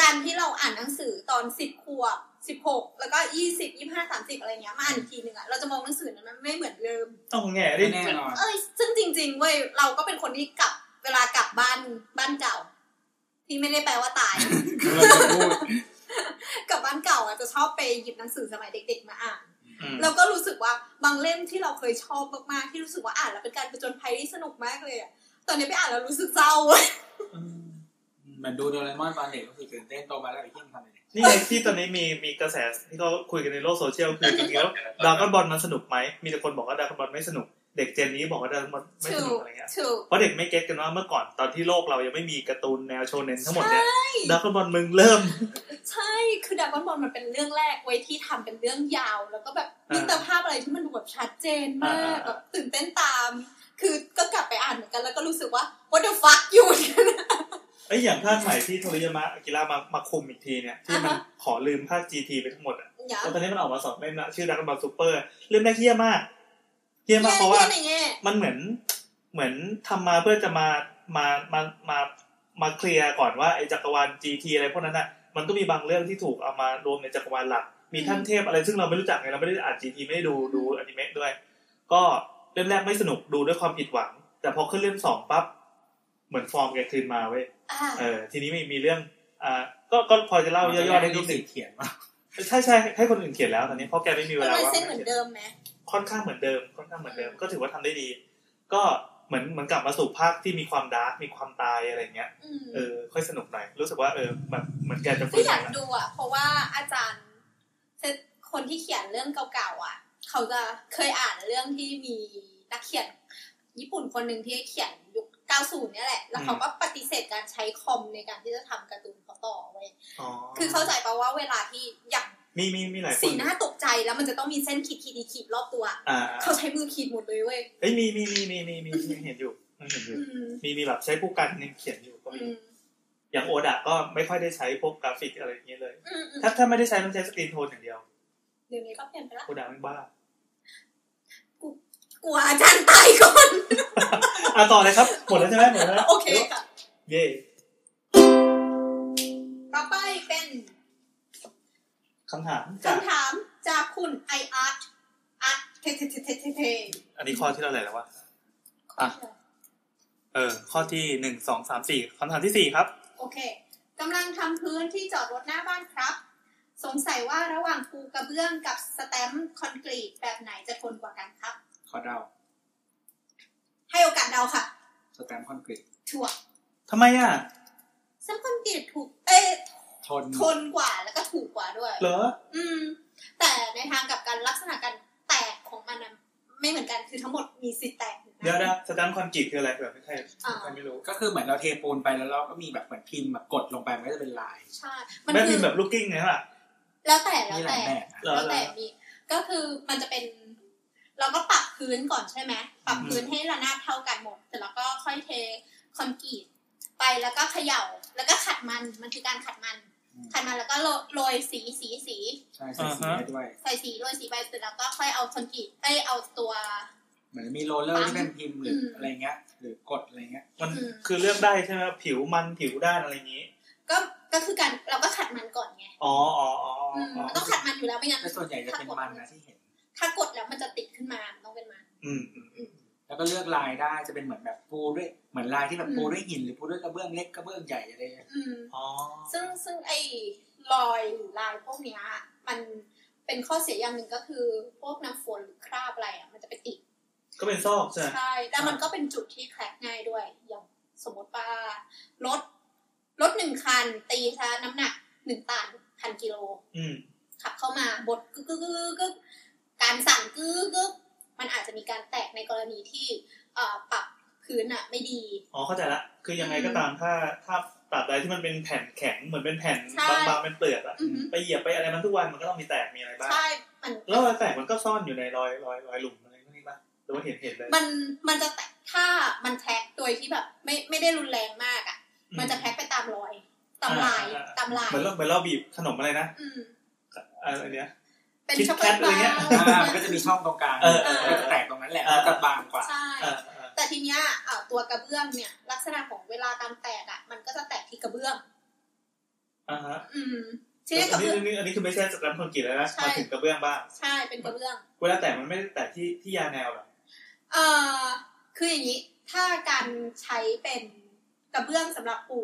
Speaker 2: การที่เราอ่านหนังสือตอนสิบขวบสิบหกแล้วก็ยี่สิบยี่ห้าสามสิบอะไรเงี้ยมาอ่านอีกทีหนึ่งอะเราจะมองหนังสือนั้นมันไม่เหมือนเดิม
Speaker 3: ต้องแง่ดิ
Speaker 4: ไม่แน่นอน
Speaker 2: เอ้ย ซึ่งจริงๆเว้ยเราก็เป็นคนที่กลับเวลากลับบ้านบ้านเก่า ที่ไม่ได้แปลว่าตาย
Speaker 4: กำลังจะพูด
Speaker 2: กลับบ้านเก่าอะจะชอบไปหยิบหนังสือสมัยเด็ก ๆ มาอ่าน
Speaker 3: อืม
Speaker 2: เราก็รู้สึกว่าบางเล่มที่เราเคยชอบมากๆ ที่รู้สึกว่าอ่านแล้วเป็นการผจญภัยที่สนุกมากเลยอะตอนนี้ไปอ่านแล้วรู้สึกเศร้าเว้ย
Speaker 4: เหมือนดูโดเรมอนตอนเด็กก็คือตื่นเต้นโตมาแล้วไอ้เหี้ยมันทำอะไรเนี่ย
Speaker 3: นี่ไงที่ตอนนี้มีมีกระแสที่เขาคุยกันในโลกโซเชียลคือจริงๆแล้วดราก้อนบอลมันสนุกไหมมีแต่คนบอกว่าดราก้อนบอลไม่สนุก เด็กเจนนี้บอกว่าดราก้อนบอลไม่
Speaker 2: ถู
Speaker 3: สนุ
Speaker 2: ก
Speaker 3: กอะไรเงี้ย
Speaker 2: ถูก
Speaker 3: เพราะเด็กไม่เก็ตกันว่าเมื่อก่อนตอนที่โลกเรายังไม่มีการ์ตูนแนวโชเนนทั้งหมดเนี่ยดราก้อนบอลมึงเริ่ม
Speaker 2: ใช่ คือดากอนบอลมันเป็นเรื่องแรกไว้ยที่ทำเป็นเรื่องยาว แล้วก็แบบ
Speaker 3: อ่ามิ
Speaker 2: มิตรภาพอะไรที่มันดูแบบชัดเจนมา
Speaker 3: อ่าก อ่า
Speaker 2: แบบตื่นเต้นตาม คือก็กลับไปอ่านเหมือนกันแล้วก็รู้สึกว่า what the fuck อยู่เนี่ย
Speaker 3: ไอ้ยอย่างภาคใหม่ที่โทริยามะอากิระมามาคุมอีกทีเนี่ยที่มัน
Speaker 2: อ่าฮะ
Speaker 3: ขอลืมภาค GT ไปทั้งหมดอะ
Speaker 2: อย่า
Speaker 3: แล้วตอนนี้มันออกมาสองเล่มละชื่อดราก้อนบอลซูเปอร์เล่มแรกเฮี้ยมากเฮี้ยมากเพราะว่า
Speaker 2: แย่ๆในแง่
Speaker 3: มันเหมือนเหมือนทำมาเพื่อจะมามามามามาเคลียร์ก่อนว่าไอ้จักรวาล GT อะไรพวกนั้นอ่ะมันก็มีบางเรื่องที่ถูกเอามารวมในจักรวาลหลัก มีท่านเทพอะไรซึ่งเราไม่รู้จักไงเราไม่ได้อ่าน GT ไม่ได้ดูดูอนิเมะด้วย ก็เล่มแรกไม่สนุกดูด้วยความผิดหวัง แต่พอขึ้นเล่มสองปั๊บเหมือนฟอร์มแกคืนมาเว้ย
Speaker 2: อ่า
Speaker 3: เออทีนี้มีมีเรื่องอ่าก็ก็พอจะเล่าย่อยๆได้นิดห
Speaker 4: สิ
Speaker 3: นึ่ง
Speaker 4: เขียนว่า
Speaker 3: ใช่ใช่ให้คนอื่นเขียนแล้วตอนนี้เพราะแกไม่มีเว
Speaker 2: มัน
Speaker 3: ลา
Speaker 2: เป็น
Speaker 3: ว่า
Speaker 2: เส้นเหมือนเดิมไหม
Speaker 3: ค่อนข้างเหมือนเดิมค่อนข้างเหมือนเดิม
Speaker 2: อืม
Speaker 3: ก็ถือว่าทำได้ดี ก็เหมือนเหมือนกลับมาสู่ภาคที่มีความดาร์กมีความตายอะไรเงี้ย
Speaker 2: อืม
Speaker 3: เออค่อยสนุกหน่อยรู้สึกว่าเออแบบเหมือนแกจะฟื้
Speaker 2: ที่
Speaker 3: น
Speaker 2: อยาก
Speaker 3: แล้วนะ
Speaker 2: ดูอ่ะ เพราะว่าอาจารย์คนที่เขียนเรื่องเก่าๆอ่ะ เขาจะเคยอ่านเรื่องที่มีนักเขียน ญี่ปุ่นคนหนึ่งที่เขียนยุค 90 เนี่ยแหละ แล้วเขาก็ปฏิเสธการใช้คอมในการที่จะทำการ์ตูนเขาต่อไว้ย
Speaker 3: อ๋อ
Speaker 2: คือเข้าใจปะว่าเวลาที่อย่าง
Speaker 3: มีมีมีหลายค
Speaker 2: สี
Speaker 3: น
Speaker 2: หน้าตกใจแล้วมันจะต้องมีเส้นขีดขีดขีดรอบตัว
Speaker 3: อ่า
Speaker 2: เขาใช้มือขีดหมดเลยเว้ย
Speaker 3: เอ้ยมีมีมีมีมีมีมีเห็นอยู่ ไม่เห็นอยู่
Speaker 2: อืม
Speaker 3: มีมีแบบใช้ผู้กันยังเขียนอยู่ก็มี
Speaker 2: อืม
Speaker 3: อย่างโอดะก็ไม่ค่อยได้ใช้พวกกราฟิกอะไรอย่างเงี้ยเลย
Speaker 2: อืมอืม
Speaker 3: ถ้าถ้าไม่ได้ใช้ต้องใช้สกรีนโทนอย่างเดียว
Speaker 2: เดี๋ยวนี้ก็เปลี่ยนไปละ
Speaker 3: โอดะไม่งบ้าก
Speaker 2: ลัวอาจารย์ตายก่อน
Speaker 3: อ่ะต่อเลยครับหมดแล้วใช่ไหมหมดแล้วนะ
Speaker 2: โอเคค่ะ
Speaker 3: เย่
Speaker 2: ต่อไปเป็น
Speaker 3: คำถามจาก
Speaker 2: คำถามจากคุณไออาร์ตอาร์ตเทเทเทเทเทเท
Speaker 3: อันนี้ข้อที่เท่าไหร่แล้ววะ อ่ะ เออ ข้อที่หนึ่งสองสามสี่คำถามที่สี่ครับ
Speaker 2: โอเคกำลังทำพื้นที่จอดรถหน้าบ้านครับ สงสัยว่าระหว่างปูกระเบื้องกับสแตมป์คอนกรีตแบบไหนจะทนกว่ากันครับ
Speaker 4: ขอเดา
Speaker 2: ให้โอกาสเดาค่ะ
Speaker 4: สแตมป์คอนกรีต
Speaker 2: ถั่ว
Speaker 3: ทำไมอ่ะ
Speaker 2: สแตมป์คอนกรีตถูกเอ้ย
Speaker 4: ทน
Speaker 2: ทนกว่าแล้วก็ถูกกว่าด้วย
Speaker 3: เหรอ
Speaker 2: อืม แต่ในทางกลับกันลักษณะการแตกของมันน่ะไม่เหมือนกันคือทั้งหมดมีสิทธิ์แตก
Speaker 3: เดี๋ยวนะสแตมป์คอนกรีตคืออะไรเผื่อไม่ใคร
Speaker 2: อ่า
Speaker 3: ใครไม่รู้
Speaker 4: ก็คือเหมือนเราเทปูนไปแล้วเราก็มีแบบเหมือนพิมพ์แบบกดลงไปมันก็จะเป็นลาย
Speaker 2: ใช่
Speaker 3: แม่
Speaker 2: คื
Speaker 3: พิ
Speaker 2: อ
Speaker 3: มพ์แบบลูกกิ้งไงล่ะ
Speaker 2: แล้วแต่แล้ว
Speaker 4: มีหลา
Speaker 2: แต่
Speaker 4: ยแบบนะ
Speaker 2: แล้วแต่มีก็คือมันจะเป็น เราก็ปรับพื้นก่อนใช่ไหมปรับพื้นให้ระนาบเท่ากันหมดเสร็จแล้วก็ค่อยเทคอนกรีตไปแล้วก็เขย่า แล้วก็ขัดมันมันคือการขัดมัน
Speaker 4: อืม
Speaker 2: ขัดมันแล้วก็โรโรยสีสีสี
Speaker 4: ใช่ใส่
Speaker 3: อ่า
Speaker 4: สี
Speaker 3: ฮะ
Speaker 4: ได้ด้วย
Speaker 2: ใส่สีโรยสีไปเสร็จแล้วก็ค่อยเอาคอนกรีตเอ้ยเอาตัว
Speaker 4: เหมือนมีโรลเลอร์ที่เป็นพิมพ์หรือ
Speaker 2: ม
Speaker 4: อะไรเงี้ย หรือกดอะไรเงี้ย
Speaker 3: มัน
Speaker 2: อืม
Speaker 3: คือเลือกได้ใช่ไหมว่าผิวมันผิวด้านอะไรอย่างนี้
Speaker 2: ก็ก็คือการเราก็ขัดมันก่อนไง
Speaker 3: อ๋ออ๋ออ๋อ
Speaker 2: อืม
Speaker 3: อ๋อ
Speaker 2: มันต้องขัดมันอยู่แล้วไม่งั้น
Speaker 4: แต่ส่วนใหญ่จะเป็นมันนะที่เห็น
Speaker 2: ถ้ากดแล้วมันจะติดขึ้นมามันต้องเป็นมัน
Speaker 3: อืมอืม
Speaker 4: แล้วก็เลือกลายได้จะเป็นเหมือนแบบปูด้วยเหมือนลายที่แบบ
Speaker 2: อืม
Speaker 4: ปูด้วยหินหรือปูด้วยกระเบื้องเล็กกระเบื้องใหญ่อะไรเงี้ย
Speaker 2: อืม
Speaker 3: อ๋อ
Speaker 2: ซึ่งซึ่งไอ้รอยหรือลายพวกเนี้ยมันเป็นข้อเสียอย่างหนึ่งก็คือ พวกน้ำฝนหรือคราบอะไรอ่ะมันจะไปติด
Speaker 3: ก็เป็นซอกใช่ไหม
Speaker 2: ใช่แต่มันก็เป็นจุดที่แคลกง่ายด้วย อย่างสมมติว่ารถรถหนึ่งคัน ตีซะน้ำหนักหนึ่งตันพันกิโล
Speaker 3: อืม
Speaker 2: ขับเข้ามาบดกึกกึกกึกกึกกึกการสั่นกึกกึกมันอาจจะมีการแตกในกรณีที่เอ่อปรับพื้นอ่ะไม่ดี
Speaker 3: อ๋อเข้าใจละ คือยังไงก็ตามถ้าถ้าตราบใดที่มันเป็นแผ่นแข็งเหมือนเป็นแผ่น
Speaker 2: ใช่
Speaker 3: บางๆเป็นเปลือกอะ
Speaker 2: อือหือ
Speaker 3: ไปเหยียบไปอะไรมันทุกวันมันก็ต้องมีแตกมีอะไรบ้าง
Speaker 2: ใช่มัน
Speaker 3: แล้วรอยแตกมันก็ซ่อนอยู่ในรอยรอยรอยหลุมอะไรพวกนี้ป่ะหรือว่าเห็นเห็นเลย
Speaker 2: มันมันจะแตกถ้ามันแท็กโดยที่แบบ ไม่ไม่ได้รุนแรงมากอะ่ะ มันจะแท็กไปตามรอย ตามลาย
Speaker 3: อ่าอ่า
Speaker 2: ตามลาย
Speaker 3: เหมือนเราเหมือนเราบีบขนมอะไรนะ
Speaker 2: อืม
Speaker 3: อะไรเนี้ย
Speaker 2: เป็น
Speaker 3: คิด
Speaker 2: ช็อกโก
Speaker 3: แค
Speaker 2: แล
Speaker 3: ท
Speaker 2: ต
Speaker 3: อะไร
Speaker 2: บา
Speaker 3: เงี้ย
Speaker 4: อ่า
Speaker 2: ร์
Speaker 4: มันก็จะมีช่องตรงกลาง
Speaker 3: เออเออ
Speaker 4: มันก็จะแตกตรงนั้นแหละ
Speaker 3: เออ
Speaker 4: มันจะบางกว่า
Speaker 2: ใช่
Speaker 3: อ่าอ่า
Speaker 2: แต่ทีเนี้ยเอ่อตัวกระเบื้องเนี่ย ลักษณะของเวลาการแตกอะ่ะ มันก็จะแตกที่กระเบื้อง
Speaker 3: อ่าฮะ
Speaker 2: อืมที
Speaker 3: อัน
Speaker 2: นี้กระ
Speaker 3: นี้
Speaker 2: เบื้อง
Speaker 3: อันนี้อันนี้คือไม่ใช่สแตมป์คอนกรีตแล้วนะ
Speaker 2: ใช่
Speaker 3: มาถึงกระเบื้องบ้าง
Speaker 2: ใช่เป็นกระเบื้อง
Speaker 3: เวลาแตกมันไม่ได้แตกที่ที่ยาแนวหรอ
Speaker 2: เอ่อคืออย่างนี้ ถ้าการใช้เป็นกระเบื้องสำหรับปู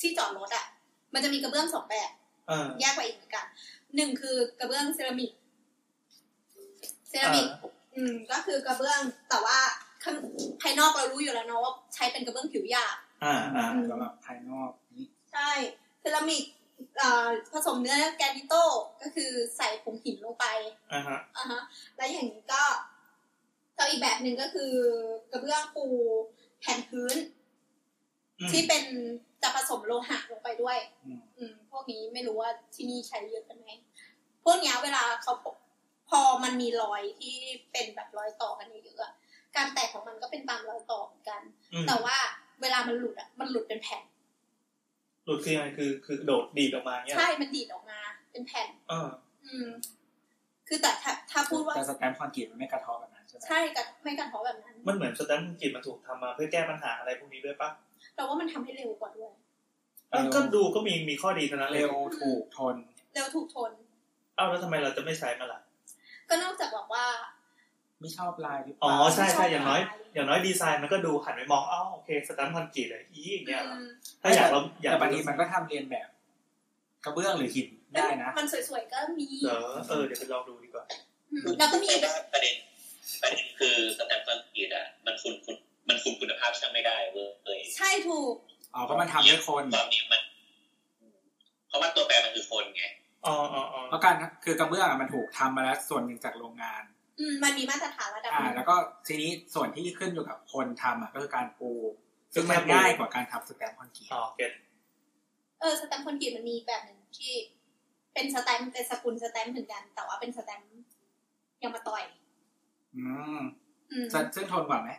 Speaker 2: ที่จอดรถอะ่ะ มันจะมีกระเบื้องสองแบบ
Speaker 3: เออ
Speaker 2: แยกไปอีกเหมือนกันหนึ่งคือกระเบื้องเซรามิก เซรามิก อืม ก็คือกระเบื้อง แต่ว่าข้างภายนอกเรารู้อยู่แล้วเนาะว่าใช้เป็นกระเบื้องผิวหยาบ
Speaker 3: อ่าอ่า
Speaker 2: อืม
Speaker 4: สำหรับภายนอกนี่
Speaker 2: ใช่ เซรามิกเอ่อผสมเนื้อแกรนิโต ก็คือใส่ผงหินลงไป
Speaker 3: อ่าฮะ
Speaker 2: อ่าฮะ แล้วอย่างนี้ก็ก็อีกแบบหนึ่งก็คือกระเบื้องปูแผ่นพื้น
Speaker 3: อืม
Speaker 2: ที่เป็นจะผสมโลหะลงไปด้วย
Speaker 4: อืม
Speaker 2: อืมพวกนี้ไม่รู้ว่าที่นี่ใช้เยอะกันไหม พวกเนี้ยเวลาเขาปกพอมันมีรอยที่เป็นแบบรอยต่อกันเยอะๆอะการแตกของมันก็เป็นตามรอยต่อเหมือนกัน
Speaker 3: อืม
Speaker 2: แต่ว่าเวลามันหลุดอ่ะ มันหลุดเป็นแผ่น
Speaker 3: หลุดคือยังไงคือคือโดดดีดออกมาเงี้ยเหร
Speaker 2: ใช่
Speaker 3: อ
Speaker 2: มันดีดออกมาเป็นแผ่น
Speaker 3: เออ
Speaker 2: อืม คือแต่ถ้าถ้าพูดว่า
Speaker 4: แต่สแตมป์คอนกรีตมันไม่กระเทอแบบนั้นใช่ไหม
Speaker 2: ใช่กันไม่กันเพราะแบบนั้น
Speaker 3: มันเหมือนสแตมป์คอนกรีตมันถูกทำมาเพื่อแก้ปัญหาอะไรพวกนี้ด้วยปะ
Speaker 2: เราว่ามันทำให้เร็วกว่าด้วย
Speaker 3: เอ้ยก็ดูก็มีมีข้อดีเท่านั้นเลย
Speaker 4: เร็วถูกทน
Speaker 2: เร็วถูกทน
Speaker 3: เอ้าแล้วทำไมเราจะไม่ใช้มันล่ะ
Speaker 2: ก็นอกจากบอกว่า
Speaker 4: ไม่ชอบลายหรือเป
Speaker 3: อ๋อ
Speaker 4: ล่า
Speaker 3: ใช่ใช่อย่างน้อย อย่างน้อยดีไซน์มันก็ดูหันไปมองอ้าวโอเคสแตมป์คอนกรีตเลยอีอย่างเงี้ยเหรอ
Speaker 2: อืม
Speaker 3: ถ้าอยากเราอยาก
Speaker 4: แต่บางทีมันก็ทำเรียนแบบ กระเบื้องหรือหินได้นะ
Speaker 2: มันสวยๆก็มี
Speaker 3: เหรอเออเดี๋ยวไปลองดูดีกว่า
Speaker 2: อืมแล้วก็มีอีกแบบ
Speaker 1: ประเด็นประเด็นคือสแตมป์คอนกรีตอ่ะมันคุณคุณมันคุณคุณภาพช่างไม่ได้เว้ย
Speaker 2: ใช่ถูก
Speaker 4: อ๋อเพราะมันทำด้วยคน
Speaker 1: ตอนนี้มันเพราะว่าตัวแปรมันคือคนไง
Speaker 3: อ๋ออ๋ออ๋อ
Speaker 4: เพราะการคือกระเบื้องอะมันถูกทำมาแล้วส่วนหนึ่งจากโรงงาน
Speaker 2: อืมมันมีมาตรฐานระดับห
Speaker 4: อ่า
Speaker 2: นึ่ง
Speaker 4: แล้วก็ทีนี้ส่วนที่ขึ้นอยู่กับคนทำอ่ะก็คือการปู ซึ่งมันง่ายกว่าการทำสแตมป์คอนกรีต
Speaker 3: อ๋อเก็ต
Speaker 2: เออสแตมป์คนกรีตมันมีแบบหนึ่งที่ เป็นสแตมป์เป็นสกุลสแตมป์เหมือนกัน แต่ว่าเป็นสแตมป์ยามาต่อย
Speaker 4: อืม
Speaker 2: อืม
Speaker 4: ซึ่งทนกว่าไหม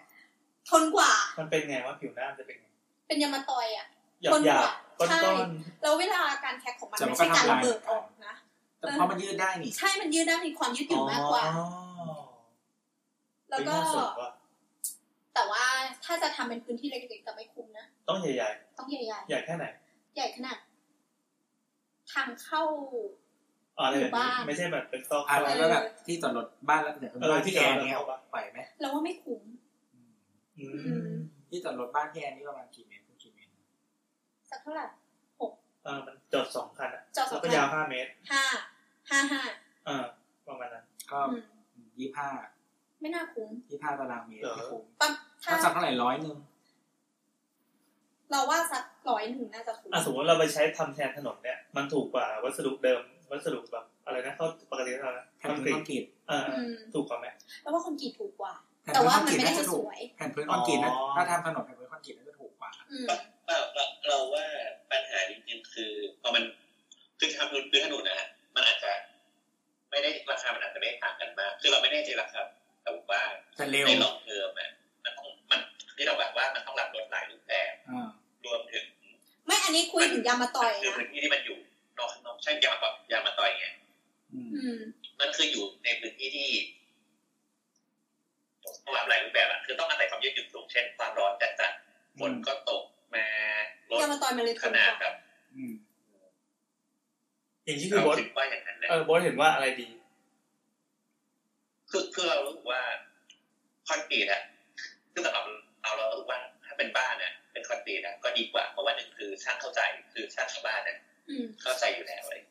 Speaker 2: ทนกว่า
Speaker 3: มันเป็นไงว่าผิวหน้ามันจะเป็นไง
Speaker 2: เป็นยามาตอยอ่ะ
Speaker 3: หยาบหยาบ
Speaker 2: ค
Speaker 3: ก้อน
Speaker 2: นกว่า
Speaker 3: ก้อน
Speaker 2: แล้วเวลาการแคคของมัน
Speaker 4: แต่มั
Speaker 2: ไม่
Speaker 4: นก็
Speaker 2: ใช่การ
Speaker 4: ทำลาย
Speaker 2: ระเบิดออกนะ
Speaker 4: แต่เพราะมันยืดได้นี่
Speaker 2: ใช่มันยืดได้มีความยืดห
Speaker 3: อ๋
Speaker 2: ยุ่
Speaker 3: อน
Speaker 2: มากกว่า
Speaker 3: แล้
Speaker 2: แล้วว
Speaker 3: ก็
Speaker 2: ก็ แต่ว่าถ้าจะทำเป็นพื้นที่เล็กๆแต่ไม่คุ้มนะ
Speaker 3: ต้องใหญ่
Speaker 2: ต้องใหญ่
Speaker 3: ๆใหญ่แค่ไหน
Speaker 2: ๆ ใหญ่ขนาดทางเข้า
Speaker 3: อ๋ออะไรแบ
Speaker 2: อ
Speaker 3: บ
Speaker 2: ยู่บ้า
Speaker 3: นี้
Speaker 2: น
Speaker 3: ไม่ใช่แบบเป็นซอก
Speaker 4: อะไรแล้วแบบที่จอดรถบ้านแล้วเนี่ย
Speaker 3: เออ
Speaker 4: บ้านพี่แอนเนี่ย
Speaker 3: ที่จอดรถบ้าน
Speaker 4: ไหวไหม
Speaker 2: เราว่าไม่คุ้ม
Speaker 3: อื
Speaker 2: อืม
Speaker 3: ม
Speaker 4: ที่จอดรถบ้านพี่แอนนี่ประมาณกี่เมตรถึงกี่เมตร
Speaker 2: สักเท่าไหร่
Speaker 3: เออมันจอดสองคันอ่ะ
Speaker 2: จอดสอง
Speaker 3: แล้วก็
Speaker 2: พั
Speaker 3: ยาวน ห้าเมตร
Speaker 2: ห้าห้าห้า
Speaker 3: เออประมาณนั้น
Speaker 4: ก็
Speaker 2: อืม
Speaker 4: ยี่ห้า
Speaker 2: ไม่น่าคุ้ม
Speaker 4: ยี่ห้าตารางเมตร
Speaker 3: เหรอ
Speaker 4: ไม่คุ้ม
Speaker 2: ปั๊บถ้า
Speaker 4: ถ้าสักเท่าไหร่ร้อยหนึ่ง
Speaker 2: เราว่าสักร้อยหนึ่งน่าจะคุ้ม
Speaker 3: อ่ะสมมติเราไปใช้ทำแทนถนนเนี่ยมันถูกกว่าวัสดุเดิม วัสดุแบบอะไรนะเขาปกติเขาอะไรนะ
Speaker 4: แผ่น
Speaker 3: คอนก
Speaker 4: พื้
Speaker 3: รีต
Speaker 4: นคอนกรีต
Speaker 3: เออ
Speaker 2: อืม
Speaker 3: ถูกกว่าไหม
Speaker 2: แล้วว่าคนกรีดถูกกว่า
Speaker 4: แผ่น
Speaker 2: แต่
Speaker 4: พื้น
Speaker 2: ว่า
Speaker 4: คอน
Speaker 2: มัน
Speaker 4: กรีต
Speaker 2: ไม่ได้
Speaker 4: น่าจะ
Speaker 2: ส
Speaker 4: ถูก
Speaker 2: วย
Speaker 4: แผ่นพื้นคอนกรีตนะ
Speaker 3: อ๋อ
Speaker 4: ถ้าทำถนนแผ่นพื้นคอนกรีตน่าจะถูกกว่า
Speaker 2: อืม
Speaker 1: เราเราเราว่าปัญหาจริงๆคือพอมันคือทำพื้นถนนนะฮะมันอาจจะ ไม่ได้ราคามันอาจจะไม่ต่างกันมาก คือเราไม่แน่ใจราคาแต่ผมว่า
Speaker 4: จะเร็ว
Speaker 1: ในลองเทอมอะมันต้องมันที่เราแบบว่ามันต้องรับรถหลายรูปแบบ
Speaker 4: อ่าร
Speaker 1: วมถึง
Speaker 2: ไม่อันนี้คุยถึงยามาตอย
Speaker 1: คือ
Speaker 2: นะ
Speaker 1: พื้นที่ที่มันอยู่นอกข้างนอกใช่ยางมาต่อยยางมาต่อยไง
Speaker 4: อืม
Speaker 2: อืม
Speaker 1: มันคืออยู่ในพื้นที่ที่ต้องรับหลายรูปแบบอะคือต้องอาศัยความยืดหยุ่นสูงเช่นความร้อนจัดจัดๆฝนก็ตกมาลด
Speaker 2: ยามาตอยมันเลยท
Speaker 1: ข
Speaker 2: น
Speaker 1: นาด
Speaker 2: ก
Speaker 1: แบ
Speaker 2: ว่า
Speaker 1: บ
Speaker 4: อืม
Speaker 3: อย่างที่คือ
Speaker 1: เรา
Speaker 3: บอส
Speaker 1: คิดว่าอย่างนั้นแหละ
Speaker 3: เออบอสเห็นว่าอะไรดี
Speaker 1: คือคือเรารู้สึกว่าคอนกรีตอะคือสำหรับเราเรารู้สึกว่าถ้าเป็นบ้านอะเป็นคอนกรีตอะก็ดีกว่าเพราะว่าหนึ่งคือช่างเข้าใจคือช่างชาวบ้านนะ
Speaker 2: อืม
Speaker 1: เข้าใจอยู่แล้วเลย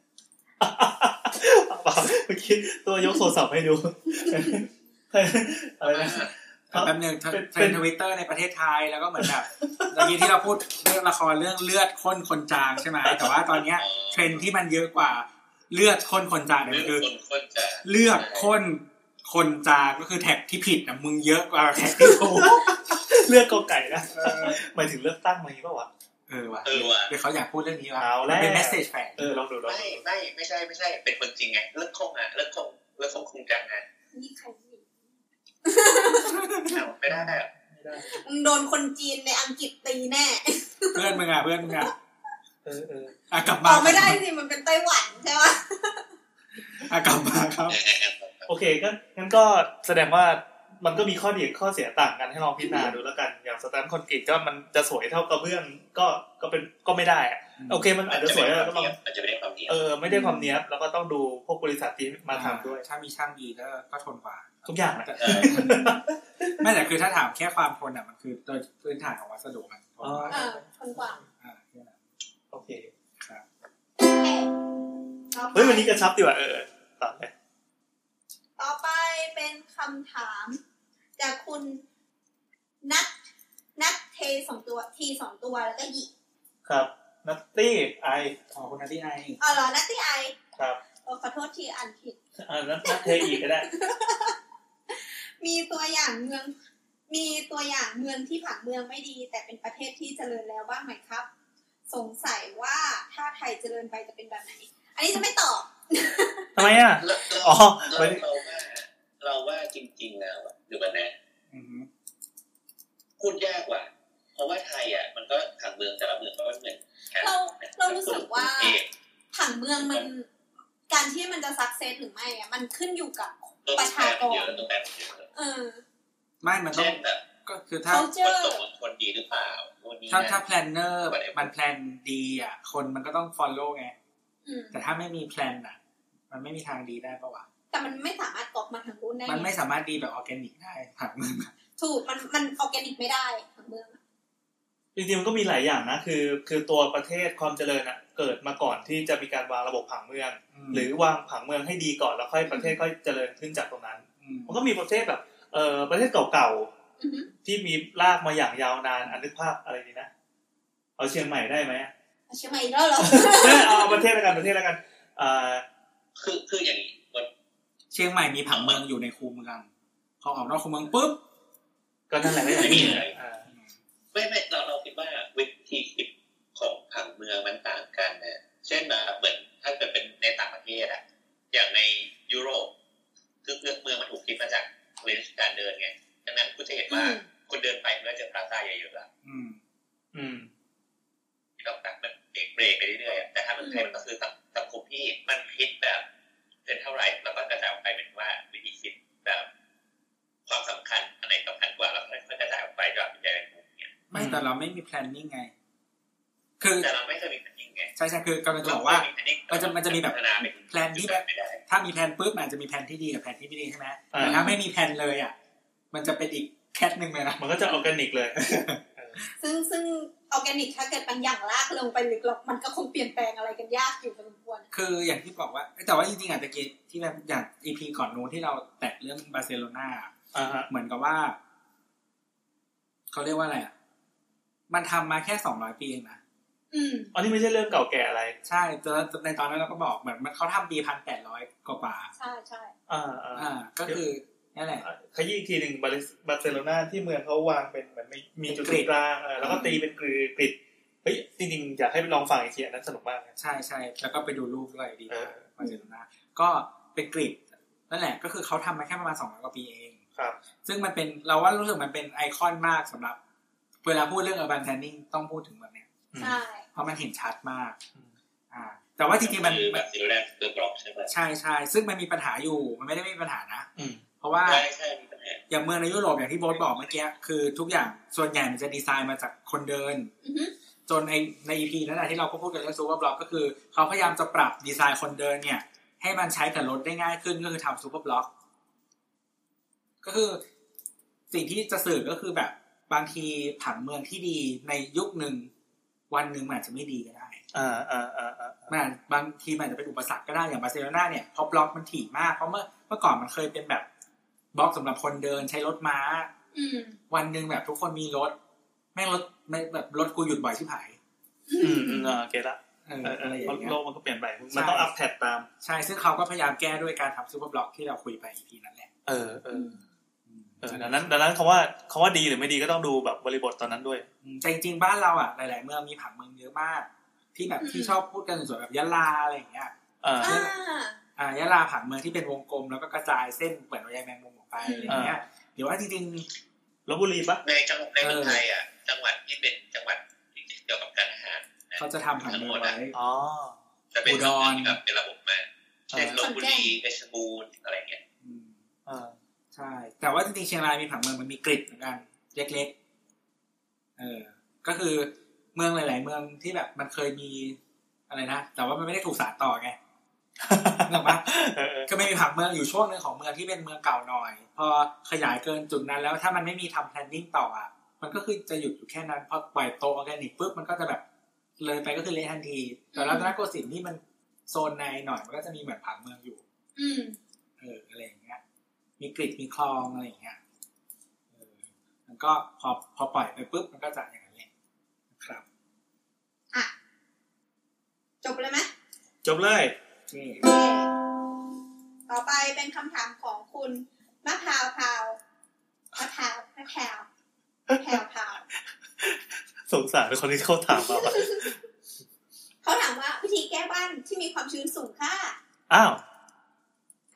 Speaker 3: เมื่อกี้ตัวยกโทรศัพท์ให้ดูอะไรนะ ครับ
Speaker 4: แป๊บนึง
Speaker 3: เป็น
Speaker 4: เท
Speaker 3: เป็
Speaker 4: ร
Speaker 3: น
Speaker 4: นทวิตเตอร์ในประเทศไทยแล้วก็เหมือนแบบ ตอนนี้ที่เราพูดเรื่องละครเรื่องเลือดข้นคนจางใช่ไหมแต่ว่าตอนเนี้ย เทรนด์ที่มันเยอะกว่าเลือดข้นคนจางเนี่ย
Speaker 1: เรื่อง
Speaker 4: มันคือ
Speaker 1: คนคนจะ
Speaker 4: เลือกข้นคนจางก็คือแท็กที่ผิดนะมึงเยอะกว่า แท็กที่ถูก
Speaker 3: เลือกกอไก่นะ
Speaker 4: เออ
Speaker 3: หมายถึงเลือกตั้งมาอย่างนี้ป่าวะ
Speaker 4: เออว่ะ
Speaker 1: เออว่ะ
Speaker 4: เดี๋ยวเขาอยากพูดเรื่องนี้ว่ะ
Speaker 3: เอาแล้ว
Speaker 4: เป็นเมสเซจแฝง
Speaker 3: เออลองดูลอง
Speaker 1: ไม่
Speaker 3: ดู
Speaker 1: ไม่ไม่ใช่ไม่ใช่ เป็นคนจริงไงเลิกคงอะเลิกคงเลิกคงคงจังไง
Speaker 2: นี่ใครนี่
Speaker 1: เอาไม่ได้อะ
Speaker 3: ไม่ได้
Speaker 2: มึงโดนคนจีนในอังกฤษตีแน่
Speaker 4: เพื่อนมึงอ่ะเพื่อนมึงอ่ะ
Speaker 3: เออเออ
Speaker 4: อ่ะกลับ
Speaker 2: อ
Speaker 4: มา
Speaker 2: อกไม่ได้สิมันเป็นไต้หวันใช่ปะ
Speaker 4: อ่ะกลับมาครับ
Speaker 3: โอเคก็งั้นก็แสดงว่ามันก็มีข้อดีข้อเสียต่างกันให้ลองพิจารณาดูแล้วกัน อย่างสแตมป์คอนกรีตก็มันจะสวยเท่ากระเบื้องก็ก็เป็นก็ไม่ได้อะโอเค มันอาจจะสวยแล้วก็ลอง
Speaker 1: อาจจะไม่ได้ความเนียบ
Speaker 3: เออไม่ได้ความเนี้ยบแล้วก็ต้องดูพวกบริษัทที่มาทำด้วย
Speaker 4: ถ้ามีช่างดีก็ก็ทนกว่า
Speaker 3: ทุกอย่างแหละ
Speaker 4: แต่
Speaker 1: เออ
Speaker 4: ไม่แต่คือถ้าถามแค่ความทนอ่ะมันคือโดยพื้นฐานของวัสดุมัน
Speaker 3: อ๋อ
Speaker 2: เออคนกว่า
Speaker 4: อ่าแค่นั้น
Speaker 3: โอเค
Speaker 4: ครับ
Speaker 2: โอเค
Speaker 3: เฮ้ยวันนี้กระชับดีว่ะเออต่อไป
Speaker 2: ต่อไปเป็นคำถาม จากคุณนัทนัทเทสองตัวทีสองตัวแล้วก็หยิก
Speaker 3: ครับนัตตี้ไอ
Speaker 4: ขอบคุณนะพี่ไอ
Speaker 2: อ๋อเหรอนัตตี้ไอ
Speaker 3: ครับ
Speaker 2: โอ้ขอโทษทีอ่านผิด
Speaker 3: อ่านัทเทอีกก็ได้
Speaker 2: มีตัวอย่างเมือง มีตัวอย่างเมืองที่ผังเมืองไม่ดี แต่เป็นประเทศที่เจริญแล้วบ้างไหมครับ สงสัยว่าถ้าไทยเจริญไปจะเป็นแบบไหน อันนี้จะไม่ตอบ
Speaker 3: ทำไมอ่ะ
Speaker 1: แล้ว
Speaker 3: อ๋อ
Speaker 1: เรา
Speaker 3: ไม่
Speaker 1: เราว่าเราว่าจริงๆแล้วอะเดี๋ยวก่อนนะ
Speaker 4: อือหือ
Speaker 1: พูดยากว่ะเพราะว่าไทยอ่ะมันก็ขังเมืองแต่ละเมืองก็ไม่เหมือนกัน
Speaker 2: เราเรารู้สึกว่า
Speaker 1: เอก
Speaker 2: ผังเมืองมันการที่มันจะสักเซสหรือไม่อะมันขึ้นอยู่กับ ประชากร
Speaker 1: เยอะตัวแปรเยอะ
Speaker 2: เออ
Speaker 4: ไม่มันต้อ
Speaker 1: เช่
Speaker 4: ง
Speaker 1: นแบบ
Speaker 4: ก็คือถ้า
Speaker 1: คน
Speaker 2: culture
Speaker 1: ตกคนคนดีหรือเปล่าคนนี้
Speaker 4: ถ้าถ้า
Speaker 1: นะ
Speaker 4: แพลนเนอร์
Speaker 1: Whatever
Speaker 4: มันแพลนดีอ่ะ คนมันก็ต้องฟอลโล่ไง
Speaker 2: อืม
Speaker 4: แต่ถ้าไม่มีแพลนอ่ะ มันไม่มีทางดีได้ปะวะ
Speaker 2: แต่มันไม่สามารถกอบมาทางรุ่นได้
Speaker 4: มันไม่สามารถดีแบบออร์แกนิกได้ถามมึงอะ
Speaker 2: ถูกมันมันออร์แกนิกไม่ได้ผังเมืองอะ
Speaker 3: จริงๆมันก็มีหลายอย่างนะ คือ คือตัวประเทศความเจริญอ่ะ เกิดมาก่อนที่จะมีการวางระบบผังเมือง
Speaker 4: ม
Speaker 3: หรือวางผังเมืองให้ดีก่อนแล้วค่อยประเทศค่อยเจริญขึ้นจากตรงนั้น
Speaker 4: ม
Speaker 3: มันก็มีประเทศแบบ เอ่อประเทศเก่า
Speaker 2: อือฮึ
Speaker 3: ๆที่มีลากมาอย่างยาวนานอันนึกภาพอะไรดีนะ เอาเชียงใหม่ได้ ไหมอะ
Speaker 2: เอาเชียงใหม่อีกแล้วเหร อ
Speaker 3: ไม่เอาประเทศละกันประเทศละกันอ่า
Speaker 1: คือคืออย่างนี้บน
Speaker 4: เชียงใหม่มีผังเมืองอยู่ในคูเมืองพอออกนอกคูเมืองปุ๊บ
Speaker 3: ก็นั่นแหละก็อย่างนี้อ่า
Speaker 1: ไม่ไม่เราเราคิดว่าวิธีคิดของผังเมืองมันต่างกันนะเช่นแบบเหมือนถ้าเกิดเป็นในต่างประเทศอะอย่างในยุโรปคือเมืองมันถูกคิดมาจากเวลการเดินไงดังนั้นคุณจะเห็นว่า
Speaker 2: อืม
Speaker 1: คุณเดินไปคุณก็ ไทยมันก็คือสังสังคมที่มันคิดแบบเป็นเท่าไหร่แล้วก็กระจายออกไปเป็นว่าวิธีคิดแบบ ความสำคัญอันไหนสำคัญกว่าแล้วก็ค่อยกระจายออกไปจะเป็นใจเป็นกลุ่มเนี่ย
Speaker 4: ไม่แต่เราไม่มี planning ไง คือ
Speaker 1: แต่เราไม่เคยมีพันยิ่งไง
Speaker 4: ใช่ใช่คือกำลังจะบอกว่า มันจะมันจะมีแบบ แพลนที่
Speaker 1: ที่
Speaker 4: แบ
Speaker 1: แบบ บไม่ได้
Speaker 4: ถ้ามีแผนปุ๊บมันอาจจะมีแผนที่ดีกับแผนที่ไม่ดีใช่ไหม
Speaker 3: อ่า
Speaker 4: แต่ถ้าไม่มีแผนเลยอ่ะ มันจะเป็นอีกแคทหนึ่งเลยนะ
Speaker 3: มันก็จะออร์แกนิกเลย
Speaker 2: ซึ่งซึ่งออร์แกนิกถ้าเกิดบางอย่างลากลงไปลึกหรอกมันก็คงเปลี่ยนแปลงอะไรกันยากอยู่พอสมควร
Speaker 4: คืออย่างที่บอกว่า แต่ว่าจริงๆอ่ะตะกี้ที่เราอย่าง EP ก่อนนู้นที่เราแตะเรื่องบาร์เซโลนาอะ
Speaker 3: อ่าฮะ
Speaker 4: เหมือนกับว่า เขาเรียกว่าอะไรอ่ะ มันทำมาแค่สองร้อยปีเองนะ
Speaker 2: อืม
Speaker 3: อันนี้ไม่ใช่เรื่องเก่าแก่อะไร
Speaker 4: ใช่แต่ว่าในตอนนั้นเราก็บอกเหมือนมันเขาทำปีพันแปดร้อยกว่า
Speaker 2: ใช่ใช่
Speaker 3: อ่าอ่า
Speaker 4: อ่า ก็คือนั่นแหละ
Speaker 3: ขยี้อีกทีหนึ่งบาริสบาร์เซโลนาที่เมืองเขาวางเป็นเหมือนมีมีจุด
Speaker 4: เป็นกริด
Speaker 3: กลางเออแล้วก็ตีเป็นกรีกริดเฮ้ยจริงๆ อยากให้ไปลองฟังอีกทีอันนั้นสนุกมากนะ
Speaker 4: ใช่ใช่แล้วก็ไปดูรูปด้วยดี
Speaker 3: เออ
Speaker 4: มาเจอหน้าก็เป็นกรีกนั่นแหละ ก็คือเขาทำมาแค่ประมาณสองร้อยกว่าปีเอง
Speaker 3: ครับ
Speaker 4: ซึ่งมันเป็นเราว่ารู้สึกมันเป็นไอคอนมากสำหรับ เวลาพูดเรื่อง urban planning ต้องพูดถึงแบบเนี้ย
Speaker 3: อืม
Speaker 2: ใช่
Speaker 4: เพราะมันเห็นชัดมาก
Speaker 3: อืม
Speaker 4: อ่า แต่ว่าจริงๆมัน
Speaker 1: คือแบบซีโรแรกคือบล็อกใช่ไหม
Speaker 4: ใช่ใช่ซึ่งมันมีปัญหาอยู่ มันไม่ได้ไม่มีปัญหานะ
Speaker 3: อืม
Speaker 4: เพราะว่า
Speaker 1: ใช่ใช่มีปัญหา
Speaker 4: อย่างเมืองในยุโรปอย่างที่โบ๊ทบอกเมื่อกี้คือทุกอย่างส่วนใหญ่มันจะดีไซน์มาจากคนเดิน
Speaker 2: อือฮึ
Speaker 4: จนในใน EP นั้นแหละที่เราก็พูดกันเรื่องซูเปอร์บล็อกก็คือ เขาพยายามจะปรับดีไซน์คนเดินเนี่ย ให้มันใช้กับรถได้ง่ายขึ้นก็คือทำซูเปอร์บล็อก ก็คือสิ่งที่จะสื่อก็คือแบบบางทีผังเมืองที่ดีในยุคหนึ่ง วันหนึ่งมันอาจจะไม่ดีก็ได้
Speaker 3: อ่าอ่าอ่าอ่า
Speaker 4: มันอาจบางทีมันอาจจะเป็นอุปสรรคก็ได้อย่างบาร์เซโลนาเนี่ยเพราะบล็อกมันถี่มากเพราะเมื่อเมื่อก่อนมันเคยเป็นแบบบล็อกสำหรับคนเดินใช้รถม้า
Speaker 2: อืม
Speaker 4: วันหนึ่งแบบทุกคนมีรถ แม่งรถแม่งแบบรถกูหยุดบ่อยชิบหาย
Speaker 3: อืมอืมอ่าโอเคละ
Speaker 4: เออ
Speaker 3: เออเอ
Speaker 4: อะไร
Speaker 3: อ
Speaker 4: อ
Speaker 3: เพราะ
Speaker 4: ย่างเงี้ย
Speaker 3: โลกมันก็เปลี่ยนไป
Speaker 4: ใช่
Speaker 3: มันต้องอัพแพดตาม
Speaker 4: ใช่ซึ่งเขาก็พยายามแก้ด้วยการทำซูเปอร์บล็อกที่เราคุยไป EP นั้นแหละ
Speaker 3: เออเออ
Speaker 4: อืม
Speaker 3: เออดังนั้นดังนั้นคำว่าคำว่าดีหรือไม่ดีก็ต้องดูแบบบริบทตอนนั้นด้วย
Speaker 4: อืมแต่จริงๆบ้านเราอ่ะหลาย ๆ เมืองมีผังเมืองเยอะมาก ที่แบบ
Speaker 2: อืม
Speaker 4: ที่ชอบพูดกันส่วนแบบยะลาอะไรอย่างเงี้ย
Speaker 3: อ่า
Speaker 2: อ่า
Speaker 4: อ่ายะลาผังเมืองที่เป็นวงกลมแล้วก็กระจายเส้นเปิดรอยแมงมุมออกไปอะไรอย่างเงี้ยหรือว่าจริง
Speaker 3: ลบบุรีปะ
Speaker 1: ในจังหวัดในเมืองไทยอ่ะ จังหวัดที่เป็นจังหวัดที่เกี่ยวกับการอาหาร
Speaker 4: ๆ เขาจะทำผังเมืองไว้
Speaker 3: อ๋อ
Speaker 1: จะเป็น
Speaker 4: อุดร
Speaker 1: ที่แบบเป็นระบบมาเช่นลบบุรีเพชรบูรณ์อะไรเงี้ย
Speaker 4: อืม
Speaker 3: อ่า
Speaker 4: ใช่ แต่ว่าจริงๆเชียงรายมีผังเมืองมันมีกริดเหมือนกันเล็กๆเออก็คือเมืองหลาย ๆ เมืองที่แบบมันเคยมีอะไรนะแต่ว่ามันไม่ได้ถูกสานต่อไง หรอปะ
Speaker 3: เออเออ
Speaker 4: ก็ไม่มีผังเมืองอยู่ช่วงหนึ่งของเมืองที่เป็นเมืองเก่าหน่อย พอขยายเกินจุดนั้นแล้วถ้ามันไม่มีทำ planning ต่ออ่ะมันก็คือจะหยุดอยู่แค่นั้นพอปล่อยโตออร์แกนิกปุ๊บมันก็จะแบบเลยไปก็คือเละทันที แต่รัตนโกสินทร์ที่มันโซนในหน่อยมันก็จะมีเหมือนผังเมืองอยู่
Speaker 2: อืม
Speaker 4: เอออะไรอย่างเงี้ย มีกริดมีคลองอะไรอย่างเงี้ยเออมันก็พอพอปล่อยไปปุ๊บมันก็จะอย่างนั้นแหละนะครับ
Speaker 2: จบเลยไหม
Speaker 3: จบเลย
Speaker 4: เจ๊
Speaker 2: ต่อไปเป็นคำถามของคุณมะพร้าวพราวมะพร้าวมะพร้าวมะพร้าวพราว
Speaker 3: สงสารคนที่เขาถามมาปะ
Speaker 2: เขาถามว่าวิธีแก้บ้านที่มีความชื้นสูงค่ะ
Speaker 3: อ้าว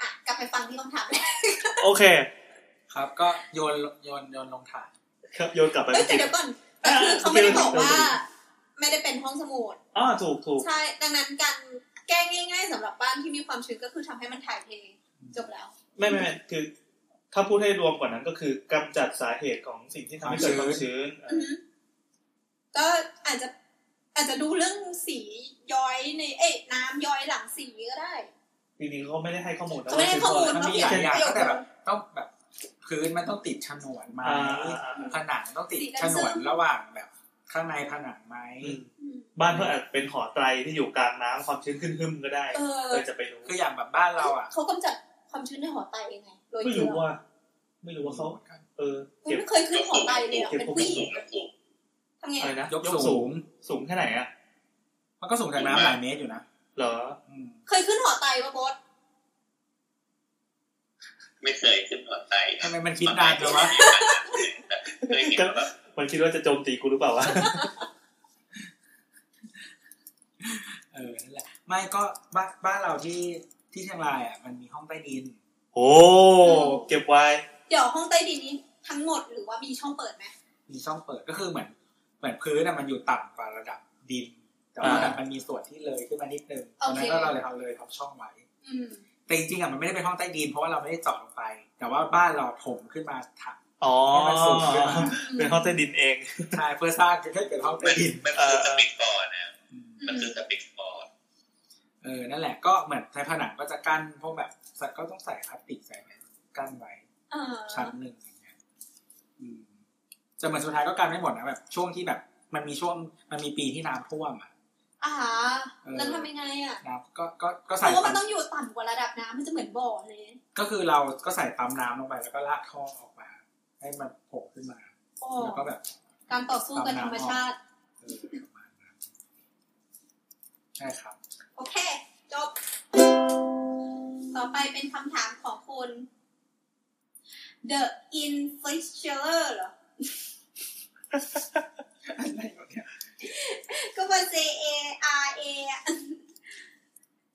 Speaker 2: อ่ะ กลับไปฟังที่คำถามแรก
Speaker 3: โอเค
Speaker 4: ครับก็โยนโยนโยนลงถ่าน
Speaker 3: ครับโยนกลับไป
Speaker 2: เอ้ยแต่
Speaker 3: เมื่อกี้
Speaker 2: เดี๋ยวก่อนแต่คือเขาไม่ได้บอกว่า ไม่ได้เป็นห้องสมุด
Speaker 3: อ๋อถูกถูก
Speaker 2: ใช่ ดังนั้นการแก้ง่าย ๆสำหรับบ้านที่มีความชื้นก็คือทำให้มันถ่ายเทจบแล้ว
Speaker 3: ไม่ไม่ไม่คือ ถ้าพูดให้รวมกว่านั้นก็คือกำจัดสาเหตุของสิ่งที่ทำให้เกิดความชื้น
Speaker 2: อือฮึก็อาจจะอาจจะดูเรื่องสีย้อยในเอ๊ะน้ำย้อยหลังสีก็ได้
Speaker 3: จริงๆเขาไม่ได้ให้ข้อมูลนะ
Speaker 2: เขาไม่ได้ข้อมูล
Speaker 4: มันมีหลายอย่างตั้งแต่แบบต้องแบบพื้นมันต้องติดฉนวนไหม
Speaker 3: อ่าอ่าอ่า
Speaker 4: ผนังต้องติดฉนวนระหว่างแบบข้างในผนังไหม
Speaker 3: อืม
Speaker 2: อืม
Speaker 3: บ้านเขาอาจเป็นหอไตรที่อยู่กลางน้ำความชื้นขึ้นหึมก็ได้
Speaker 2: เออ
Speaker 3: เคยจะไปรู้
Speaker 4: คืออย่างแบบบ้านเราอ่ะ
Speaker 2: เขากำจัดความชื้นในหอไตยังไงโดย
Speaker 3: ไม่
Speaker 2: เกลื
Speaker 3: รู้
Speaker 2: อ
Speaker 3: ว่า ไม่รู้ว่าเขาเออ
Speaker 2: เฮ้ย
Speaker 3: เก็บ
Speaker 2: ไม่เคยขึ้นหอไตเลยอะ
Speaker 3: เก็บ
Speaker 2: เป็นผู้หญิ
Speaker 1: สู
Speaker 2: ง
Speaker 1: งนะสูง
Speaker 2: ทำไง
Speaker 3: อะไรนะ
Speaker 4: ยกสูง
Speaker 3: สูงแค่ไหนอะ
Speaker 4: มันก็สูงจากน้ำหลายเมตรอยู่นะ
Speaker 3: เหรอ
Speaker 4: อืม
Speaker 2: เคยขึ้นหอไตปะบอส
Speaker 1: ไม่เคยขึ้นหัวไต
Speaker 4: ทำไมมันคิดนานจังวะ
Speaker 1: เคยเห็นแบบ
Speaker 3: มันคิดว่าจะโจมตีกูหรือเปล่าวะ
Speaker 4: เออนั่นแหละไม่ก็บ้านบ้านเราที่ที่เชียงรายอ่ะมันมีห้องใต้ดิน
Speaker 3: โอ้เก็บไว้
Speaker 2: เดี๋ยวห้องใต้ดินนี้ทั้งหมดหรือว่ามีช่องเปิดไหม
Speaker 4: มีช่องเปิดก็คือเหมือนเหมือนพื้นอ่ะมันอยู่ต่ำกว่าระดับดิน แต่ แต่ว่า
Speaker 3: อ่ามั
Speaker 4: มันมีส่วนที่เลยขึ้นมานิดนึง
Speaker 2: โอ
Speaker 4: ตอน
Speaker 2: เค
Speaker 4: นั้นก็เราเลยเอาเลยทับช่องไว้
Speaker 2: อืม
Speaker 4: แต่จริงๆอ่ะมันไม่ได้เป็นห้องใต้ดินเพราะว่าเราไม่ได้เจาะลงไป แต่ว่าบ้านเราถมขึ้นมาถัก
Speaker 3: อ๋อ
Speaker 4: ให้มันสูงขึ้นมา
Speaker 2: อืม
Speaker 3: เป็นห้องใต้ดินเอง
Speaker 4: ใช่เพื่อสร้างให้เป็นห้องใต้
Speaker 1: มัน
Speaker 4: ดิน
Speaker 1: มันคือสปิกบอร์ดนะ
Speaker 4: อืม
Speaker 1: มันคือสปิกบอร์ด
Speaker 4: เออนั่นแหละก็เหมือนในผนังก็จะกั้นพวกแบบสัตว์ก็ต้องใส่พลาสติกใส่อะไรกั้นไว้
Speaker 2: เออ
Speaker 4: ชั้นหนึ่งอย่างเงี้ยอืมจะเหมือนสุดท้ายก็การไม่หมดนะแบบ ช่วงที่แบบ มันมีช่วงมันมีปีที่น้ำท่วมอ่ะ
Speaker 2: อ่า
Speaker 4: เออ
Speaker 2: แล้วทำยังไงอ่ะ
Speaker 4: น้ำก็ก็ก็
Speaker 2: เพ
Speaker 4: ใส่
Speaker 2: ราะว่ามันต้
Speaker 4: ปั๊
Speaker 2: อ
Speaker 4: ม
Speaker 2: งอยู่ต่ำกว่าระดับน้ำมันจะเหมือนบ่อเลย
Speaker 4: ก็คือเราก็ใส่ปั๊มน้ำลงไปแล้วก็ลากท่อออกมา ให้มันโผล่ขึ้นมา
Speaker 2: โอ้
Speaker 4: แล้วก็แบบ
Speaker 2: การต่อสู้กับธรรมชาติ
Speaker 4: เออประมาณนั้นใช่ครับ
Speaker 2: โอเค จบ ต่อไปเป็นคำถามของคุณ The Influencer เหรอ ก็เป็น J A R A อะ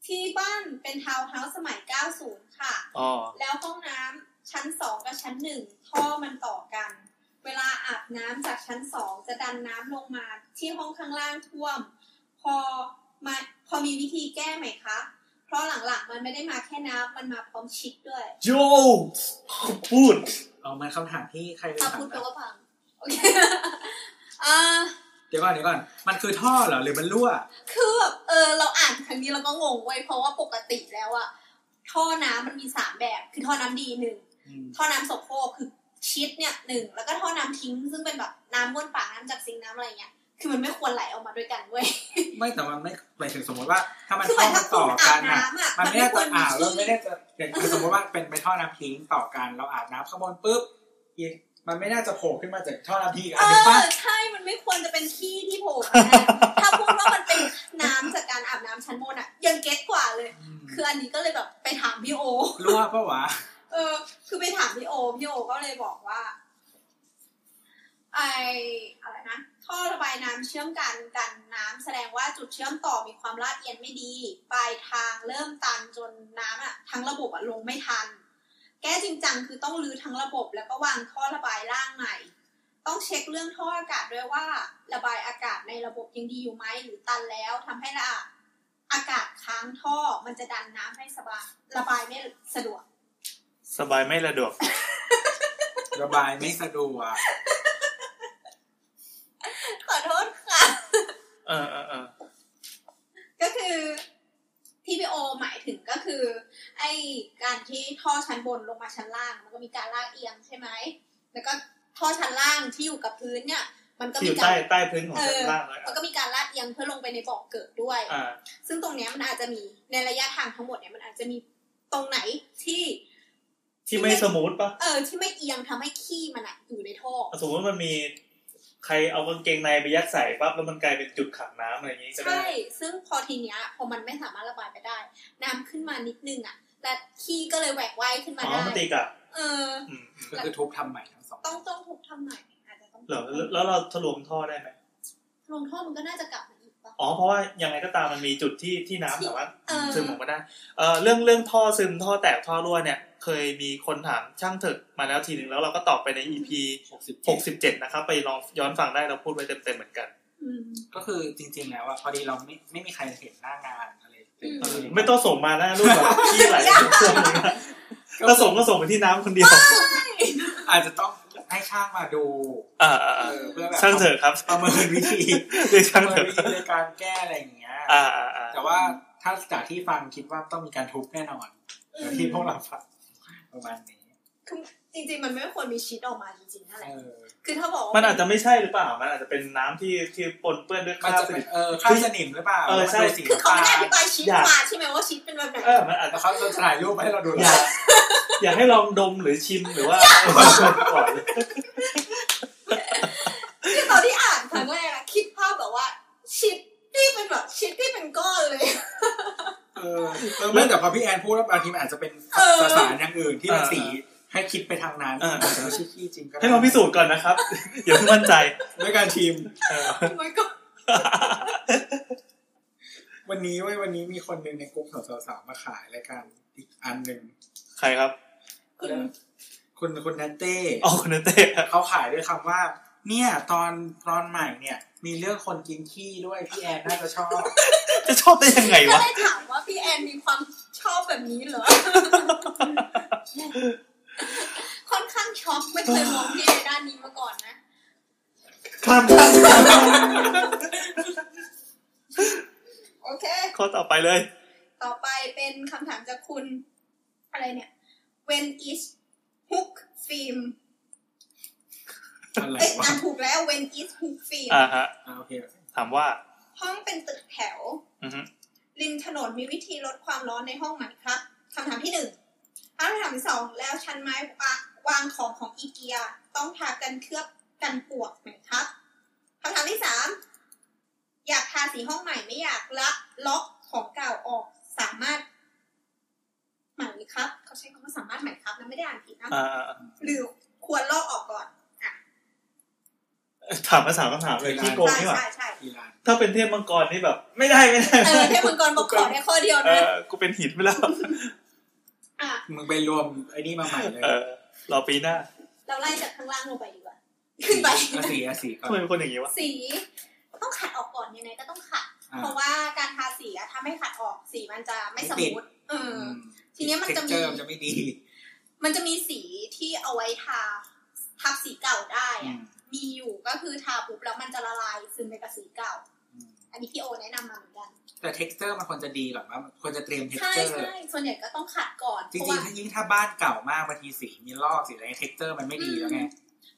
Speaker 2: ที่บ้านเป็นทาวน์เฮาส์สมัย 90 ค่ะ
Speaker 3: อ๋อ
Speaker 2: แล้วห้องน้ำชั้นสองกับชั้นหนึ่งท่อมันต่อกัน เวลาอาบน้ำจากชั้นสองจะดันน้ำลงมาที่ห้องข้างล่างท่วม พอมาพอมีวิธีแก้ไหมคะ เพราะหลังๆมันไม่ได้มาแค่น้ำมันมาพร้อมชิดด้วย
Speaker 3: โยพูด
Speaker 4: เอามันคำถามที่ใครเป็น
Speaker 2: ถ้า
Speaker 4: ถาม
Speaker 2: พูดไป
Speaker 4: นะ
Speaker 2: ก็พังโอเค อ่า
Speaker 4: เดี๋ยวก่อนเดี๋ยวก่อน มันคือท่อเหรอหรือมันรั่ว
Speaker 2: คือแบบเออเราอ่านครั้งนี้เราก็งงเว้ยเพราะว่าปกติแล้วอะท่อน้ำมันมีสามแบบ คือท่อน้ำดีหนึ่ง
Speaker 4: อืม
Speaker 2: ท่อน้ำสกโครกคือชิดเนี่ยหนึ่งแล้วก็ท่อน้ำทิ้ง ซึ่งเป็นแบบน้ำม้วนปากน้ำจากซิงค์น้ำอะไรเงี้ยคือมันไม่ควรไหลออกมาด้วยกันเว้ย
Speaker 4: ไม่แต่มันไม่หมายถึงสมมติว่า ถ้ามัน
Speaker 2: คือห
Speaker 4: ท่
Speaker 2: มา
Speaker 4: อย มั
Speaker 2: ถ้านคุ
Speaker 4: ต่อ
Speaker 2: ณอา
Speaker 4: กับ นอ่ะ
Speaker 2: น้ำอ่ะ
Speaker 4: มันไม่ได้จะอ่าวแล้ว
Speaker 2: ที่
Speaker 4: ไม่ได้จะอย่างคือสมมติว่าเป็นเป็นท่อน้ำทิ้งต่อกันเราอาบน้ำข้างบนปุ๊บอีกมันไม่น่าจะโผล่ขึ้นมาจากท่อน้ำทิ้งอีก
Speaker 2: เอ
Speaker 4: อันหนึ่งป่ะ
Speaker 2: อใช่มันไม่ควรจะเป็นที่ที่โผล่มานะถ้าพูดว่ามันเป็นน้ำจากการอาบน้ำชั้นบนอ่ะ ยังเก็ตกว่าเลย คืออันนี้ก็เลยแบบไปถามพี่โอ
Speaker 4: รั่วปะวะ
Speaker 2: เออ คือไปถามพี่โอมพี่โอก็เลยบอกว่า ไออะไรนะ ท่อระบายน้ำเชื่อมกันกันน้ำแสดงว่าจุดเชื่อมต่อมีความลาดเอียงไม่ดี ปลายทางเริ่มตันจนน้ำอ่ะทั้งระบบอ่ะลงไม่ทัน แก้จริงจังคือต้องรื้อทั้งระบบแล้วก็วางท่อระบายล่างใหม่ ต้องเช็คเรื่องท่ออากาศด้วยว่า ระบายอากาศในระบบยังดีอยู่ไหมหรือตันแล้วทำให้ละอากาศค้างท่อมันจะดันน้ำให้สบายระบายไม่สะดวก
Speaker 3: สบายไม่ระดวก
Speaker 4: ระบายไม่สะดวก
Speaker 2: ขอโทษค่ะ
Speaker 3: เออเออเออ
Speaker 2: ก็คือที่พี่โอหมายถึงก็คือ ไอ้การที่ท่อชั้นบนลงมาชั้นล่าง มันก็มีการลากเอียงใช่ไหมแล้วก็ท่อชั้นล่างที่อยู่กับพื้นเนี่ย มันก็
Speaker 3: ที่อ
Speaker 2: มี
Speaker 3: ยู่
Speaker 2: กา
Speaker 3: ใต้
Speaker 2: ร
Speaker 3: ใต้พื้นของ
Speaker 2: เอ
Speaker 3: ชั้น
Speaker 2: อ
Speaker 3: ล่างเลย
Speaker 2: มันก็มีการลาดเอียงเพื่อลงไปในบ่อเกิดด้วย
Speaker 3: อ่า
Speaker 2: ซึ่งตรงเนี้ยมันอาจจะมีในระยะทางทั้งหมดเนี่ยมันอาจจะมีตรงไหนที่
Speaker 3: ที่ไม่สมูทปะ
Speaker 2: เออที่ไม่เอียงทำให้ขี้มันอะอยู่ในท่อ
Speaker 3: สมมติว่ามันมี ใครเอากางเกงในไปยัดใส่ปั๊บแล้วมันกลายเป็นจุดขังน้ำอะไรอย่างงี้ก็ได้
Speaker 2: ใช่ ซึ่งพอทีเนี้ยพอมันไม่สามารถระบายไปได้ น้ำขึ้นมานิดนึงอ่ะ และขี้ก็เลยแหวกว่ายขึ้นมา
Speaker 3: อ๋อ
Speaker 2: ได้
Speaker 3: มันตีกลับ
Speaker 2: เออ
Speaker 3: อืม
Speaker 4: ก็คือทุบทำใหม่ทั้งสอง
Speaker 2: ต้องต้องถูกทำใหม่อาจจะต้อง
Speaker 3: เหรอแล้วแล้วเราทะลวงท่อได้ไหม
Speaker 2: ลงท่อมันก็น่าจะกลับมาอีกป่ะ
Speaker 3: อ๋อเพราะว่ายังไงก็ตามมันมีจุดที่ที่น้ำสามารถ
Speaker 2: เออ
Speaker 3: ซึมออกมาได้เออเรื่องเรื่องท่อซึมท่อแตกท่อรั่วเนี่ย เคยมีคนถามช่างเถอะมาแล้วทีหนึ่งแล้วเราก็ตอบไปใน EP
Speaker 4: หกสิบหกสิบ
Speaker 3: 67 นะครับ ไปลองย้อนฟังได้เราพูดไว้เต็มๆเหมือนกัน
Speaker 2: อืม
Speaker 4: ก็คือจริง ๆ แล้วอ่ะพอดีเราไม่ไม่มีใครเห็นหน้างานอะไรเป็น
Speaker 2: อื
Speaker 4: ต้นเลย
Speaker 3: ไม่ต้องส่งมานะรูปแบบที่ ไหลส่งนะถ้าส่งก็ส่งไปที่น้ำคนเดียว
Speaker 4: อาจจะต้องให้ช่างมาดู
Speaker 3: อ่า
Speaker 4: เออเพื่อแบบ
Speaker 3: ช่างเถอะครับ
Speaker 4: ประเมินวิธี
Speaker 3: เรียก
Speaker 4: ป
Speaker 3: ช่า
Speaker 4: ระ
Speaker 3: ง
Speaker 4: เมิ
Speaker 3: เถอะ
Speaker 4: นวิธีในการแก้อะไรอย่างเงี้ย
Speaker 3: อ่าอ่าอ่า
Speaker 4: แต่ว่าถ้าจากที่ฟังคิดว่าต้องมีการทุบแน่นอนจากที่พวกเราฟังประมาณนี้
Speaker 2: จริงๆ มันไม่ควรมีชีตออกมาจริงๆนั่นแห
Speaker 4: เอ
Speaker 2: ละ
Speaker 4: อ
Speaker 2: คือถ้าบอกว่
Speaker 3: มันอาจจะไม่ใช่หรือเปล่า มันอาจจะเป็นน้ำที่ที่ปนเปื้อนด้วยค
Speaker 4: มัน
Speaker 3: ราบ
Speaker 4: จะ
Speaker 3: ส
Speaker 4: เป็
Speaker 3: นิ
Speaker 4: น
Speaker 3: ท
Speaker 4: เออข้าวสนิมหรือเปล่า
Speaker 3: เออใช่
Speaker 4: มันดูสี
Speaker 2: คือเขาไม่
Speaker 4: น้ำ
Speaker 2: ได้อธิบา
Speaker 4: ตาล
Speaker 2: ยชีต
Speaker 3: อยาก
Speaker 2: มาใช่ไหมว่าชีตเป็นแบบไหน
Speaker 3: เออมันอาจ
Speaker 4: แต่
Speaker 3: จะ
Speaker 4: เขาจะถ่ายรูปมาให้เราดู
Speaker 3: อ
Speaker 4: แล้
Speaker 3: ย่าว อย่าให้ลองดมหรือชิมหรือ ว่าก่อนเลย
Speaker 2: คือตอนที่อ่านครั้งแรกอะคิดภาพแบบว่าชีตที่เป็นแบบชีตที่เป็นก้อนเลย
Speaker 4: เออเออไม่แต่พอพี่แอนพูดแล้วบางทีมันอาจจะเป็น
Speaker 2: เออ
Speaker 4: สสารอย่างอื่นที่มันสีให้คิดไปทางนั้นอาจจะไม่ใช่ขี้จริงก็ได้
Speaker 3: ให้ลองพิสูจน์ก่อนนะครับ อย่าเพิ่งมั่นใจ
Speaker 4: ด้วยการชิม
Speaker 3: เอ อ
Speaker 2: มันก็
Speaker 4: วันนี้เว้ยวันนี้มีคนหนึ่งในกลุ่มสาวๆมาขายรายการอีกอันหนึ่ง
Speaker 3: ใครครับ
Speaker 2: คุณ
Speaker 4: คุณคุณนัตเต้
Speaker 3: อ๋อคุณเต้
Speaker 4: เขาขายด้วยคำว่า เนี่ยตอนตอนใหม่เนี่ย มีเรื่องคนกินขี้ด้วยพี่แอนน่าจะชอบ
Speaker 3: จะชอบได้ยังไง
Speaker 2: ก็
Speaker 3: วะ
Speaker 2: เลยถามว่าพี่แอนมีความชอบแบบนี้เหร อ ค่อนข้างช็อกไม่เคยมองพี่ในด้านนี้มาก่อนนะ
Speaker 3: ครับ
Speaker 2: โอเค
Speaker 3: ข้อต่อไปเลย
Speaker 2: ต่อไปเป็นคำถามจากคุณ อะไรเนี่ย when is hook film
Speaker 4: อะไร
Speaker 2: เอ้ยอ่าว
Speaker 4: ะ
Speaker 2: นถูกแล้ว when is hook film
Speaker 3: อ่าฮะ
Speaker 4: อ่าโอเค
Speaker 3: ถามว่า
Speaker 2: ห้องเป็นตึกแถว
Speaker 3: อือฮึ
Speaker 2: ริมถนนมีวิธีลดความร้อนในห้องไหมครับคำถามที่หนึ่งคำถามที่สองแล้วชั้นไม้วะวางของของอีเกีย ต้องทากันเคลือบกันปวกไหมครับคำถามที่สามอยากทาสีห้องใหม่ไม่อยากละล็อกของเก่าออกสามารถไหมครับ เขาใช้คำว่าสามารถไหมครับนะไม่ได้อ่านผิดนะ
Speaker 3: อ่า
Speaker 2: หรือควรลอกออกก่อน
Speaker 3: ถามมาสามคำถามเลยที่โกง
Speaker 2: ใช่
Speaker 3: นี่หว่า
Speaker 2: ใช่ใช่
Speaker 4: อีราน
Speaker 3: ถ้าเป็นเทพมังกรนี่แบบ ไม่ได้ไม่ได้
Speaker 2: เออเทพมังกรบอกขอได้ข้อเดียว
Speaker 3: เอ
Speaker 2: นะ
Speaker 3: อกูเป็นหินไปแล้ว
Speaker 2: อ่ะ
Speaker 4: มึงไปรวมไอ้นี่มาใหม่เลย
Speaker 3: เออรอปีหน้า
Speaker 2: เราไล่จากข้างล่างลงไปดีกว่าขึ้นไป
Speaker 4: อ่ะสีอ่ะสีก่อ
Speaker 3: ทำไม
Speaker 4: น
Speaker 3: เป็นคนอย่างนี้วะ
Speaker 2: สีต้องขัดออกก่อนยังไงก็ต้องขัด
Speaker 4: อ่า
Speaker 2: เพราะว่าการทาสีอะถ้าไม่ขัดออกสีมันจะไม่ส
Speaker 4: ติด
Speaker 2: มูทเอออ ทีเนี้ยมันจะมี
Speaker 4: เจอร์มันจะไม่ดี
Speaker 2: มันจะมีสีที่เอาไว้ทาทับสีเก่าได้
Speaker 4: อื
Speaker 2: อะ
Speaker 4: ม
Speaker 2: มีอยู่ก็คือทาปุ๊บแล้วมันจะละลายซึมไปกับสีเก่า
Speaker 4: อืม
Speaker 2: อันนี้พี่โอแนะนำมาเหมือนกัน
Speaker 4: แต่เท็กซ์เจอร์มันควรจะดีก่อนว่ามันควรจะเตรียมเท็กซ์
Speaker 2: ใช่
Speaker 4: เจอร์
Speaker 2: ใช่ส่วนใหญ่ก็ต้องขัดก่อน
Speaker 4: จ
Speaker 2: เพราะ
Speaker 4: ริง
Speaker 2: ว่า
Speaker 4: ๆถ้ายิ่งถ้าบ้านเก่ามากบางทีสีมีลอกสีอะไรเท็กเจอร์มันไม่ดีแล้วไง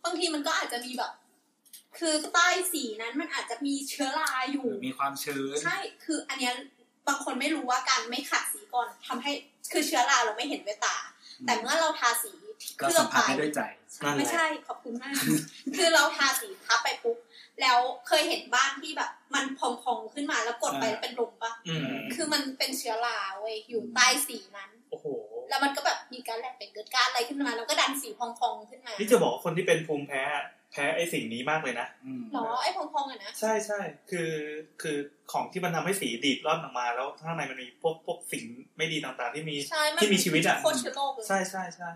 Speaker 2: บางทีมันก็อาจจะมีแบบ คือใต้สีนั้นมันอาจจะมีเชื้อราอยู่
Speaker 4: หรือมีความชื้น
Speaker 2: ใช่ คืออันเนี้ยบางคนไม่รู้ว่าการไม่ขัดสีก่อนทำให้คือเชื้อราเราไม่เห็นด้วยตา
Speaker 4: อืม
Speaker 2: แต่เมื่อเราทาสีที่เค
Speaker 4: เรา
Speaker 2: ลือ
Speaker 4: สั
Speaker 2: บ
Speaker 4: มผั
Speaker 2: ไป
Speaker 4: สได้ด้วยใจ
Speaker 3: นั่นแหละ
Speaker 2: ไม่ใช่ขอบคุณมาก คือเราทาสีทับไปปุ๊บแล้วเคยเห็นบ้านที่แบบ มันพองๆขึ้นมาแล้วกดไป
Speaker 4: อ่า
Speaker 2: แล้วเป็นลมปะ
Speaker 3: อืม
Speaker 2: คือมันเป็นเชื้อราเว้ยอยู่ใต้สีนั้น
Speaker 3: โอ้โห
Speaker 2: แล้วมันก็แบบมีการแหลกเป็นเกิดการอะไรขึ้นมา แล้วก็ดันสีพองๆขึ้นมา
Speaker 3: นี่จะบอกว่าคนที่เป็นภูมิแพ้อะแพ้ไอ้สิ่งนี้มากเลยนะ
Speaker 4: อืม
Speaker 2: หรอไอ้พองๆอะนะ
Speaker 3: ใช่ใช่คือคือของที่มันทำให้สีดีดร่อนออกมาแล้วข้างในมันมีพวกพวกสิ่งไม่ดีต่างๆ ที่มี
Speaker 2: ใช่น
Speaker 3: ที่มีชีวิตอะ
Speaker 2: โคตรเชื้อโรคเลย
Speaker 3: ใช่ใช่ใช่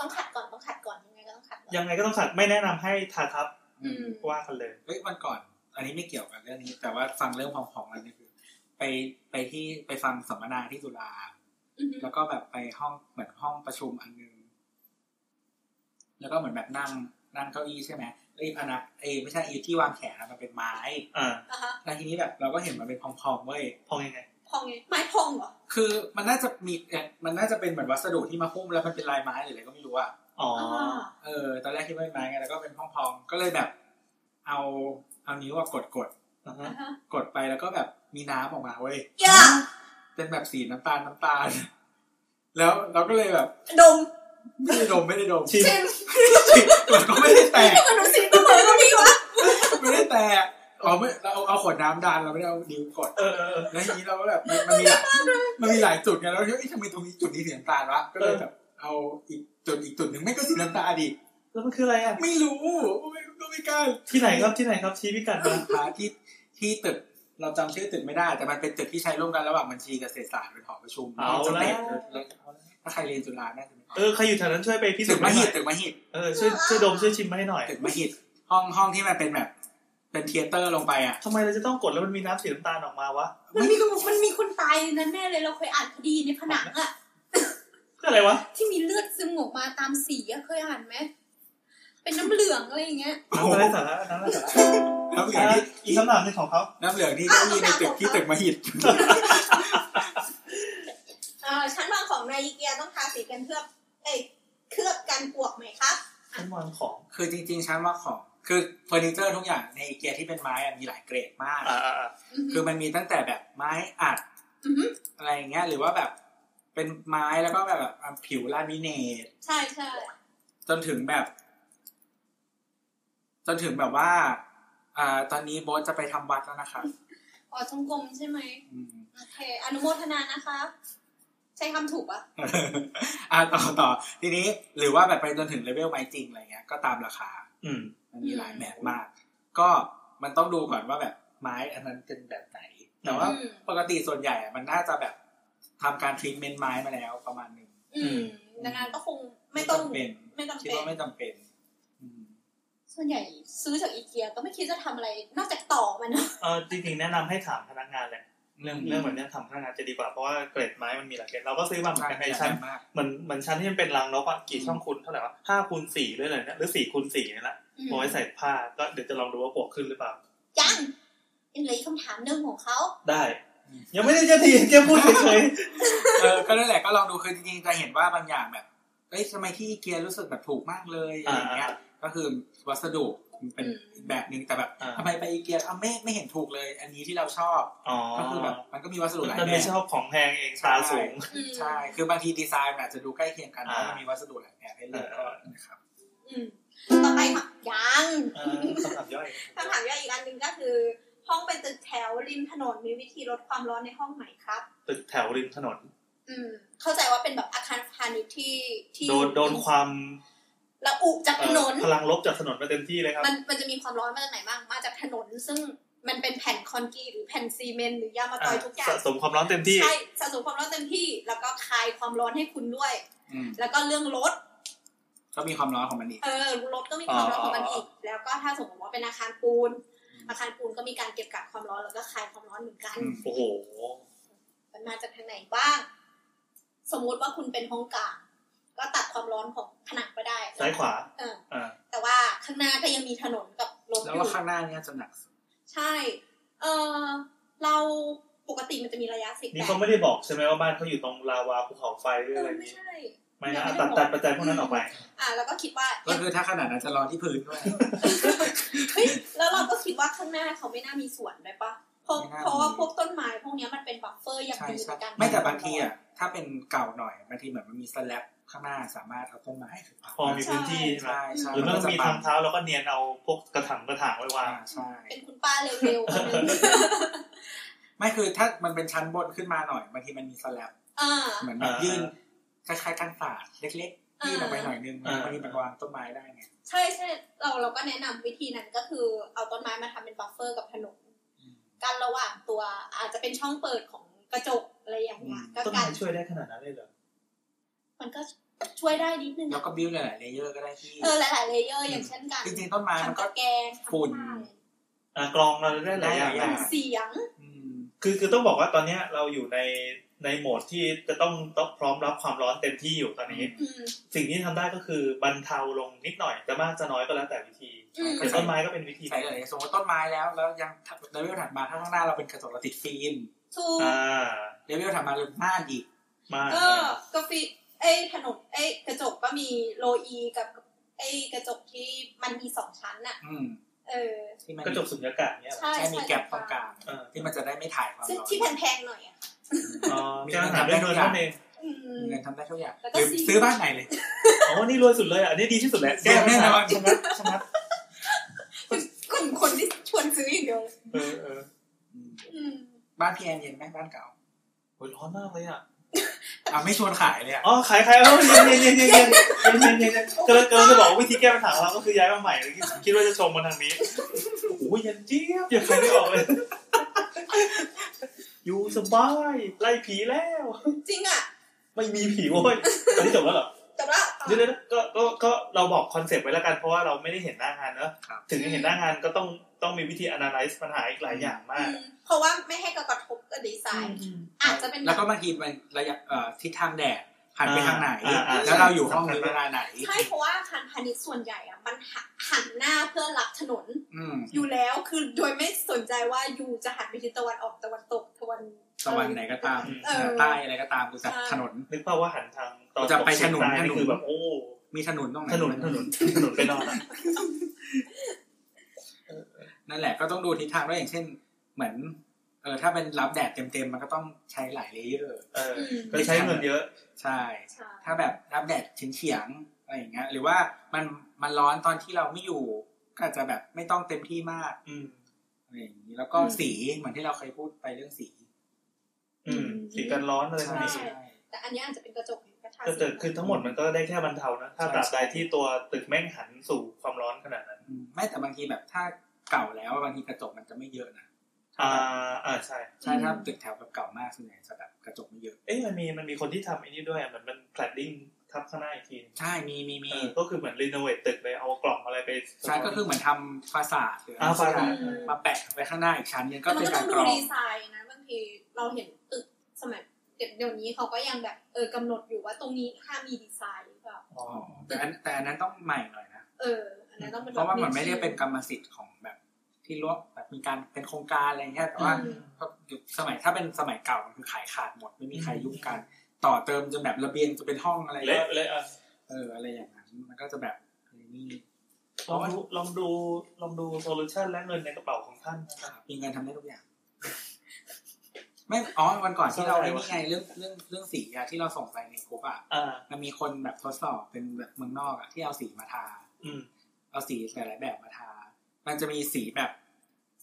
Speaker 2: ต้องขัดก่อนต้องขัดก่อนยังไงก็ต้องขัดก่อน
Speaker 3: ยังไงก็ต้องขัดไม่แนะนำให้ทาทับ
Speaker 2: อืม
Speaker 3: ว่ากันเลย
Speaker 4: เฮ้ยวันก่อน อันนี้ไม่เกี่ยวกับเรื่องนี้ แต่ว่าฟังเรื่องของของอันนี้คือ ไปไปที่ไปฟังสัมมนาที่จุฬา
Speaker 2: อือฮึ
Speaker 4: แล้วก็แบบไปห้องเหมือนห้องประชุมอันนึง แล้วก็เหมือนแบบนั่งนั่งเก้าอี้ใช่ไหมเอ้ยอันนะเอ้ยไม่ใช่ไอ้ที่วางแขนอะมันเป็นไม้
Speaker 3: อ่า
Speaker 2: อ่ะฮะ
Speaker 4: แล้วทีนี้แบบ เราก็เห็นมันเป็นพองๆเว้ย
Speaker 3: พองยังไง
Speaker 2: พองไงไม้พองเหรอ
Speaker 4: คือมันน่าจะมีเอ่อมันน่าจะเป็นเหมือนวัสดุที่มาหุ้มแล้วมันเป็นลายไม้หรืออะไรก็ไม่รู้อะ
Speaker 3: อ๋อ
Speaker 2: อ๋อ
Speaker 3: อ
Speaker 4: เออตอนแรกคิดว่าเป็นไม้ไงแล้วก็เป็นพองๆก็เลยแบบ เอาเอานิ้วอะกดกด
Speaker 3: อ่าฮะ
Speaker 2: อ่ะฮะ
Speaker 4: กดไปแล้วก็แบบมีน้ำออกมาเว้ย
Speaker 2: อย่า
Speaker 4: เป็นแบบสีน้ำตาลน้ำตาล แล้วเราก็เลยแบบ
Speaker 2: ดม
Speaker 4: ไม่ได้ดมไม่ได้ดม
Speaker 3: ชิม
Speaker 2: เช่น
Speaker 4: มันก็ไม่ได้แตก
Speaker 2: ทำไมหนูสีเสมอกับพี่วะ
Speaker 4: ไม่ได้แตกอ๋อไม่เราเอาเอาขวดน้ำดันเราไม่ได้เอานิ้วกด
Speaker 3: เออเออเออ
Speaker 4: แล้วทีนี้เราก็แบบมันมันมีหลายมันมีหลายจุดไงแล้วเราคิดว่าเอ๊ะทำไมตรงนี้จุดนี้สีน้ำตาลวะก็เลยแบบเอาอีกจุดอีกจุดหนึ่งไม่ก็สีน้ำตาลดิ
Speaker 3: แล้วมันคืออะไรอ่ะ
Speaker 4: ไม่รู้ไม่ก็ไม่กล้า
Speaker 3: ที่ไหนครับที่ไหนครับชี้พิกัดมา
Speaker 4: พาที่ที่ตึกเราจำชื่อตึกไม่ได้ แต่มันเป็นตึกที่ใช้ร่วมกันระหว่างบัญชีกับเศรษฐศาสตร์เป็นหอประชุม
Speaker 3: เอา
Speaker 4: จำ
Speaker 3: ละ
Speaker 4: เป็นถ้าใครเรียนจุฬาน่าจะ
Speaker 3: เออใครอยู่แถวนั้นช่วยไปพิสู
Speaker 4: ตึ
Speaker 3: จ
Speaker 4: ก
Speaker 3: น์
Speaker 4: ม
Speaker 3: ให้หน่
Speaker 4: หิด
Speaker 3: อย
Speaker 4: ตึกมหิด
Speaker 3: เออช่วยช่วยดมช่วยชิมมาให้หน่อย
Speaker 4: ตึกมหิดห้องห้องที่มันเป็นแบบ เป็นเทเตอร์ลงไปอ่ะ
Speaker 3: ทำไมเราจะต้องกดแล้วมันมีน้ำสีน้ำตาลออกมาวะ
Speaker 2: มันมีมันมีคนตายในนั้นแน่เลยเราเคยอ่านคดีในผนังอะ
Speaker 3: ก็อะไรวะ
Speaker 2: ที่มีเลือดซึมออกมาตามสีอะเคยอ่านไหมเป็นน้ำเหลืองอะไรอย่างเงี้ย
Speaker 3: น้ำอะไรสาระน้ำอะไรสาระ
Speaker 4: น้ำเหลือง
Speaker 3: อ่ะ
Speaker 4: ที่
Speaker 3: อีกคำถามหนึ่งของเขา
Speaker 4: น้ำเหลืองที่ได้ยินในตึกที่ตึกมหิด
Speaker 2: เอ่อชั้นวางของในอีเกียต้องทาสีกันเคลือบเอ้ยเคลือบกันปวกไหมครับ
Speaker 3: ชั้นวางของ
Speaker 4: คือจริง ๆชั้นว่าของ คือเฟอร์นิเจอร์ทุกอย่างในอีเกียที่เป็นไม้อะมีหลายเกรดมาก
Speaker 3: อ่าอ่าอ่า
Speaker 2: อือฮึ
Speaker 4: คือมันมีตั้งแต่แบบไม้อัด
Speaker 2: อือฮึ
Speaker 4: อะไรอย่างเงี้ย หรือว่าแบบเป็นไม้แล้วก็แบบแบบผิวลามิเนต
Speaker 2: ใช่ใช่
Speaker 4: จนถึงแบบ จนถึงแบบว่า อ่า ตอนนี้โบ๊ทจะไปทำวัดแล้วนะคะ
Speaker 2: อ๋อจงกรมใช่ไหม
Speaker 4: อืม
Speaker 2: โอเค อนุโมทนานะคะ ใช้คำถูกปะ
Speaker 4: อ่าต่อต่อทีนี้ หรือว่าแบบไปจนถึงเลเวลไม้จริงอะไรเงี้ยก็ตามราคา
Speaker 3: อืม
Speaker 4: มันมีหลายแบบมาก ก็มันต้องดูก่อนว่าแบบไม้อันนั้นเป็นแบบไหน แต่ว่า
Speaker 2: อืม
Speaker 4: ปกติส่วนใหญ่อะมันน่าจะแบบทำการทรีทเมนต์ไม้มาแล้วประมาณหนึ่ง
Speaker 2: อืมดังนั้นก็คงไม่ต้อง
Speaker 4: จำเป็น
Speaker 2: ไม่ต้อง
Speaker 4: คิด
Speaker 2: เป็น
Speaker 4: ว่าไม่จำเป็น อืม
Speaker 2: ใ ส่วนใหญ่ซื้อจากอีเกียก็ไม่คิดจะทำอะไร นอกจากต่อมันนะ
Speaker 3: เออจริงๆแนะนำให้ถามพนักงานแหละเรื่อง
Speaker 4: อืม
Speaker 3: เรื่องแบบเนี้ยถามพนักงานจะดีกว่าเพราะว่าเกรดไม้มันมีหลายเกรดเราก็ซื้อมาเหมือนกันใน
Speaker 4: อยาก
Speaker 3: ชั้น
Speaker 4: ได้มาก
Speaker 3: เหมือนเหมือนชั้นที่มันเป็นรังนกอะกี่
Speaker 4: อืม
Speaker 3: ช่องคูณเท่าไหร่วะห้าคูณสี่ด้วยเลยนะหรือสี่คูณสี่เนี่ยแหละ
Speaker 2: อืม
Speaker 3: เอาไว้ใส่ผ้าก็เดี๋ยวจะลองดูว่าปวกขึ้นหรือเปล่า
Speaker 2: ยังยังเหลืออีกคำถามหนึ่งของเขา
Speaker 3: ได้ ยังไม่ได้จะเถียงแค่พูดเฉย
Speaker 4: เออก็นั่นแหละก็ลองดูคือจริงๆจะเห็นว่าบางอย่างแบบเอ้ยทำไมที่อีเกียรู้สึกแบบถูกมากเลย
Speaker 3: ๆอ่า
Speaker 4: อะไรอย่างเงี้ย ก็คือวัสดุมันเป็นอีกแบบหนึ่งแต่แบบ
Speaker 3: อ่า
Speaker 4: ทำไมไปอีเกียเอาไม่ไม่เห็นถูกเลย อันนี้ที่เราชอบ
Speaker 3: อ๋อ
Speaker 4: ก็คือแบบมันก็มีวัสดุหลาย
Speaker 3: มัน
Speaker 4: แบ
Speaker 3: ไม่
Speaker 4: บ
Speaker 3: ชอบของแพงเองตาสูง
Speaker 2: อืม
Speaker 4: ใช่ คือบางทีดีไซน์มันอาจจะดูใกล้เคียงกันเพ
Speaker 3: อ่า
Speaker 4: ราะมันมีวัสดุหลายแบบให้เลือกก็นะครับ
Speaker 2: อืมต่อไปค่ะยัง
Speaker 3: เออคำถามย่อย
Speaker 2: คำถามย่อยอีกอันหนึ่งก็คือ ห้องเป็นตึกแถวริมถนนมีวิธีลดความร้อนในห้องไหมครับ
Speaker 3: ตึกแถวริมถนน
Speaker 2: อืม เข้าใจว่าเป็นแบบอาคารพาณิชย์ที่ที่
Speaker 3: โดนโดนความ
Speaker 2: ระอุจาก
Speaker 3: เอ่
Speaker 2: ถ
Speaker 3: อน
Speaker 2: น
Speaker 3: พลังลบจากถนนมาเต็มที่เลยครับ
Speaker 2: มันมันจะมีความร้อนมาจากไหนบ้าง มาจากถนน ซึ่งมันเป็นแผ่นคอนกรีตหรือแผ่นซีเมนต์หรือยางมะตอยทุกอย่าง
Speaker 3: สะสมความร้อนเต็มที่
Speaker 2: ใช่สะสมความร้อนเต็มที่ แล้วก็คลายความร้อนให้คุณด้วย
Speaker 4: อืม
Speaker 2: แล้วก็เรื่องรถ
Speaker 4: ก็มีความร้อนของมันอีก
Speaker 2: เออรถก็มีความร้อนของมัน
Speaker 3: อ๋ออ๋
Speaker 2: อี
Speaker 3: อ
Speaker 2: ก แล้วก็ถ้าสมมติว่าเป็นอาคารปูน อาคารปูนก็มีการเก็บกักความร้อนแล้วก็คลายความร้อนเหมือนกัน
Speaker 4: อืม
Speaker 3: โอ้โห
Speaker 2: มันมาจากทางไหนบ้าง สมมุติว่าคุณเป็นห้องกลางก็ตัดความร้อนของผนังไปได้
Speaker 3: ซ้ายขวา
Speaker 2: เออ
Speaker 3: อ่า
Speaker 2: แต่ว่าข้างหน้าก็ยังมีถนนกับรถอ
Speaker 4: แล้ว
Speaker 2: ยู่
Speaker 4: ว่าข้างหน้าเนี่ยจะหนักสุด
Speaker 2: ใช่ เออเราปกติมันจะมีระยะสิบ
Speaker 3: นี่
Speaker 2: แป
Speaker 3: เขา
Speaker 2: ด
Speaker 3: ไม่ได้บอกใช่ไหมว่าบ้านเขาอยู่ตรงลาวาภูเขาไฟหรือ
Speaker 2: เอ
Speaker 3: อะไร
Speaker 2: อไม่
Speaker 3: นี้
Speaker 2: ใช่
Speaker 3: ไม่นะอ่ะ
Speaker 2: ไม่ได้บอก
Speaker 3: ตัดตัดปัจจัยพวกนั้นออกไป
Speaker 2: อ่ะเราก็คิดว่า
Speaker 4: ก็คือถ้าขนาดนั้นจะร้อนที่พื้นด้วย
Speaker 2: เฮ้ยแล้วเราก็คิดว่าข้างหน้าเขาไม่น่ามีสวนได้ปะเพราะ
Speaker 4: ไม่น่ามี
Speaker 2: เพราะว่าพวกต้นไม้พวกเนี้ยมันเป็นบัฟเฟอร์อย่าง
Speaker 4: ใช่
Speaker 2: ดีเห
Speaker 4: ใช่
Speaker 2: มือนกัน
Speaker 4: ไม่แต่บางทีอ่ะถ้าเป็นเก่าหน่อยบางทีเหมือนมันมีสแลบข้างหน้าสามารถเอาต้นไม้ขึ้นมา
Speaker 3: พอมีพื้นที่ใช่ไหม
Speaker 4: ใช่ใช่
Speaker 3: หรือ
Speaker 4: มัน
Speaker 3: ไม่ต้
Speaker 4: ก็
Speaker 3: อง
Speaker 4: จะ
Speaker 3: มี
Speaker 4: บั
Speaker 3: ทาง งเท้าแล้วก็เนียนเอาพวกกระถางกระถางไว้วา
Speaker 4: อ่าง ใช่
Speaker 2: เป็นคุณป้าเร็วๆคนหนึง
Speaker 4: ไม่คือถ้ามันเป็นชั้นบนขึ้นมาหน่อยบางทีมันมีสแลบ
Speaker 2: อ่า
Speaker 4: เหมือนแบบ
Speaker 3: อ่ายื่
Speaker 4: ยื่นคล้ายๆกันศาสตร์เล็กๆยื่นออกไปหน่อยนึง
Speaker 3: อ่า
Speaker 4: บางทีมันวางต้นไม้ได้ไง
Speaker 2: ใช่ใช่เราเราก็แนะนำวิธีนั้นก็คือเอาต้นไม้มาทำเป็นบัฟเฟอร์กับถนน
Speaker 4: อืม
Speaker 2: กันระหว่างตัวอาจจะเป็นช่องเปิดของกระจกอะไรอย่างเงี้ยก็
Speaker 3: ต้น
Speaker 2: กั
Speaker 3: ไม้
Speaker 2: น
Speaker 3: ช่วยได้ขนาดนั้นเลยเหรอ
Speaker 2: มันก็ช่วยได้นิดนึง
Speaker 4: แล้วก็บิ้วหลายๆเลเยอร์ก็ได้ที่
Speaker 2: เออหลายๆเลเยอร์อย่างเช่นกัน
Speaker 4: จริงๆต้นไม้มัน
Speaker 2: ทำ
Speaker 4: ก็
Speaker 2: ตะแกรงทำ
Speaker 4: ฝุ่น
Speaker 2: ผ้าอะไร
Speaker 3: อ่ะกรองเราได้หลายอย่าง
Speaker 4: ได้หลายอ
Speaker 3: เล
Speaker 4: ย่าง
Speaker 3: ย
Speaker 2: เสียง
Speaker 4: อืม
Speaker 3: คือคือต้องบอกว่าตอนเนี้ยเราอยู่ในในโหมดที่จะต้องต้องพร้อมรับความร้อนเต็มที่อยู่ตอนนี้
Speaker 2: อืม
Speaker 3: สิ่งที่ทำได้ก็คือบรรเทาลงนิดหน่อยจะมากจะน้อยก็แล้วแต่วิธี
Speaker 2: อืม
Speaker 3: แต่ต้นไม้ก็เป็นวิธี
Speaker 4: ใช่เลยสมมติต้นไม้แล้วแล้วยังเลเวลถัดมาถ้าข้างหน้าเราเป็นกระจกเราติดฟิล์ม
Speaker 2: ถูก
Speaker 3: อ่า
Speaker 4: เลเวลถัดมาเราหน้าอีก
Speaker 3: มาก
Speaker 2: ก็กาแฟเอ้ยถนนเอ้ยกระจกก็มีโลอีกับไอ้กระจกที่มันมีสองชั้นน่ะ
Speaker 4: อืม
Speaker 2: เออ
Speaker 4: ที่มัน
Speaker 3: กระจกสุญญากาศเนี่ยเหรอ
Speaker 2: ใช่
Speaker 4: ใช่มีแกลบตรงกลาง
Speaker 3: เออ
Speaker 4: ที่มันจะได้ไม่ถ่ายความ
Speaker 2: ซึ่ง
Speaker 4: ร้อน
Speaker 2: ที่แพงๆหน่อยอ่ะ
Speaker 3: อ๋อมีการหาเรื่องเงินนั่นเอง
Speaker 2: อืม
Speaker 4: เงินทำได้เท่าอย่าง
Speaker 2: แล้วก็
Speaker 4: หรือ
Speaker 2: ซี
Speaker 4: ซื้อบ้านไหนเลย
Speaker 3: อ๋อนี่รวยสุดเลยอ่ะอันนี้ดีที่สุดแหละ
Speaker 4: แก้แน่นอน
Speaker 3: ชนะชนะ
Speaker 2: กลุ่มคนที่ชวนซื้ออย่างเดียวเลย
Speaker 3: เออเออ
Speaker 4: อืม
Speaker 2: อืม
Speaker 4: บ้านพี่แอนเย็นไหมบ้านเก่า
Speaker 3: โอ้ยร้อนมากเลยอ่ะ
Speaker 4: อ่ะไม่ชวนขายเลยอ่ะ
Speaker 3: อ๋อขายขายเออเย็นเย็นเย็นเย็นเย็นเย็นเย็นเย็นกำลังกำลังจะบอกว่าวิธีแก้ปัญหาของเราก็คือย้ายมาใหม่เลยคิดคิดว่าจะชมมาทางนี้โอ้ยเย็นเจี๊ยบยังใครไม่ออกเลยอยู่สบายไล่ผีแล้ว
Speaker 2: จริงอ่ะ
Speaker 3: ไม่มีผีโว้ย อันนี้จบแล้วเหรอ
Speaker 2: แต่ว่า
Speaker 3: เดี๋ยวๆก็ก็ ก็ เราบอกคอนเซปต์ไว้แล้วกัน เพราะว่าเราไม่ได้เห็นหน้างานเนอะถึงจะเห็นหน้างานก็ต้อง ต้องมีวิธี analyze ปัญหาอีกหลายอย่าง
Speaker 2: อื
Speaker 3: มาก
Speaker 2: มเพราะว่าไม่ให้กระทบกับดีไซน์ อาจจะเป็น
Speaker 4: แล้วก็บางทีมันระยะเอ่อทิศทางแดดหันไปทางไหน
Speaker 3: อ่าอ่
Speaker 4: แล้วเราอยู่ห้องนี้เวลาไหน
Speaker 2: ใช่เพราะว่าอาคารพาณิชย์ส่วนใหญ่อ่ะมันหักหันหน้าเพื่อรับถนน
Speaker 4: อืม
Speaker 2: อยู่แล้วคือโดยไม่สนใจว่าอยู่จะหันไปทิศตะวันออกตะวันตกตะวัน
Speaker 4: ตะวันไหนก็ตาม
Speaker 2: เออ
Speaker 4: ใต้อะไรก็ตามกูจะ
Speaker 2: ใช่
Speaker 4: ถนน
Speaker 3: นึกภาพว่าหันทางตอน
Speaker 4: จะไปถนน
Speaker 3: ตกเฉียงใต้
Speaker 4: ถนน
Speaker 3: คือแบบ โอ้
Speaker 4: มีถนนตรงไหน
Speaker 3: ถนน ถนน ถนนไปนอนอะ
Speaker 4: นั่นแหละก็ต้องดูทิศทางด้วยอย่างเช่น เหมือนเออถ้าเป็นรับแดดเต็มๆ มันก็ต้องใช้หลายเลเยอร์
Speaker 3: เออ
Speaker 2: อืม
Speaker 3: ก็ใช้เงินเยอะ
Speaker 4: ใช่
Speaker 2: ใช่
Speaker 4: ถ้าแบบรับแดดเฉียงๆอะไรอย่างเงี้ยหรือว่ามันมันร้อนตอนที่เราไม่อยู่ ก็อาจจะแบบไม่ต้องเต็มที่มาก
Speaker 3: อืม
Speaker 4: อะไรอย่างนี้แล้วก็สีเหมือนที่เราเคยพูดไปเรื่องสี
Speaker 3: อืมสีกันร้อนอะไรพวก
Speaker 4: ใช่
Speaker 3: นี้
Speaker 4: ใช่
Speaker 2: แต่อันเนี้ยอาจจะเป็นกระจกกระทา
Speaker 3: ก็เกิดขึ้นทั้งหมดมันก็ได้แค่บรรเทานะ ถ้า
Speaker 4: ใช่
Speaker 3: ตราบใดที่ตัวตึกแม่งหันสู่ความร้อนขนาดนั้น
Speaker 4: อืมไม่แต่บางทีแบบถ้าเก่าแล้วบางทีกระจกมันจะไม่เยอะนะ
Speaker 3: อ่า อ่า ใช่
Speaker 4: ใช่ถ้าตึกแถวแบบเก่ามากส่วนใหญ่จะแบบกระจกไม่เยอะ
Speaker 3: เอ้ยมันมีมันมีคนที่ทำไอ้นี่ด้วยอะเหมือนมันแคลดดิ้ง ทับข้างหน้าอีกที
Speaker 4: ใช่มีมีมี
Speaker 3: เออก็คือเหมือนรีโนเวทตึกเลยเอากล่องอะไรไป
Speaker 4: ใช่ก็คือเหมือนทำฟาสาดหรืออะ
Speaker 3: อ่า
Speaker 4: ไรสัก
Speaker 3: ฟา
Speaker 4: อย่า
Speaker 3: สาง ด
Speaker 4: มาแปะไว้ข้างหน้าอีกชั้นหนึงก็
Speaker 2: แต่มัน
Speaker 4: เป็น
Speaker 2: ก็ต้
Speaker 4: กา
Speaker 2: อดู
Speaker 4: รง กรอง
Speaker 2: ดีไซน์นะบางทีเราเห็นตึกสมัยเดี๋ยวนี้เขาก็ยังแบบเออกำหนดอยู่ว่าตรงนี้ห้ามมีดีไซน์หรือเปล่า
Speaker 3: อ๋อ
Speaker 4: อ๋อแต่อันแต่อันนั้นต้องใหม่หน่อยนะ
Speaker 2: เอออันนั้นต้องเป็น
Speaker 4: เพราะว่ามันไม่ได้เป็นกรรมสิทธิ์ของแบบที่ร่วมแบบมีการเป็นโครงการอะไรเงี้ยแต่ว่า
Speaker 2: อืม
Speaker 4: ยุคสมัยถ้าเป็นสมัยเก่ามันคือขายขาดหมดไม่มีใครยุ่งกันต่อเติมจนแบบระเบียงจะเป็นห้องอะไร
Speaker 3: เละเละอ่ะ
Speaker 4: เอออะไรอย่างนั้นมันก็จะแบบนี่
Speaker 3: ลองดูลองดูลองดูโซลูชันและเงินในกระเป๋าของท่านนะครับ
Speaker 4: มีเงินทำได้ทุกอย่าง ไม่อ๋อวันก่อนที่เรา
Speaker 3: อะไร
Speaker 4: ไอ้
Speaker 3: วะ
Speaker 4: นี่ไงเรื่องเรื่องเรื่องสีอะที่เราส่งไปในกรุ๊ปอะ
Speaker 3: อ่า
Speaker 4: มันมีคนแบบทดสอบเป็นแบบเมืองนอกอะที่เอาสีมาทา
Speaker 3: อืม
Speaker 4: เอาสีหลายๆแบบมาทา มันจะมีสีแบบ